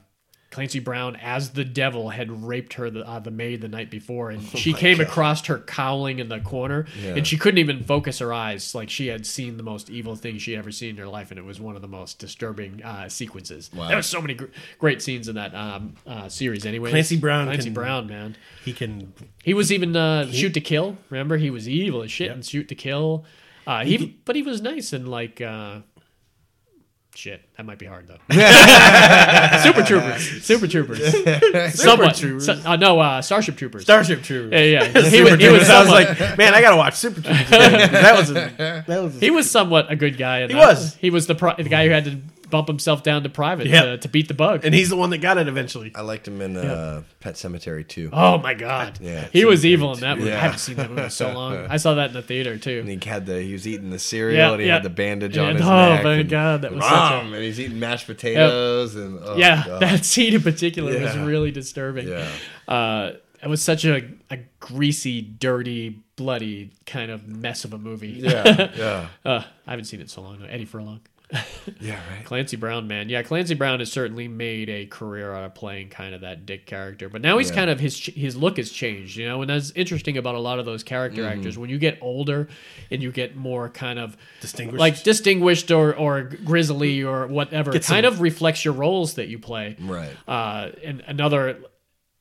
Clancy Brown as the devil had raped her the, uh, the maid the night before, and
Oh
she came across her cowling in the corner,
Yeah.
and she couldn't even focus her eyes. Like she had seen the most evil thing she had ever seen in her life, and it was one of the most disturbing uh, sequences.
Wow.
There was so many gr- great scenes in that um, uh, series. Anyway,
Clancy Brown
Clancy
can-
Brown, man,
He can.
he was even uh, shoot to kill. Remember, he was evil as shit and shoot to kill. Uh, he, but he was nice and like uh, shit. That might be hard though. Super troopers, super troopers, somewhat.
Troopers.
So- uh, no, uh, Starship Troopers.
Starship Troopers.
yeah, yeah. He,
Super
was, he, was
Troopers. I was
somewhat,
like, man, I gotta watch Super Troopers. again." that was a, that was. A,
he was somewhat a good guy. in
He
that.
was.
He was the pri- the guy who had to bump himself down to private
Yeah.
to, to beat the bug.
and he's the one that got it eventually.
I liked him in uh, Pet Cemetery too.
oh my god,
Yeah.
he was evil in that movie. I
Yeah.
haven't seen that movie in so long. I saw that in the theater too.
And he had the he was eating the cereal
Yeah,
and he
yeah.
had the bandage
Yeah,
on his
oh,
neck.
my
and-
God, that was such a-
Rom, and he's eating mashed potatoes and oh,
yeah,
God.
that scene in particular was
Yeah.
really disturbing.
yeah.
Uh, it was such a, a greasy, dirty, bloody kind of mess of a movie.
Yeah, yeah,
uh, I haven't seen it in so long. though. Eddie Furlong.
yeah, right.
Clancy Brown, man. Yeah, Clancy Brown has certainly made a career out of playing kind of that dick character. But now he's
Yeah.
kind of his his look has changed, you know. And that's interesting about a lot of those character
Mm-hmm.
actors. When you get older and you get more kind of
Distinguished.
like distinguished or or grizzly or whatever, it
Get some-
kind of reflects your roles that you play.
Right.
Uh, and another.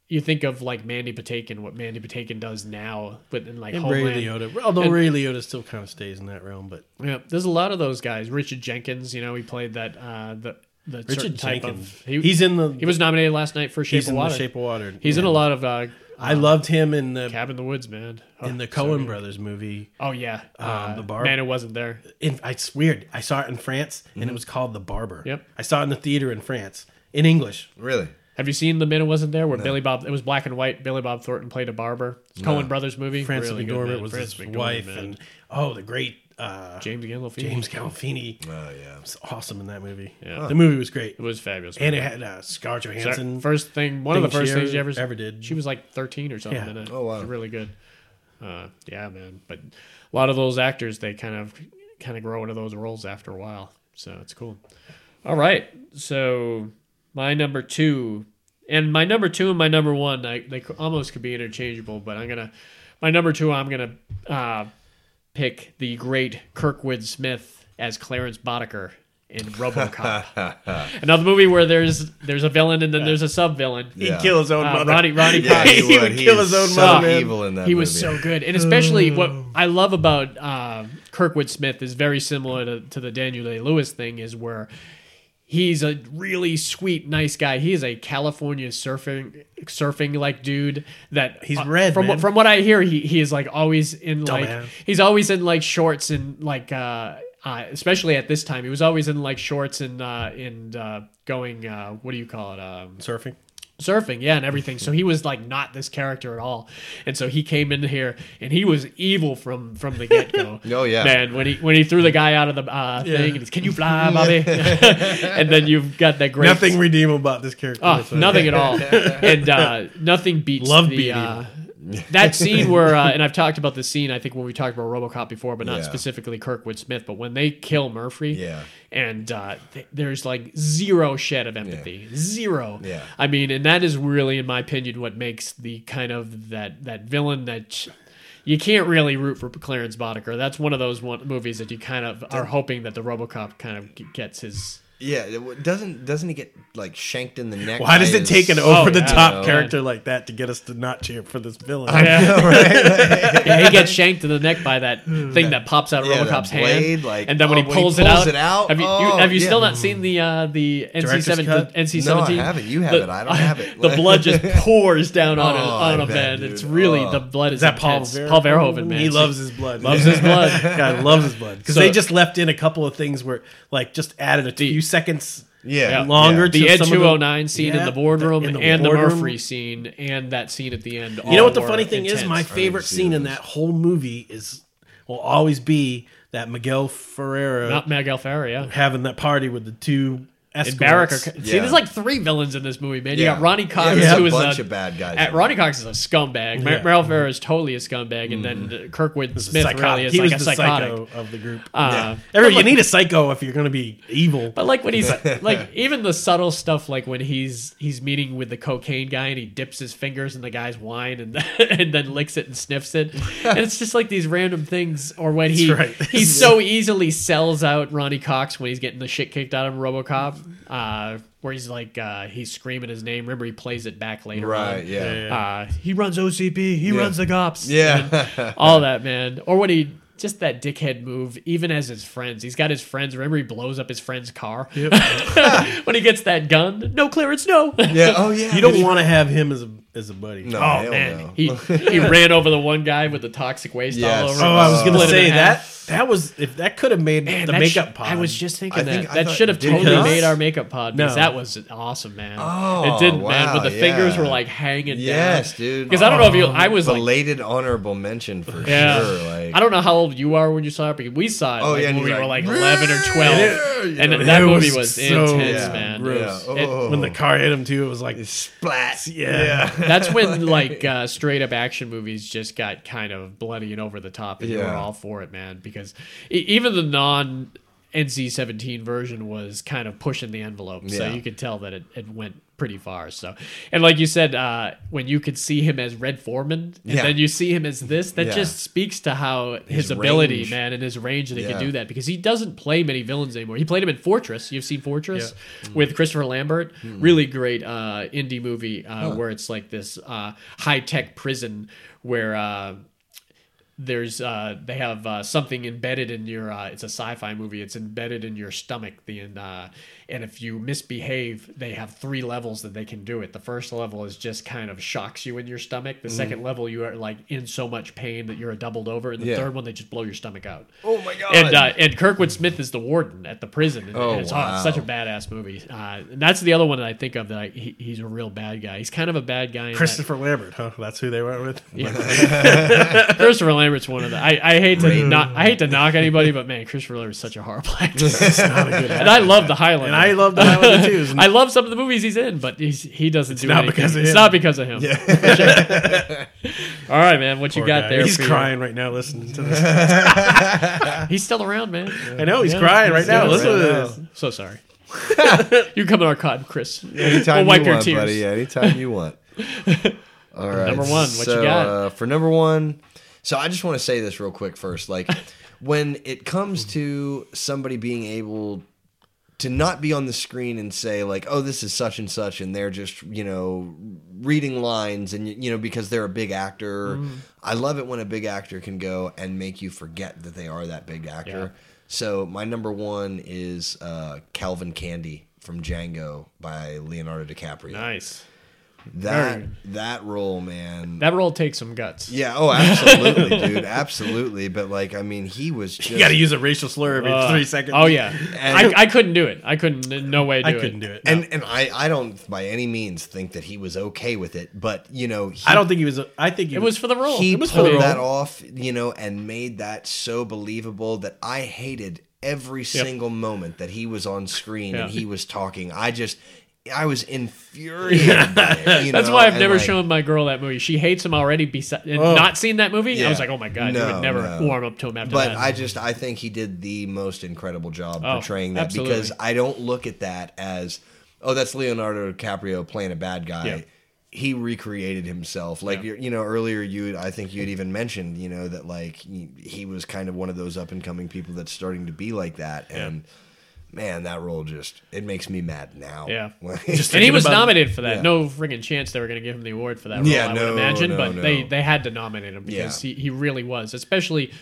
You think of like Mandy Patinkin, what Mandy Patinkin does now, but in like
And Ray
Homeland.
Liotta. Although Ray Liotta still kind of stays in that realm, but
Yeah, there's a lot of those guys. Richard Jenkins, you know, he played that uh, the the certain
Richard
type
Jenkins.
of. He,
he's in the.
he was nominated last night for Shape
he's
of
in
Water.
the Shape of Water.
he's in a lot of uh,
I loved him in the
Cabin in the Woods, man. Oh,
in the Cohen brothers movie.
oh yeah, uh,
the bar-
man who wasn't there.
In, it's weird. I saw it in France, and it was called The Barber.
Mm-hmm. Yep.
I saw it in the theater in France in English.
Really?
Have you seen the man who wasn't there? Where Billy Bob, it was black and white. Billy Bob Thornton played a barber. Cohen Brothers movie.
Frances
really good,
McDormand
man.
was
Frances
his
McDormand,
wife,
man.
and oh, the great uh,
James Gandolfini.
James Gandolfini
Oh, yeah.
was awesome in that movie.
Yeah.
The movie was great,
It was fabulous.
and it had uh, Scarlett
Sorry,
Johansson.
first thing, one of the
thing
first
she
things you ever
ever- ever did.
She was like 13 or something.
Yeah.
In it.
Oh, wow.
It was really good. Uh, yeah, man. But a lot of those actors, they kind of kind of grow into those roles after a while. So it's cool. All right. So my number two, and my number two and my number one, I, they c- almost could be interchangeable. But I'm gonna my number two, I'm gonna uh, pick the great Kirkwood Smith as Clarence Boddicker in RoboCop. Another movie where there's there's a villain and then there's a sub villain.
He'd
Yeah.
kill his own
Uh,
mother.
Roddy Roddy
Yeah,
Cox.
he,
He
would.
would
He
kill
is
his own
so
mother, man.
evil in that
He was
movie.
so good, and especially what
Oh.
I love about uh, Kirkwood Smith is very similar to, to the Daniel Day Lewis thing, is where he's a really sweet, nice guy. He is a California surfing surfing like dude that uh,
He's red,
From
man.
what from what I hear, he he is like always in
Dumbass.
like he's always in like shorts and like uh, uh especially at this time he was always in like shorts and uh and uh going uh what do you call it um
surfing.
surfing yeah and everything so he was like not this character at all and so he came in here and he was evil from from the get-go
Oh, yeah.
man when he when he threw the guy out of the uh thing and he's can you fly bobby and then you've got that great
Nothing redeemable about this character.
Oh,
whatsoever.
nothing at all and uh nothing beats
Love
the
beating.
uh that scene where uh, and I've talked about this scene I think when we talked about RoboCop before but not
Yeah.
specifically Kirkwood Smith but when they kill Murphy
Yeah.
and uh, th- there's like zero shed of empathy zero
Yeah.
I mean, and that is really, in my opinion, what makes the kind of that that villain that sh- you can't really root for Clarence Boddicker. That's one of those one, movies that you kind of are hoping that the RoboCop kind of g- gets his.
yeah, it w- doesn't doesn't he get like shanked in the neck?
Why does
by
it take an
his-
Oh,
over the top
yeah.
character like that to get us to not cheer for this villain?
Yeah, yeah, he gets shanked in the neck by that thing that pops out of
Hmm. Yeah, that
RoboCop's
blade,
hand,
like,
and then when
oh,
he pulls, it, out,
it out,
have you,
oh,
you have you still
yeah.
not seen the uh, the NC
Director's
seven
cut?
NC
No, I
seventeen?
haven't. You have
The-
it. I don't have it.
the blood just pours down on, a,
Oh,
on
I
a
bet,
man.
dude.
It's really
Oh.
the blood is,
Is that Paul
intense.
Verhoeven?
Paul Verhoeven, man.
He
It's
loves
like-
his blood.
loves his blood.
God loves his blood because
So-
they just left in a couple of things where, like, just added a few seconds
Yeah,
longer.
yeah.
to
the Ed
some of
209 scene in
Yeah,
the boardroom
the- in the
and the
boardroom.
Murphy scene and that scene at the end.
You know
all
what the
were
funny thing is?
intense.
My favorite scene in that whole movie is will always be that Miguel Ferrera
not Miguel Ferrer, yeah.
having that party with the two
And
escorts.
Barrack are, see,
Yeah.
there's like three villains in this movie, man. You
Yeah.
got Ronnie Cox,
Yeah, there's a
who is
bunch
a,
of bad guys
uh,
in Mm-hmm.
Ronnie Cox is a scumbag. Mar-
Yeah.
Meryl Ferrer is totally a scumbag, and then Kirkwood
The
Smith really
psychotic-
is
he
like
was
a
the
psychotic.
psycho of the group.
Uh,
Everybody, you need a psycho if you're going to be evil.
But like when he's like even the subtle stuff, like when he's he's meeting with the cocaine guy and he dips his fingers in the guy's wine and and then licks it and sniffs it, and it's just like these random things. Or when he
That's right.
he so easily sells out Ronnie Cox when he's getting the shit kicked out of him, RoboCop, uh, where he's like uh, he's screaming his name. Remember he plays it back later.
Right,
on.
yeah. Yeah.
Uh, he runs OCP. He runs the cops.
Yeah.
And all that man. Or when he just that dickhead move. Even as his friends, he's got his friends. Remember, he blows up his friend's car when he gets that gun. No clearance, no.
Oh yeah.
You don't want to have him as a as a buddy.
No,
Oh
hell
man,
no.
he he ran over the one guy with the toxic waste all
Yes.
over.
Oh,
him.
I was gonna
Split him
say
in
that
half.
that was if that could have made
Man,
the
that sh-
makeup pod.
I was just thinking
I
that
think- I
that
thought
should have
it did
totally
not.
made our makeup pod because
No.
that was awesome, man.
Oh,
it did, man.
wow,
But the fingers
yeah.
were like hanging.
Yes,
down.
dude. Oh,
Because I don't know if you, I was like
belated honorable mention for
Yeah.
sure. Like
I don't know how old you are when you saw it, but we saw it
Oh,
like,
yeah, and
when we
he's
were
like,
like 11 or 12.
"Yeah,"
and
you know.
that
It
movie
was
was
so-
intense,
Yeah.
man.
Yeah.
It-
Oh.
when the car hit him too. It was like
splat.
yeah.
that's when like uh, straight up action movies just got kind of bloody and over the top, and you were
Yeah.
all for it, man. Because e- even the non NC seventeen version was kind of pushing the envelope, so
Yeah.
you could tell that it, it went pretty far. So, and like you said, uh, when you could see him as Red Foreman, and
Yeah.
then you see him as this, that
Yeah.
just speaks to how his,
His
ability,
range.
man, and his range that he
Yeah.
can do that because he doesn't play many villains anymore. He played him in Fortress. You've seen Fortress with Christopher Lambert,
Mm-hmm.
really great uh, indie movie uh, where it's like this uh, high tech prison where. Uh, there's uh they have uh, something embedded in your uh, it's a sci-fi movie it's embedded in your stomach the and uh and if you misbehave they have three levels that they can do it the first level is just kind of shocks you in your stomach
Mm-hmm.
the second level you are like in so much pain that you're a doubled over and the
Yeah.
third one they just blow your stomach out
Oh my god.
and uh, and Kirkwood Smith is the warden at the prison. And,
Oh,
and it's, oh, it's
wow.
such a badass movie. Uh, and that's the other one that I think of that I, he, he's a real bad guy. He's kind of a bad guy. In that-
Christopher Lambert, huh? That's who they went with.
Christopher Lambert's one of the. I, I hate to not I hate to knock anybody, but man, Christopher Lambert's such a horrible actor. and I love the Highlander.
And I love the Highlander too.
I love some of the movies he's in, but he's, he doesn't do
not
anything.
because of
It's
him.
not because of him. All right, man. What you
Poor
got
guy.
there?
He's
for you?
crying right now. Listening to this,
He's still around, man.
I know Oh, he's
Yeah,
crying right
he's
now.
doing
Listen
it
to
right
this.
now. So sorry. you come in our cotton, Chris. we'll
Anytime
wipe
you
your
want,
tears.
buddy. Anytime you want. All right.
Number one, what you
so,
got?
Uh, for number one, so I just want to say this real quick first. Like, when it comes to somebody being able to not be on the screen and say like, "Oh, this is such and such," and they're just you know reading lines and you know because they're a big actor.
Mm-hmm.
I love it when a big actor can go and make you forget that they are that big actor. So my number one is uh, Calvin Candy from Django by Leonardo DiCaprio.
Nice.
That that role, man.
That role takes some guts.
yeah, oh, absolutely, dude, absolutely. But like, I mean, he was just
You got to use a racial slur every
Uh,
three seconds.
Oh yeah, I,
And-
I couldn't do it. I couldn't. in No way. Do
I
it.
couldn't do it.
and and I I don't by any means think that he was okay with it, but you know, he,
I don't think he was. a- I think he
It was for the role.
he
it was for the
pulled
role.
that off, you know, and made that so believable that I hated every single moment that he was on screen and
Yeah.
he was talking. I just I was infuriated. by it, you
That's
know,
why I've
and,
never
like, Oh.
shown my girl that movie. She hates him already. Besides, not seen that movie, I was like, oh my god, you
No,
would never
no.
warm up to him after
but
that.
I just I think he did the most incredible job
Oh,
portraying that
absolutely.
because I don't look at that as oh that's Leonardo DiCaprio playing a bad guy.
Yeah.
He recreated himself like
Yeah.
you you know earlier you had- I think you had even mentioned you know that like he, he was kind of one of those up and coming people that's starting to be like that and man that role just it makes me mad now
Yeah.
just
and he was
about it.
nominated for that.
Yeah.
No friggin' chance they were going to give him the award for that role,
Yeah,
I would
no,
imagine.
no,
but they
no.
they had to nominate him because
Yeah.
he, he really was, especially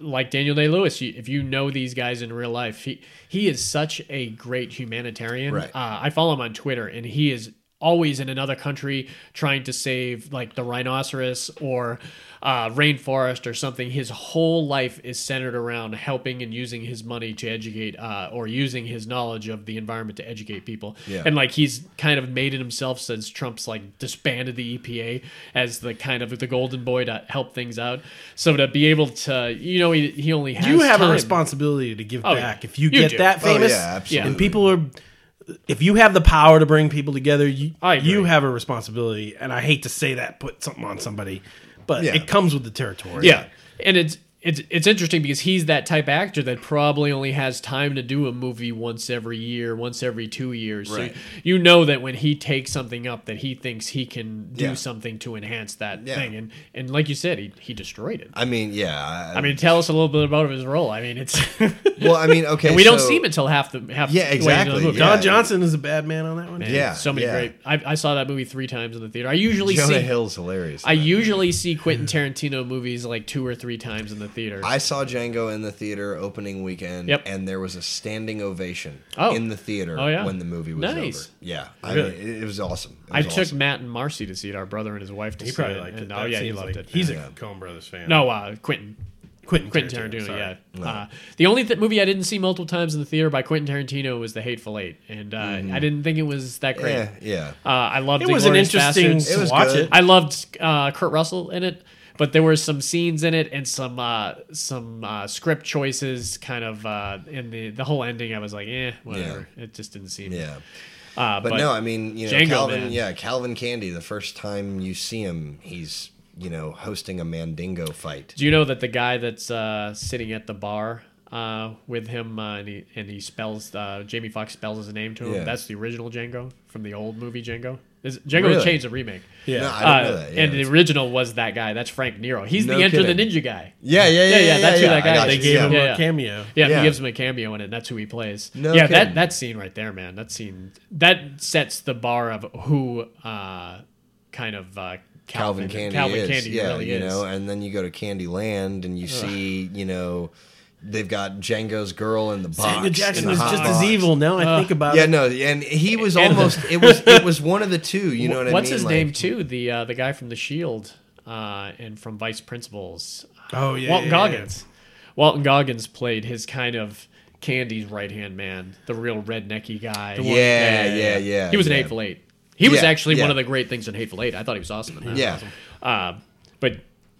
like Daniel Day Lewis. If you know these guys in real life, he he is such a great humanitarian.
Right.
Uh, I follow him on Twitter, and he is always in another country trying to save like the rhinoceros or uh, rainforest or something his whole life is centered around helping and using his money to educate uh, or using his knowledge of the environment to educate people
Yeah.
and like he's kind of made it himself since Trump's like disbanded the EPA as the kind of the golden boy to help things out. So to be able to, you know, he, he only has
you have
time.
a responsibility to give
Oh, yeah.
back if you,
You
get
do.
that
Oh,
famous
yeah, absolutely.
and people are if you have the power to bring people together, you
I agree.
you have a responsibility. And I hate to say that, put something on somebody, but
Yeah.
it comes with the territory.
Yeah, and it's it's it's interesting because he's that type of actor that probably only has time to do a movie once every year, once every two years.
Right.
So you know that when he takes something up, that he thinks he can do
Yeah.
something to enhance that
Yeah.
thing, and and like you said, he he destroyed it.
I mean, yeah. I,
I mean, tell us a little bit about his role. I mean, it's
well, I mean, okay.
we don't
so-
see him until half the half. the
Yeah,
way into
exactly,
The movie.
Don
Yeah.
Johnson is a bad man on that one.
Man,
Yeah,
so many
yeah.
great. I, I saw that movie three times in the theater. I usually
Jonah
see.
Hill's hilarious. in
I
that.
usually see Quentin Tarantino movies like two or three times in the theater.
I saw Django in the theater opening weekend,
Yep.
and there was a standing ovation
Oh.
in the theater
Oh, yeah.
when the movie was
Nice.
over. Yeah, I
Really?
mean, it, it was awesome. It
I
was
took
awesome.
Matt and Marcy to see it, our brother and his wife. To
uh, He
see
probably
it,
liked it.
and-
That
Oh yeah, he
seems
loved
like-
it.
He's
Yeah.
a Coen Brothers fan.
no, uh, Quentin.
Quentin,
Quentin Tarantino,
sorry.
yeah. Uh, the only th- movie I didn't see multiple times in the theater by Quentin Tarantino was The Hateful Eight, and uh, I didn't think it was that great.
Yeah, yeah.
Uh, I loved
It was an
Inglourious
interesting
Basterds.
to
It was
watch
good.
it.
I loved uh, Kurt Russell in it, but there were some scenes in it and some uh, some uh, script choices, kind of uh, in the the whole ending. I was like, eh, whatever. It just didn't seem.
Yeah.
Uh,
But, no, I mean, you know,
Django,
Calvin,
man.
yeah, Calvin Candy, the first time you see him, he's, you know, hosting a Mandingo fight.
Do you know that the guy that's uh, sitting at the bar uh, with him uh, and he and he spells uh, Jamie Foxx spells his name to him?
Yeah.
That's the original Django from the old movie Django. Is, Django
Really?
changed the remake.
Yeah.
No, I didn't
Uh,
know that. Yeah,
and the
that's-
original was that guy. That's Frank Nero. He's
No
the Enter
kidding.
the Ninja guy.
yeah, yeah, yeah,
yeah, yeah, that's who that
I
guy
got
is.
They
you,
gave
yeah.
him
Yeah, yeah.
a cameo.
Yeah,
Yeah.
he gives him a cameo in it. And that's who he plays.
No
yeah,
kidding.
that that scene right there, man. That scene that sets the bar of who uh, kind of uh,
Calvin Candy
Calvin
is.
Candy
yeah,
really
you
is.
know, and then you go to Candy Land and you see, you know, they've got Django's girl in the box.
Samuel Jackson
in the
was
hot
just
box.
as evil. Now I think about
Yeah,
it.
no, and he was
And the-
almost it was it was one of the two, you know what I mean?
What's his
Like,
name too? The uh, the guy from The Shield uh, and from Vice Principals,
Oh
Walton
yeah, yeah, yeah.
Goggins. Walton Goggins played his kind of Candy's right hand man, the real rednecky guy.
one- Yeah, yeah, yeah,
He was
yeah.
an Hateful Eight. He was
Yeah,
actually one
yeah.
of the great things in Hateful Eight. I thought he was awesome in that.
Yeah.
Uh, but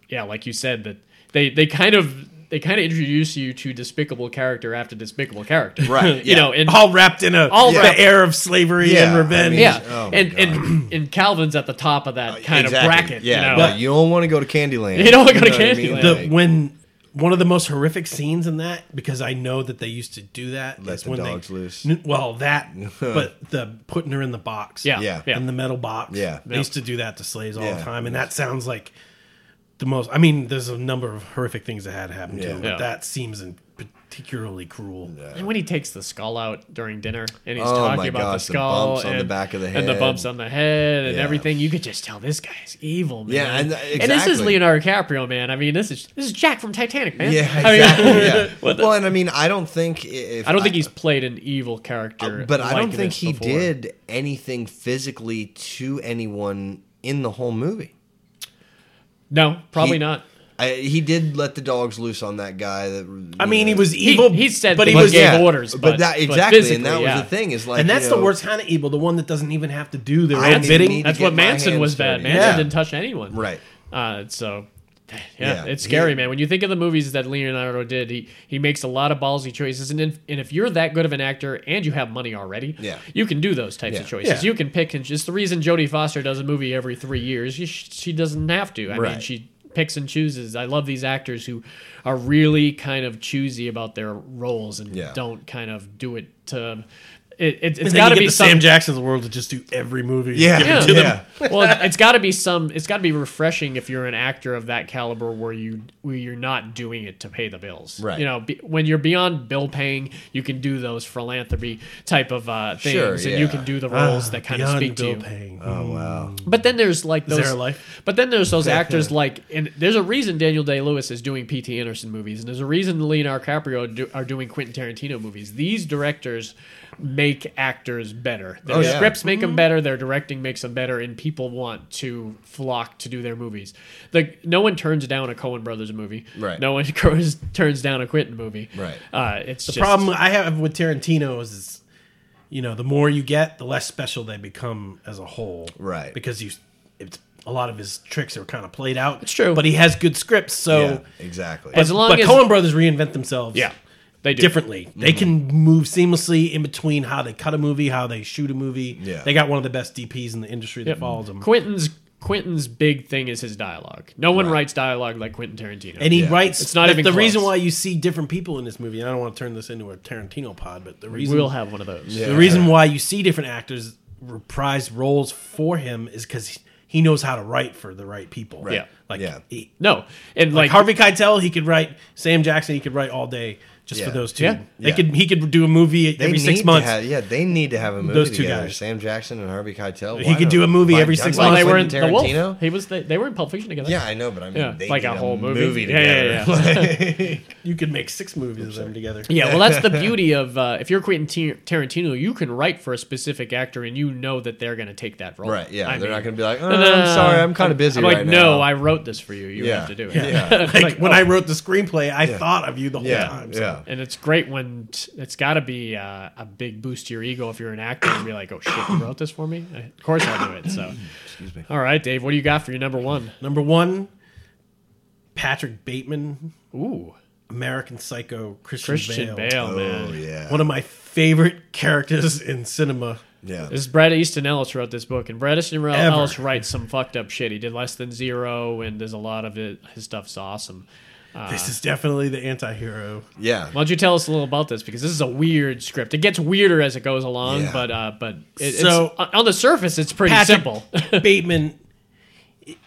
yeah, like you said, that they they kind of they kind of introduce you to despicable character after despicable character,
Right,
you
yeah.
know, and
all wrapped in a
All
the
wrapped-
air of slavery
Yeah,
and
I
revenge.
mean,
yeah,
Oh my Oh,
and, and and Calvin's at the top of that kind
Exactly.
of bracket.
Yeah,
you know?
no, you don't want to go to Candyland.
You don't wanna go to
know what I mean?
Candyland.
the
Like,
when one of the most horrific scenes in that because I know that they used to do that.
Let
is
the
when
dogs
they,
loose.
N- Well, that but the putting her in the box.
yeah,
Yeah.
yeah,
in the metal box.
Yeah.
they used to do that to slaves all
Yeah.
the time, and that sounds like the most. I mean, there's a number of horrific things that had happened to
Yeah.
him, but
Yeah.
that seems in particularly cruel.
And when he takes the skull out during dinner and he's
Oh my
talking about
gosh,
the
the
skull
bumps on
and
the back of the
and the
head.
bumps on the head and
Yeah.
everything, you could just tell this guy is evil, man.
Yeah, and- uh,
and this is
exactly.
Leonardo DiCaprio, man. I mean, this is this is Jack from Titanic, man.
yeah,
I mean,
exactly. yeah.
what the-
well, and I mean, I don't think i- if
I don't think he's played an evil character,
Uh, but I
like
don't think
this
he
before.
did anything physically to anyone in the whole movie.
No, probably
He-
not.
I, he did let the dogs loose on that guy. That
I mean, he was
He,
evil.
he said,
but he
that
was
gave
yeah,
orders, but,
but that
but
exactly,
physically,
and that was
yeah.
the thing is like,
and that's
you know,
the worst kind of evil, the one that doesn't even have to do their
I
own
didn't
bidding.
need
That's
to
what
get my
Manson
hands
was bad.
dirty.
Manson
Yeah.
didn't touch anyone.
Right.
Uh, so, yeah,
Yeah.
it's scary,
He-
man. When you think of the movies that Leonardo did, he, he makes a lot of ballsy choices. And if, and if you're that good of an actor and you have money already,
Yeah.
you can do those types of
Yeah.
choices.
Yeah.
You can pick and it's the reason Jodie Foster does a movie every three years. She, she doesn't have to. I mean,
Right.
she picks and chooses. I love these actors who are really kind of choosy about their roles and
Yeah.
don't kind of do it to. It, it,
And
it's
then
got to
you get
be
the
some,
Sam Jackson of the world to just do every movie.
Yeah.
Give it
yeah.
to them.
well, it's got to be some. It's got to be refreshing if you're an actor of that caliber, where you where you're not doing it to pay the bills.
Right.
You know, be, when you're beyond bill paying, you can do those philanthropy type of uh, things,
Sure,
and you
yeah.
can do the roles
Ah,
that kind of speak
beyond
to
Bill Mm.
you.
Payne.
Oh,
But then there's like those.
there a life?
But then there's those actors like, and there's a reason Daniel Day Lewis is doing P.T. Anderson movies, and there's a reason Leonardo DiCaprio do, are doing Quentin Tarantino movies. These directors make actors better. Their
Oh, yeah.
scripts make
Mm-hmm.
them better. Their directing makes them better, and people want to flock to do their movies. Like no one turns down a Coen Brothers movie.
Right.
No one turns turns down a Quentin movie.
Right.
Uh, it's
The problem I have with Tarantino is, is, you know, the more you get, the less special they become as a whole.
Right.
Because you, it's a lot of his tricks are kind of played out. It's
true.
But he has good scripts, so.
yeah, exactly.
As long
but
as-
Coen Brothers reinvent themselves.
Yeah. They do.
differently. They
Mm-hmm.
can move seamlessly in between how they cut a movie, how they shoot a movie.
Yeah.
They got one of the best DPs in the industry that follows them.
Quentin's Quentin's big thing is his dialogue. No one writes dialogue like Quentin Tarantino.
And he
Yeah.
writes.
It's not
the,
even
the
close.
reason why you see different people in this movie. And I don't want to turn this into a Tarantino pod, but the reason
we'll have one of those.
Yeah.
the reason why you see different actors reprise roles for him is because he knows how to write for the right people.
Yeah.
Like
Yeah.
he-
No, and
like
like,
Harvey Keitel, he could write. Sam Jackson, he could write all day just
Yeah.
for those two.
Yeah.
They
Yeah.
could he could do a movie every
need
six
to
months.
have- yeah, they need to have a movie
Those two
together.
guys.
Sam Jackson and Harvey Keitel.
He could do a movie every six
well,
months.
they were in
Tarantino.
the Wolf. He was. They, they were in Pulp Fiction together.
Yeah, I know, but I mean,
Yeah,
they
like
did
a whole movie. Yeah, yeah,
together.
yeah.
you could make six movies of them together.
Yeah, well, that's the beauty of uh, if you're Quentin Ti- Tarantino, you can write for a specific actor, and you know that they're going to take that role.
Right, yeah.
I
they're
mean,
not going to be like, oh, I'm sorry, I'm kind of busy
I'm
right
like,
now.
no, I wrote this for you. You
Yeah.
have to do it.
Yeah.
It's
Like,
like,
when
oh.
I wrote the screenplay, I thought of you the whole
Yeah,
time. so-
yeah.
and it's great when t- it's got to be uh, a big boost to your ego if you're an actor and be like, oh shit, you wrote this for me. I- Of course I'll do it. So,
me.
All right, Dave, what do you got for your number one?
Number one, Patrick Bateman,
Ooh,
American Psycho, Christian,
Christian
Bale.
Bale, man.
Oh, yeah.
One of my favorite characters in cinema.
yeah.
This is Brad Easton Ellis wrote this book, and Brad Easton
Ever.
Ellis writes some fucked up shit. He did less than zero, and there's a lot of it. His stuff's awesome. Ah.
this is definitely the anti-hero.
yeah.
Why don't you tell us a little about this? Because this is a weird script. It gets weirder as it goes along,
Yeah.
but uh, but it,
So-
it's, uh, on the surface, it's pretty
Patrick
simple.
Bateman,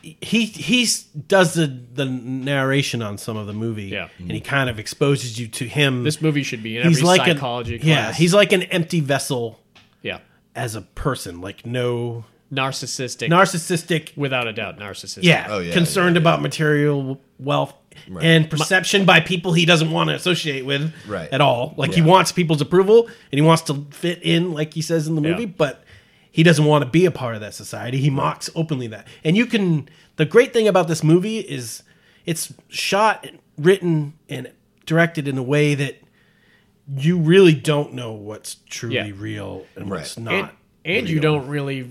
he he s- does the the narration on some of the movie,
Yeah.
and he kind of exposes you to him.
this movie should be in every
he's like an-
psychology class.
yeah, he's like an empty vessel
yeah,
as a person, like no
narcissistic,
narcissistic.
without a doubt, narcissistic.
Yeah,
Oh, yeah,
concerned
yeah,
about material wealth and perception by people he doesn't want to associate with
Right.
at all. Like he
Yeah.
wants people's approval and he wants to fit in, like he says in the
Yeah.
movie, but he doesn't want to be a part of that society. He mocks openly that. And you can. The great thing about this movie is it's shot, written, and directed in a way that you really don't know what's truly
Yeah.
real and what's
Right.
not.
and, and you don't really.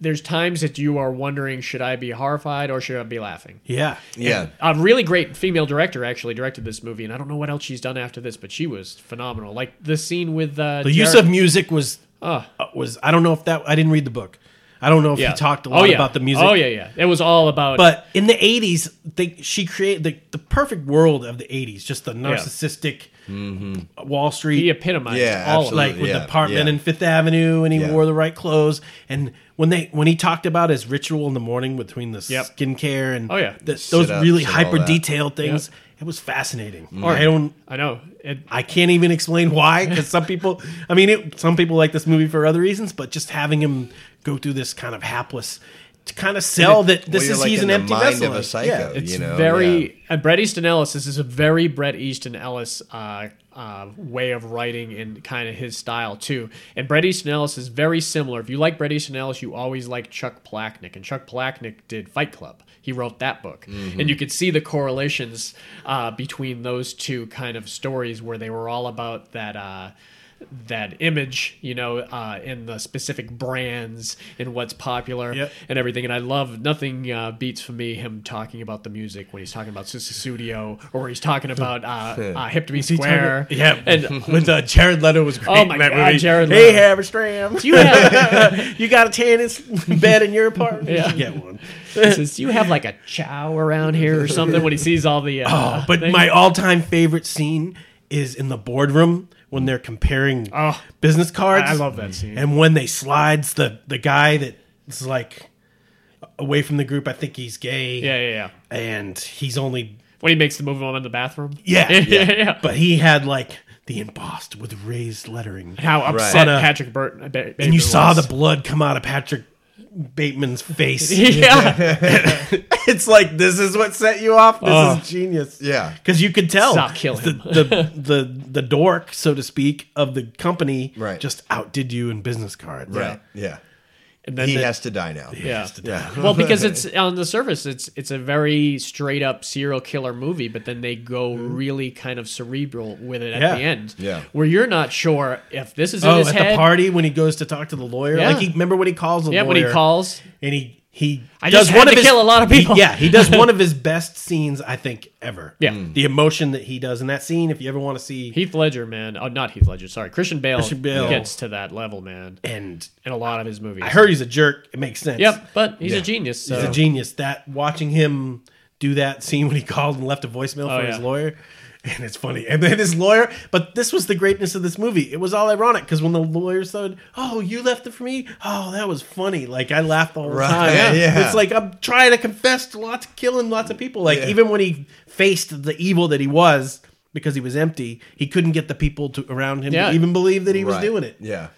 There's times that you are wondering, should I be horrified or should I be laughing?
yeah.
Yeah.
a really great female director actually directed this movie, and I don't know what else she's done after this, but she was phenomenal. Like the scene with uh,
The use
Jared-
of music was
Ah.
uh, was I don't know if that I didn't read the book. I don't know if
Yeah.
he talked a lot
Oh, yeah.
about the music.
Oh yeah, yeah. It was all about.
But in the eighties, they she created the, the perfect world of the eighties, just the narcissistic Wall Street
he epitomized
Yeah,
all of
absolutely.
like with
Mm-hmm. Yeah,
the apartment
yeah.
in Fifth Avenue, and he
Yeah.
wore the right clothes. And when they when he talked about his ritual in the morning between the
Yep.
skincare and
Oh, yeah.
the,
Sit
those
ups
really
and all that.
hyper detailed things, it was fascinating. I don't
it. I know. It,
I can't even explain why because some people, I mean, it, some people like this movie for other reasons, but just having him go through this kind of hapless to kind of sell that this
Well, you're
is
like
he's
in
an
the
empty
mind
vessel.
of a
Like,
psycho.
yeah.
it's
you know,
very uh, Brett Easton Ellis. This is a very Brett Easton Ellis uh, uh, way of writing and kind of his style too. And Brett Easton Ellis is very similar. If you like Brett Easton Ellis, you always like Chuck Palahniuk, and Chuck Palahniuk did Fight Club. He wrote that book, and you could see the correlations uh, between those two kind of stories where they were all about that. Uh, that image, you know, uh, and the specific brands and what's popular
Yep.
and everything. And I love nothing uh, beats for me him talking about the music when he's talking about Sister Studio or he's talking about uh, uh, Hip to Be Square.
Yeah,
And
with uh, Jared Leto was great.
Oh my
in that
God,
movie.
Jared
Hey,
Leto.
Haverstram,
do you have
you got a tennis bed in your apartment? You
Yeah.
should get one.
he says, do you have like a chow around here or something when he sees all the uh,
Oh, but my all-time favorite scene is in the boardroom when they're comparing
Oh.
business cards.
I- I love that scene.
And when they slides the the guy that is like away from the group, I think he's gay.
yeah, yeah, yeah.
and he's only
When he makes the move on in the bathroom.
yeah,
yeah, yeah.
But he had like the embossed with raised lettering,
How upset
Right.
Patrick Burton. Ba- Bateman
and you saw the
was.
blood come out of Patrick Bateman's face.
yeah.
it's like this is what set you off. This
Oh.
is genius.
Yeah.
because you could tell
Stop killing
the,
him.
the the the dork, so to speak, of the company
Right.
just outdid you in business cards.
Right. Yeah.
And then
He
the-
has to die now.
yeah.
Yeah.
well, because it's on the surface, it's it's a very straight up serial killer movie, but then they go really kind of cerebral with it at
Mm-hmm. Yeah.
the end,
Yeah.
where you're not sure if this is in
Oh,
his
at
head.
the party when he goes to talk to the lawyer,
Yeah.
like he remember when he calls the
yeah,
lawyer,
when he calls,
and he he
I just had to kill a lot of people.
he- yeah, he does one of his best scenes I think ever.
Yeah. Mm.
the emotion that he does in that scene. If you ever want to see,
Heath Ledger, man. Oh, not Heath Ledger. Sorry, Christian Bale,
Christian Bale.
gets to that level, man.
and
In a lot of his movies.
I heard he's a jerk. It makes sense.
Yep, but he's
Yeah.
a genius. So.
He's a genius. That watching him do that scene when he called and left a voicemail
Oh,
for his
yeah.
lawyer, and it's funny. And then his lawyer, but this was the greatness of this movie. It was all ironic because when the lawyer said, "Oh, you left it for me," oh, that was funny. Like I laughed all the
Right,
time.
yeah.
It's like I'm trying to confess to lots, killing lots of people. Like
Yeah.
even when he faced the evil that he was. Because he was empty, he couldn't get the people to around him
Yeah.
to even believe that he was
Right.
doing it.
Yeah.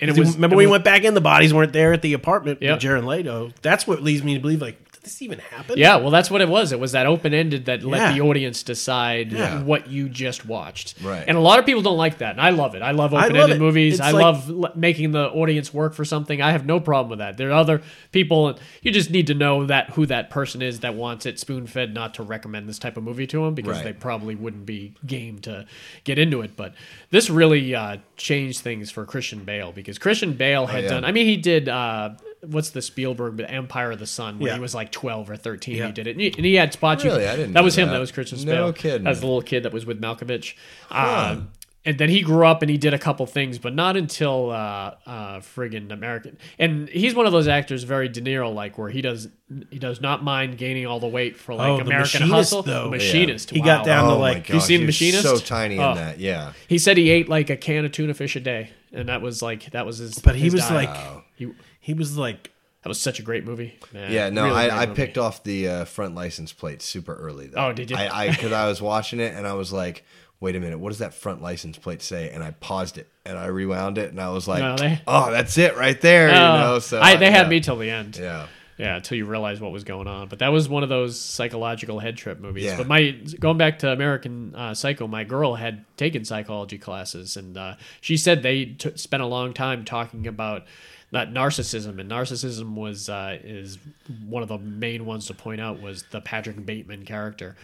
and it
See,
was
remember
it
when we
was-
went back in, the bodies weren't there at the apartment
Yep.
with Jared Leto. That's what leads me to believe, like, did this even happen?
Yeah, well, that's what it was. It was that open ended that let
Yeah.
the audience decide
Yeah.
what you just watched.
Right.
And a lot of people don't like that. And I love it. I love
love
open
it.
ended movies.
It's
I
like-
love l- making the audience work for something. I have no problem with that. There are other people, and you just need to know that who that person is that wants it spoon fed not to recommend this type of movie to them because
Right.
they probably wouldn't be game to get into it. But this really uh, changed things for Christian Bale because Christian Bale had
Oh,
yeah.
done, I mean, he did. Uh, What's the Spielberg Empire of the Sun when
Yeah.
he was like twelve or thirteen?
Yeah.
He did it, and he, and he had spots you-
Really? I didn't
That
know
was him.
that.
That was Christian
No
Bale.
kidding.
That was the little kid that was with Malkovich. Um, and then he grew up and he did a couple things, but not until uh, uh, friggin' American. And he's one of those actors, very De Niro like, where he does he does not mind gaining all the weight for like
Oh, The
American
Machinist,
Hustle.
though.
The Machinist.
He got
wow.
down to
Oh
like,
my
you
gosh,
seen
he was
Machinist?
So tiny
Oh.
in that. Yeah.
He said he ate like a can of tuna fish a day, and that was like that was his.
but he
his
was
diet.
like,
he,
he was like,
that was such a great movie. Man,
Yeah, no,
really great
I, I
movie.
picked off the uh, front license plate super early though.
Oh, did you?
I because I, was watching it and I was like, wait a minute, what does that front license plate say? And I paused it and I rewound it and I was like,
No, they-
oh, that's it right there. you
Oh,
know, so
I, they had
yeah.
me till the end.
Yeah,
Yeah, until you realize what was going on. But that was one of those psychological head trip movies.
Yeah.
But my going back to American uh, Psycho, my girl had taken psychology classes, and uh, she said they t- spent a long time talking about that narcissism, and narcissism was uh, is one of the main ones to point out was the Patrick Bateman character.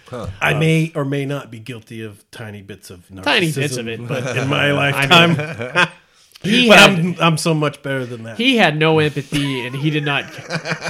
I may or may not be guilty of tiny bits of narcissism
Tiny bits of it, but
in my lifetime.
he
but
had,
I'm, I'm so much better than that.
he had no empathy and he did not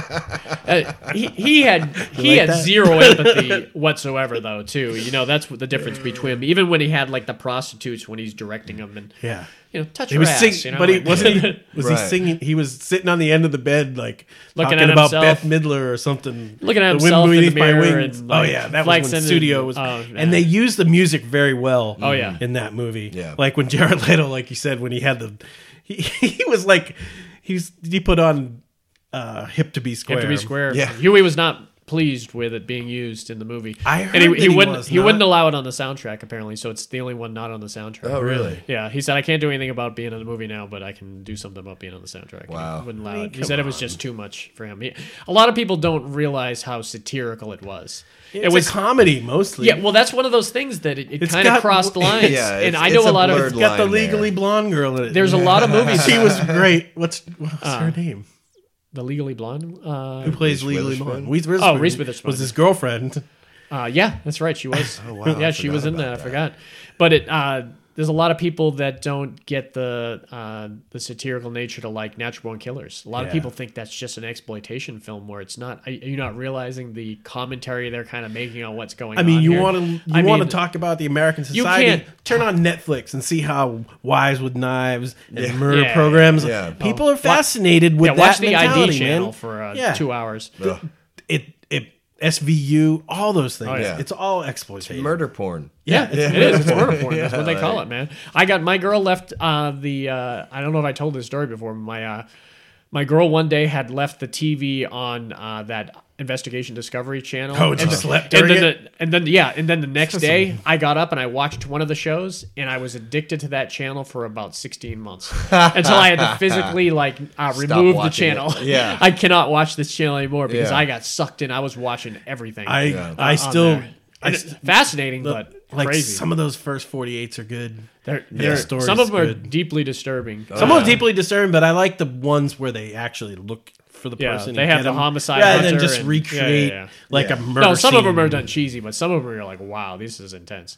uh, he, he had he
like
had
that?
zero empathy whatsoever though too you know that's what the difference between him even when he had like the prostitutes when he's directing them and
yeah.
you know touch
He
her
was
ass,
singing,
you know,
but he
like-
wasn't. He, was he
Right.
singing? He was sitting on the end of the bed, like
Looking
talking
at
about
himself.
Beth Midler or something.
Looking at
wind
himself in the
beneath my
mirror
wings.
and,
oh
like,
yeah, that was
flexing
when
and-
studio was,
oh, man.
and they used the music very well.
Oh, yeah.
in that movie,
Yeah.
like when Jared Leto, like you said, when he had the, he, he was like, he's he put on uh hip to be
You
square.
have to be square
Yeah.
Huey was not pleased with it being used in the movie
I
and
heard
he,
that
he
he
wouldn't
was
he
not.
wouldn't allow it on the soundtrack apparently so it's the only one not on the soundtrack
Oh, really?
Yeah, he said I can't do anything about being in the movie now, but I can do something about being on the soundtrack. And
Wow.
he wouldn't allow it. He said it was just too much for him. He, a lot of people don't realize how satirical it was.
It's
it was.
a comedy mostly.
yeah, well, that's one of those things that it, it
It's
kind of
got-
crossed lines,
Yeah,
and
it's-
I know
it's
a
a
lot of
blurred
it's got the
line there.
legally blonde girl in it.
there's a lot of Uh, movies.
she was great. What's what's her name?
the legally blonde.
Who
Uh,
plays
Reese
legally
Witherspoon?
blonde? Reese
Oh, Reese Witherspoon.
was his girlfriend.
uh, yeah, that's right. She was. oh
wow, I
Yeah, she
forgot
was in
about
that.
that.
I forgot. But it. Uh, there's a lot of people that don't get the uh, the satirical nature to like Natural Born Killers. A lot
Yeah.
of people think that's just an exploitation film where it's not. Are are you not realizing the commentary they're kind of making on what's going on?
I mean, you
here?
want to you
I
want to
mean,
talk about the American
You
society?
can't-
turn on Netflix and see how wives with knives and murder
Yeah. Oh,
programs.
Yeah.
People are fascinated with
Yeah, watch
that
the
mentality,
ID channel
man.
for uh,
Yeah.
two hours.
Ugh.
It it SVU, all those
Oh,
things.
yeah.
It's all exploitation.
murder porn.
Yeah, it's- it is. It's murder porn. That's what they call it, man. I got my girl left uh, the. Uh, I don't know if I told this story before. My uh, my girl one day had left the TV on uh, that Investigation Discovery channel.
Oh, and she
the-
slept
and
during
then The, and then yeah, and then the next day I got up and I watched one of the shows, and I was addicted to that channel for about sixteen months until I had to physically like uh, remove the
watching it.
channel.
Yeah.
I cannot watch this channel anymore because
Yeah.
I got sucked in. I was watching everything.
I
Yeah.
I
on
still
there.
I
And it's
s-
fascinating,
the-
but
like
crazy.
some of those first forty eights are good.
They're,
The
they're,
story's
some of them are
good.
deeply disturbing.
Some of them deeply discerned, but I like the ones where they actually look for the
Yeah,
person.
they
and
have
get
the
'em,
homicide
rather than
hunter
just
and-
recreate
yeah, yeah, yeah.
like
Yeah.
a
No,
murder.
no, some of them
scene.
are done cheesy, but some of them are like, wow, this is intense.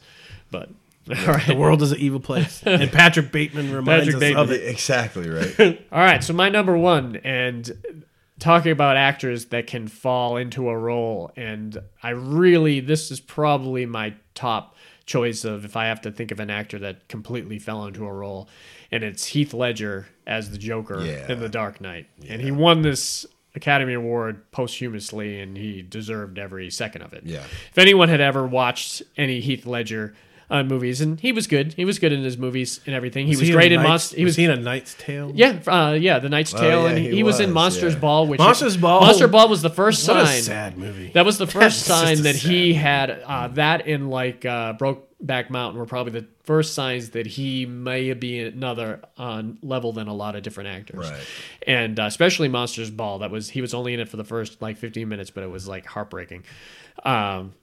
But all
The
right,
world is an evil place, and Patrick Bateman reminds
Patrick
us
Bateman.
of it.
Exactly right.
all right. So my number one, and talking about actors that can fall into a role, and I really this is probably my top choice of if I have to think of an actor that completely fell into a role, and it's Heath Ledger as the Joker
Yeah.
in The Dark Knight, and he won this Academy Award posthumously, and he deserved every second of it.
Yeah.
If anyone had ever watched any Heath Ledger. Uh, movies and he was good. He was good in his movies and everything. he was great in Monst-
Monsters.
He was
he in a Knight's Tale? Oh,
yeah, uh, yeah, The Knight's Tale,
yeah,
and he,
he
he was, in
was,
Monsters
yeah.
Ball, which
Monsters Ball.
Monster Ball was the first
What a
sign.
sad movie.
That was the first
That's just
sign
a
that
sad
he had uh, that in like uh, Brokeback Mountain were probably the first signs that he may be another on level than a lot of different actors,
Right.
and uh, especially Monsters Ball. That was he was only in it for the first like 15 minutes, but it was like heartbreaking. Um,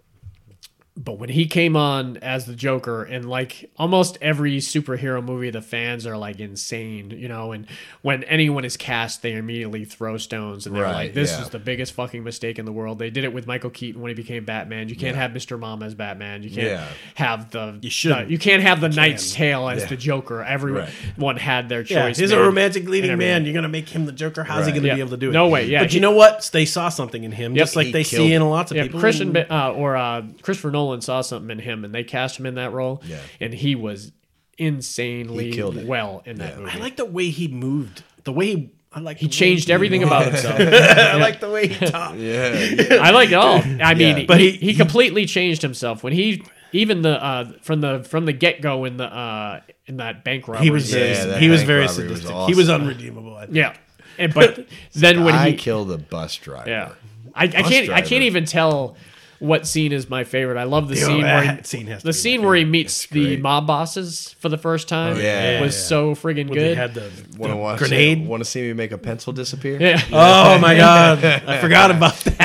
but when he came on as the Joker, and like almost every superhero movie, the fans are like insane, you know. And when anyone is cast, they immediately throw stones and they're
Right,
like, "This
yeah.
is the biggest fucking mistake in the world." They did it with Michael Keaton when he became Batman. You can't have Mister Mom as Batman. You can't
Yeah.
have the you
shouldn't.
you can't have the Knight's Tale as the Joker. Everyone had their
Yeah,
choice.
he's
made
a romantic leading
and
man.
everything.
You're gonna make him the Joker. How's he
Right.
gonna
Yeah.
be able to do it?
No way, yeah.
But
He-
you know what? They saw something in him, just like
He
they
killed
see in a lots of
Yeah,
people.
Christian Ba- uh, or uh, Christopher Nolan saw something in him, and they cast him in that role.
Yeah.
and he was insanely
He killed it.
well in that movie.
I like the way he moved. The way he, I like
he changed everything about himself.
I like the way he talked.
Yeah.
I like it all. I mean,
Yeah.
but
But
he,
he-
he completely changed himself when he even the uh, from the from the get go in the uh, in that bank robbery.
He was very,
Yeah, that
he was
bank
very
robbery was
sadistic. He was
awesome.
unredeemable. I think.
yeah, and, but then when
I
he
kill the bus driver.
yeah, I, I can't I can't
driver.
even tell what scene is my favorite. I love the
Yo,
scene where he,
that scene has
the
to be my
scene where he
favorite.
meets
It's
the
great.
mob bosses for the first time.
Oh, yeah.
was
Yeah.
so friggin'
When they
good.
had the,
Want to
the
watch
grenade.
Want to see me make a pencil disappear?
yeah.
Oh my god! I forgot about that.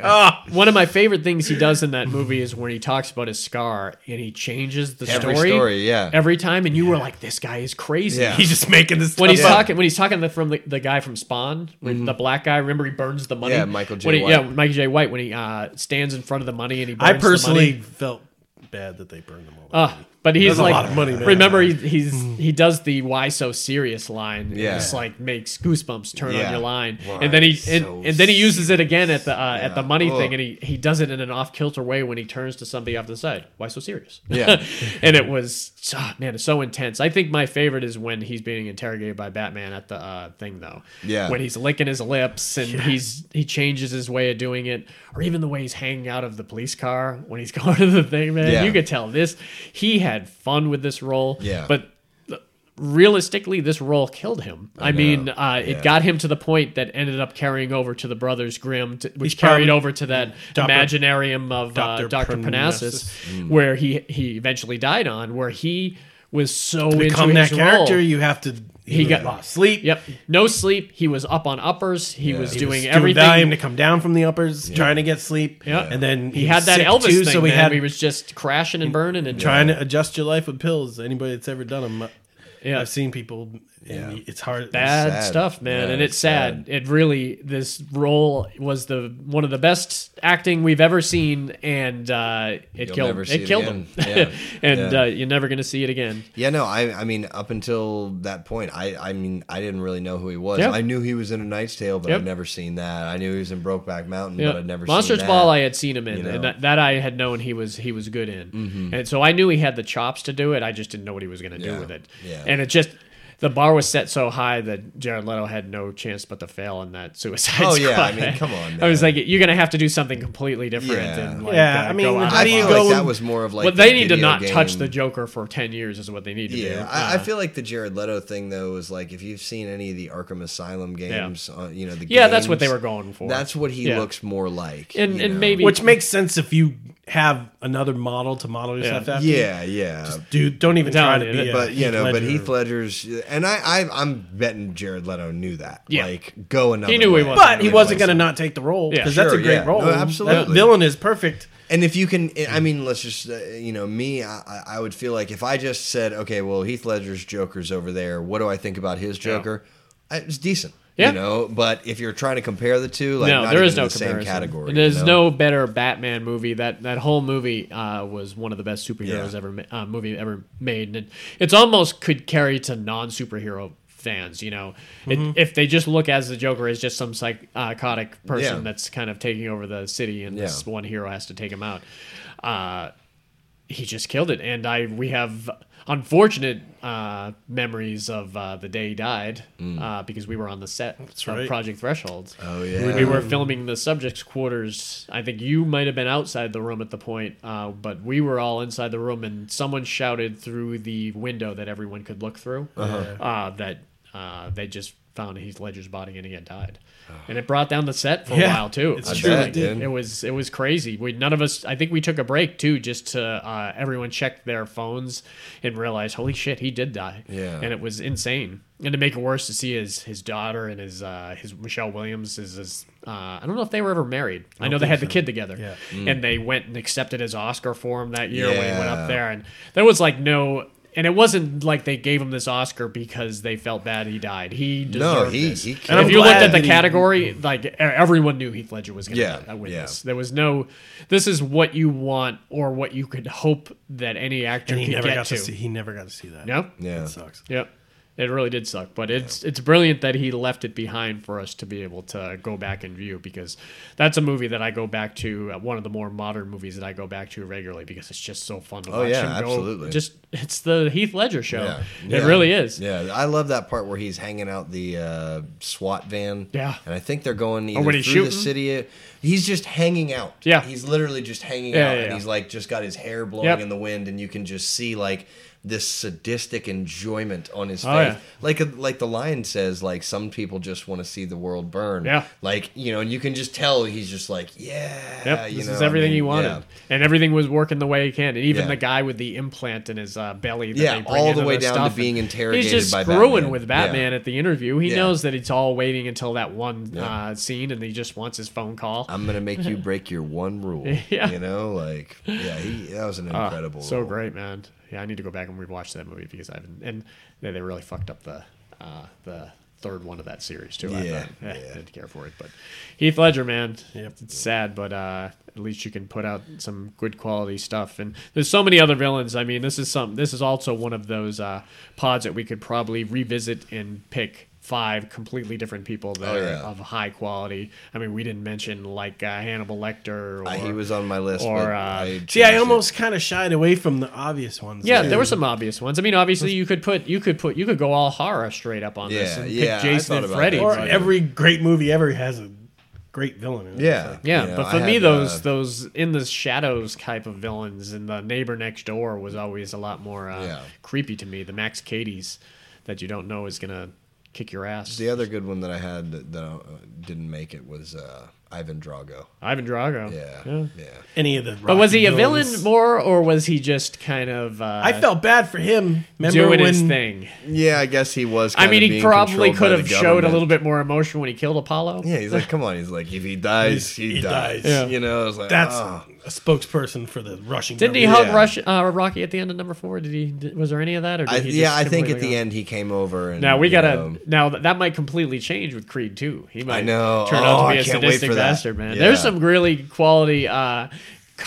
Oh, and- one of my favorite things he does in that movie is when he talks about his scar and he changes the
Every
story,
story, yeah.
every time. And you were like, "This guy is crazy."
Yeah.
He's just making this.
When
stuff
he's
up.
talking, when he's talking the, from the, the guy from Spawn, when
Mm-hmm.
the black guy, remember he burns the money.
Yeah, Michael J.
When he-
White.
Yeah, Michael J. White when he uh, stands in front of the money and he. Burns
I
the
personally
money.
felt bad that they burned them all.
Uh, but he's
That's a
like,
lot of money, man.
remember he, he's he does the "Why so serious" line. Yeah,
Yeah.
it's like makes goosebumps turn on
Yeah.
your line,
Why
and then he and,
so
and then he uses it again at the uh, at the money
Ugh.
thing, and he he does it in an off kilter way when he turns to somebody off to the side. Why so serious?
Yeah.
and it was ah, man, it's so intense. I think my favorite is when he's being interrogated by Batman at the uh, thing though.
Yeah.
when he's licking his lips and he's he changes his way of doing it, or even the way he's hanging out of the police car when he's going to the thing, man.
Yeah.
You could tell this he had fun with this role.
Yeah.
But realistically, this role killed him. I, mean,
know.
uh, it
Yeah.
got him to the point that ended up carrying over to the Brothers Grimm, to, which
He's
carried
probably-
over to that
Dr.
imaginarium of Dr. Uh,
Dr.
Dr. Parnassus, where he he eventually died on, where he was so
Become
into
that
his
character,
role.
you have to.
He got-
lost sleep.
Yep, no sleep. He was up on uppers. He was
He was
doing
doing
everything.
Valium to come down from the uppers, trying to get sleep.
Yeah.
and then
he had that
sick
Elvis
too,
thing.
so we
man.
had
he was just crashing and burning and
trying to adjust your life with pills. Anybody that's ever done them,
Yeah.
I've seen people. And It's hard.
bad
sad.
stuff, man,
Yeah,
and it's
it's
sad. It really this role was the one of the best acting we've ever seen, and uh, it
You'll
killed
never see
it
it
killed
again.
him,
Yeah.
and
Yeah.
Uh, you're never gonna see it again.
Yeah, no, I, I mean, up until that point, I, I mean, I didn't really know who he was.
Yeah.
I knew he was in A Knight's Tale, but
Yep.
I'd never seen that. I knew he was in Brokeback Mountain,
Yeah.
but I'd never
Monsters
seen that.
Ball. I had seen him in,
you know? Mm-hmm.
and that, that I had known he was he was good in, and so I knew he had the chops to do it. I just didn't know what he was gonna do
Yeah.
with it,
Yeah.
and it just. The bar was set so high that Jared Leto had no chance but to fail in that Suicide
Oh,
Squad.
yeah, I mean, come on,
I was
man.
like, you're gonna have to do something completely different.
Yeah.
And, like,
Yeah,
uh,
I mean,
go out
how
of
I
do
the
you
feel
box.
go
like that
and-
was more of like.
But
the
they need to
video
not touch
game-
the Joker for ten years is what they need to do.
Yeah, I, I
Uh,
feel like the Jared Leto thing though is like if you've seen any of the Arkham Asylum games, uh, you know the
Yeah, that's what they
games,
were going for.
That's what he
Yeah.
looks more like,
And-
you
and
know?
maybe-
which makes sense if you have another model to model yourself after.
yeah, yeah.
dude, don't even
Down
try
in
to be.
it.
a
but you know, but
Ledger.
Heath Ledger's, and I, I, I'm betting Jared Leto knew that.
Yeah.
like go another.
He knew he
way.
was.
But he
Yeah,
wasn't
like-
going to not take the role
Yeah.
because that's
Sure,
a great
yeah.
role.
No, absolutely.
That villain is perfect.
And if you can, I mean, let's just, uh, you know, me, I, I- I would feel like if I just said, okay, well, Heath Ledger's Joker's over there. What do I think about his Joker? I, it's decent,
Yeah.
you know. But if you're trying to compare the two, like
no,
not
there
even
is no
the same
comparison.
category.
And there's
you know?
no better Batman movie. That that whole movie uh, was one of the best superheroes
Yeah.
ever ma- uh, movie ever made, and it's almost could carry to non superhero fans. You know, it,
Mm-hmm.
if they just look as the Joker as just some uh, psychotic person
Yeah.
that's kind of taking over the city, and this
Yeah.
one hero has to take him out. Uh, he just killed it, and I we have unfortunate uh, memories of uh, the day he died uh, because we were on the set of
right.
Project Threshold.
Mm. Oh, yeah.
We- we were filming the subjects' quarters. I think you might have been outside the room at the point, uh, but we were all inside the room, and someone shouted through the window that everyone could look through
Uh-huh.
uh, that uh, they just found Heath Ledger's body and he had died. And it brought down the set for a
Yeah,
while too.
it's
I Oh. true, bet, it did.
It was it was crazy. We none of us. I think we took a break too, just to uh, everyone check their phones and realize, holy shit, he did die.
Yeah.
and it was insane. And to make it worse, to see his his daughter and his uh, his Michelle Williams is his. Uh, I don't know if they were ever married. I, know they had the kid together,
Yeah.
and they went and accepted his Oscar for him that year when he went
Mm. Yeah.
up there, and there was like no. And it wasn't like they gave him this Oscar because they felt bad he died. He deserved
No, he,
this.
he
And
killed
I'm
if you looked
glad
at the
that he-
category, like e- everyone knew Heath Ledger was going to
Yeah,
yeah, win
yeah.
this. There was no, this is what you want or what you could hope that any actor
And he
could
never
get
got
to.
to. see. He never got to see that.
No.
Yeah.
That sucks.
Yep. It really did suck, but it's it's brilliant that he left it behind for us to be able to go back and view because that's a movie that I go back to uh, one of the more modern movies that I go back to regularly because it's just so fun to
Oh,
watch.
yeah,
him go-
absolutely.
Just it's the Heath Ledger show.
Yeah.
It
Yeah.
really is.
Yeah, I love that part where he's hanging out the uh, SWAT van.
Yeah. Oh,
and I think they're going either
when
through
he's
the
shooting?
city. He's just hanging out.
Yeah.
he's literally just hanging
Yeah,
out,
yeah,
and
yeah.
he's like just got his hair blowing
Yep.
in the wind, and you can just see like this sadistic enjoyment on his face.
Oh, yeah.
Like uh, like the lion says, like some people just want to see the world burn.
Yeah.
like you know, and you can just tell he's just like, yeah,
Yep,
you
this
know,
is
I
everything
mean,
he wanted,
yeah.
and everything was working the way he can. And even
Yeah.
the guy with the implant in his uh, belly, that
Yeah,
they bring
all
into
the way down to
stuff, and
being interrogated
He's just
by
screwing
Batman.
with Batman at the interview. He
Yeah.
knows that it's all waiting until that one
Yeah.
uh, scene, and he just wants his phone call.
I'm gonna make you break your one rule.
Yeah.
You know, like yeah, he, that was an
Ah,
incredible.
so
role.
great, man. Yeah, I need to go back and rewatch that movie because I haven't. And they, they really fucked up the uh, the third one of that series too. I,
Yeah,
thought. Eh,
yeah.
didn't care for it, but Heath Ledger, man.
Yep.
It's sad, but uh, at least you can put out some good quality stuff. And there's so many other villains. I mean, this is some. This is also one of those uh, pods that we could probably revisit and pick. Five completely different people that
Oh,
are
yeah.
of high quality. I mean, we didn't mention like uh, Hannibal Lecter. Or,
Uh, he was on my list.
or,
but
uh,
I
See, I
changed it.
almost kind of shied away from the obvious ones.
Yeah,
there.
there were some obvious ones. I mean, obviously you could put you could put you could go all horror straight up on this
Yeah,
and
yeah, I
pick Jason
thought
and
about
Freddy.
that.
Or
Right.
every great movie ever has a great villain. In it.
Yeah,
yeah,
you know,
but
I
for me
had,
those
uh,
those in the shadows type of villains and the neighbor next door was always a lot more uh,
Yeah.
creepy to me. The Max Cades that you don't know is gonna kick your ass.
the other good one that I had that, that uh, didn't make it was uh, Ivan Drago.
Ivan Drago.
Yeah, yeah.
Yeah.
Any of the.
But was he a
villains.
villain more or was he just kind of uh,
I felt bad for him. Remember
doing
when
his thing?
Yeah, I guess he was.
I
kinda
mean, he
being
probably
controlled
could
by
have
the
showed a
government.
little bit more emotion when he killed Apollo.
Yeah, he's like, come on. He's like, if he dies, he,
He
dies.
dies.
Yeah.
You know, I was like,
That's
oh.
a spokesperson for the Russian.
Didn't he
government.
hug
Yeah.
Rush, uh, Rocky at the end of number four? Did he? Did, was there any of that? Or did
I,
he
yeah,
just
I think
completely
at the
go-
end he came over and.
Now we
you
gotta.
know,
now th- that might completely change with Creed too. He might
know.
turn out
Oh,
to be
I
a
can't wait
sadistic
for that.
bastard, man.
Yeah.
There's some really quality uh,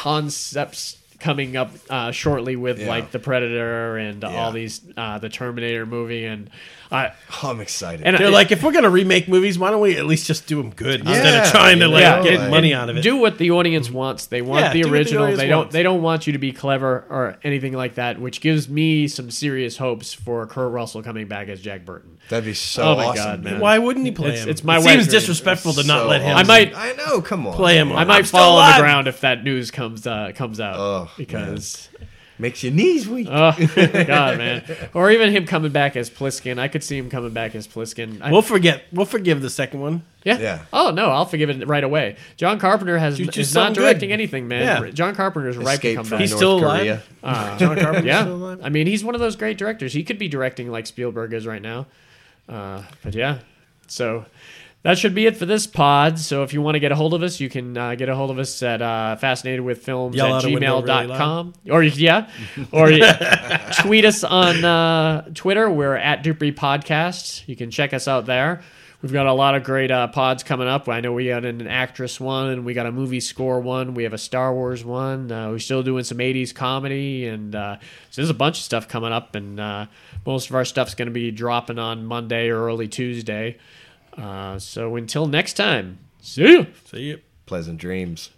concepts coming up uh, shortly with
Yeah.
like the Predator and
Yeah.
all these uh, the Terminator movie and uh,
Oh, I'm excited.
and
They're
it-
like, if we're gonna remake movies, why don't we at least just do them good instead
Yeah,
of trying to like
yeah.
get
Like-
money out of it?
Do what the audience wants. They want
Yeah,
the
do what the
original.
audience
they don't.
wants.
They don't want you to be clever or anything like that. Which gives me some serious hopes for Kurt Russell coming back as Jack Burton.
That'd be so
Oh my
awesome.
God, man.
why wouldn't he play
It's-
him?
it's my
it
wet
seems
dream.
disrespectful to not
So
let him.
I might-
I know. Come on.
play him.
I might
I'm still
fall on the
alive.
ground if that news comes uh, comes out
Oh,
because
Makes your knees weak.
Uh,
oh god man, or even him coming back as Pliskin. I could see him coming back as Pliskin. I,
We'll forget. We'll forgive the second one.
yeah.
Yeah.
Oh no, I'll forgive it right away. John Carpenter has
Dude, just
is not
something
directing
good.
anything, man.
Yeah.
John Carpenter's ripe to
Escape
come
from
back.
He's
North
still
Korea.
alive. John Carpenter's
yeah,
still alive.
I mean he's one of those great directors. He could be directing like Spielberg is right now. Uh, but yeah, so that should be it for this pod. So if you want to get a hold of us, you can uh, get a hold of us at uh, fascinatedwithfilms
Yell
at
out a window really
gmail.com. or yeah, or tweet us on uh, Twitter. We're at Dupree Podcast. You can check us out there. We've got a lot of great uh, pods coming up. I know we got an actress one, and we got a movie score one. We have a Star Wars one. Uh, we're still doing some '80s comedy, and uh, so there's a bunch of stuff coming up. And uh, most of our stuff's going to be dropping on Monday or early Tuesday. Uh, so until next time, see ya.
See you.
Pleasant dreams.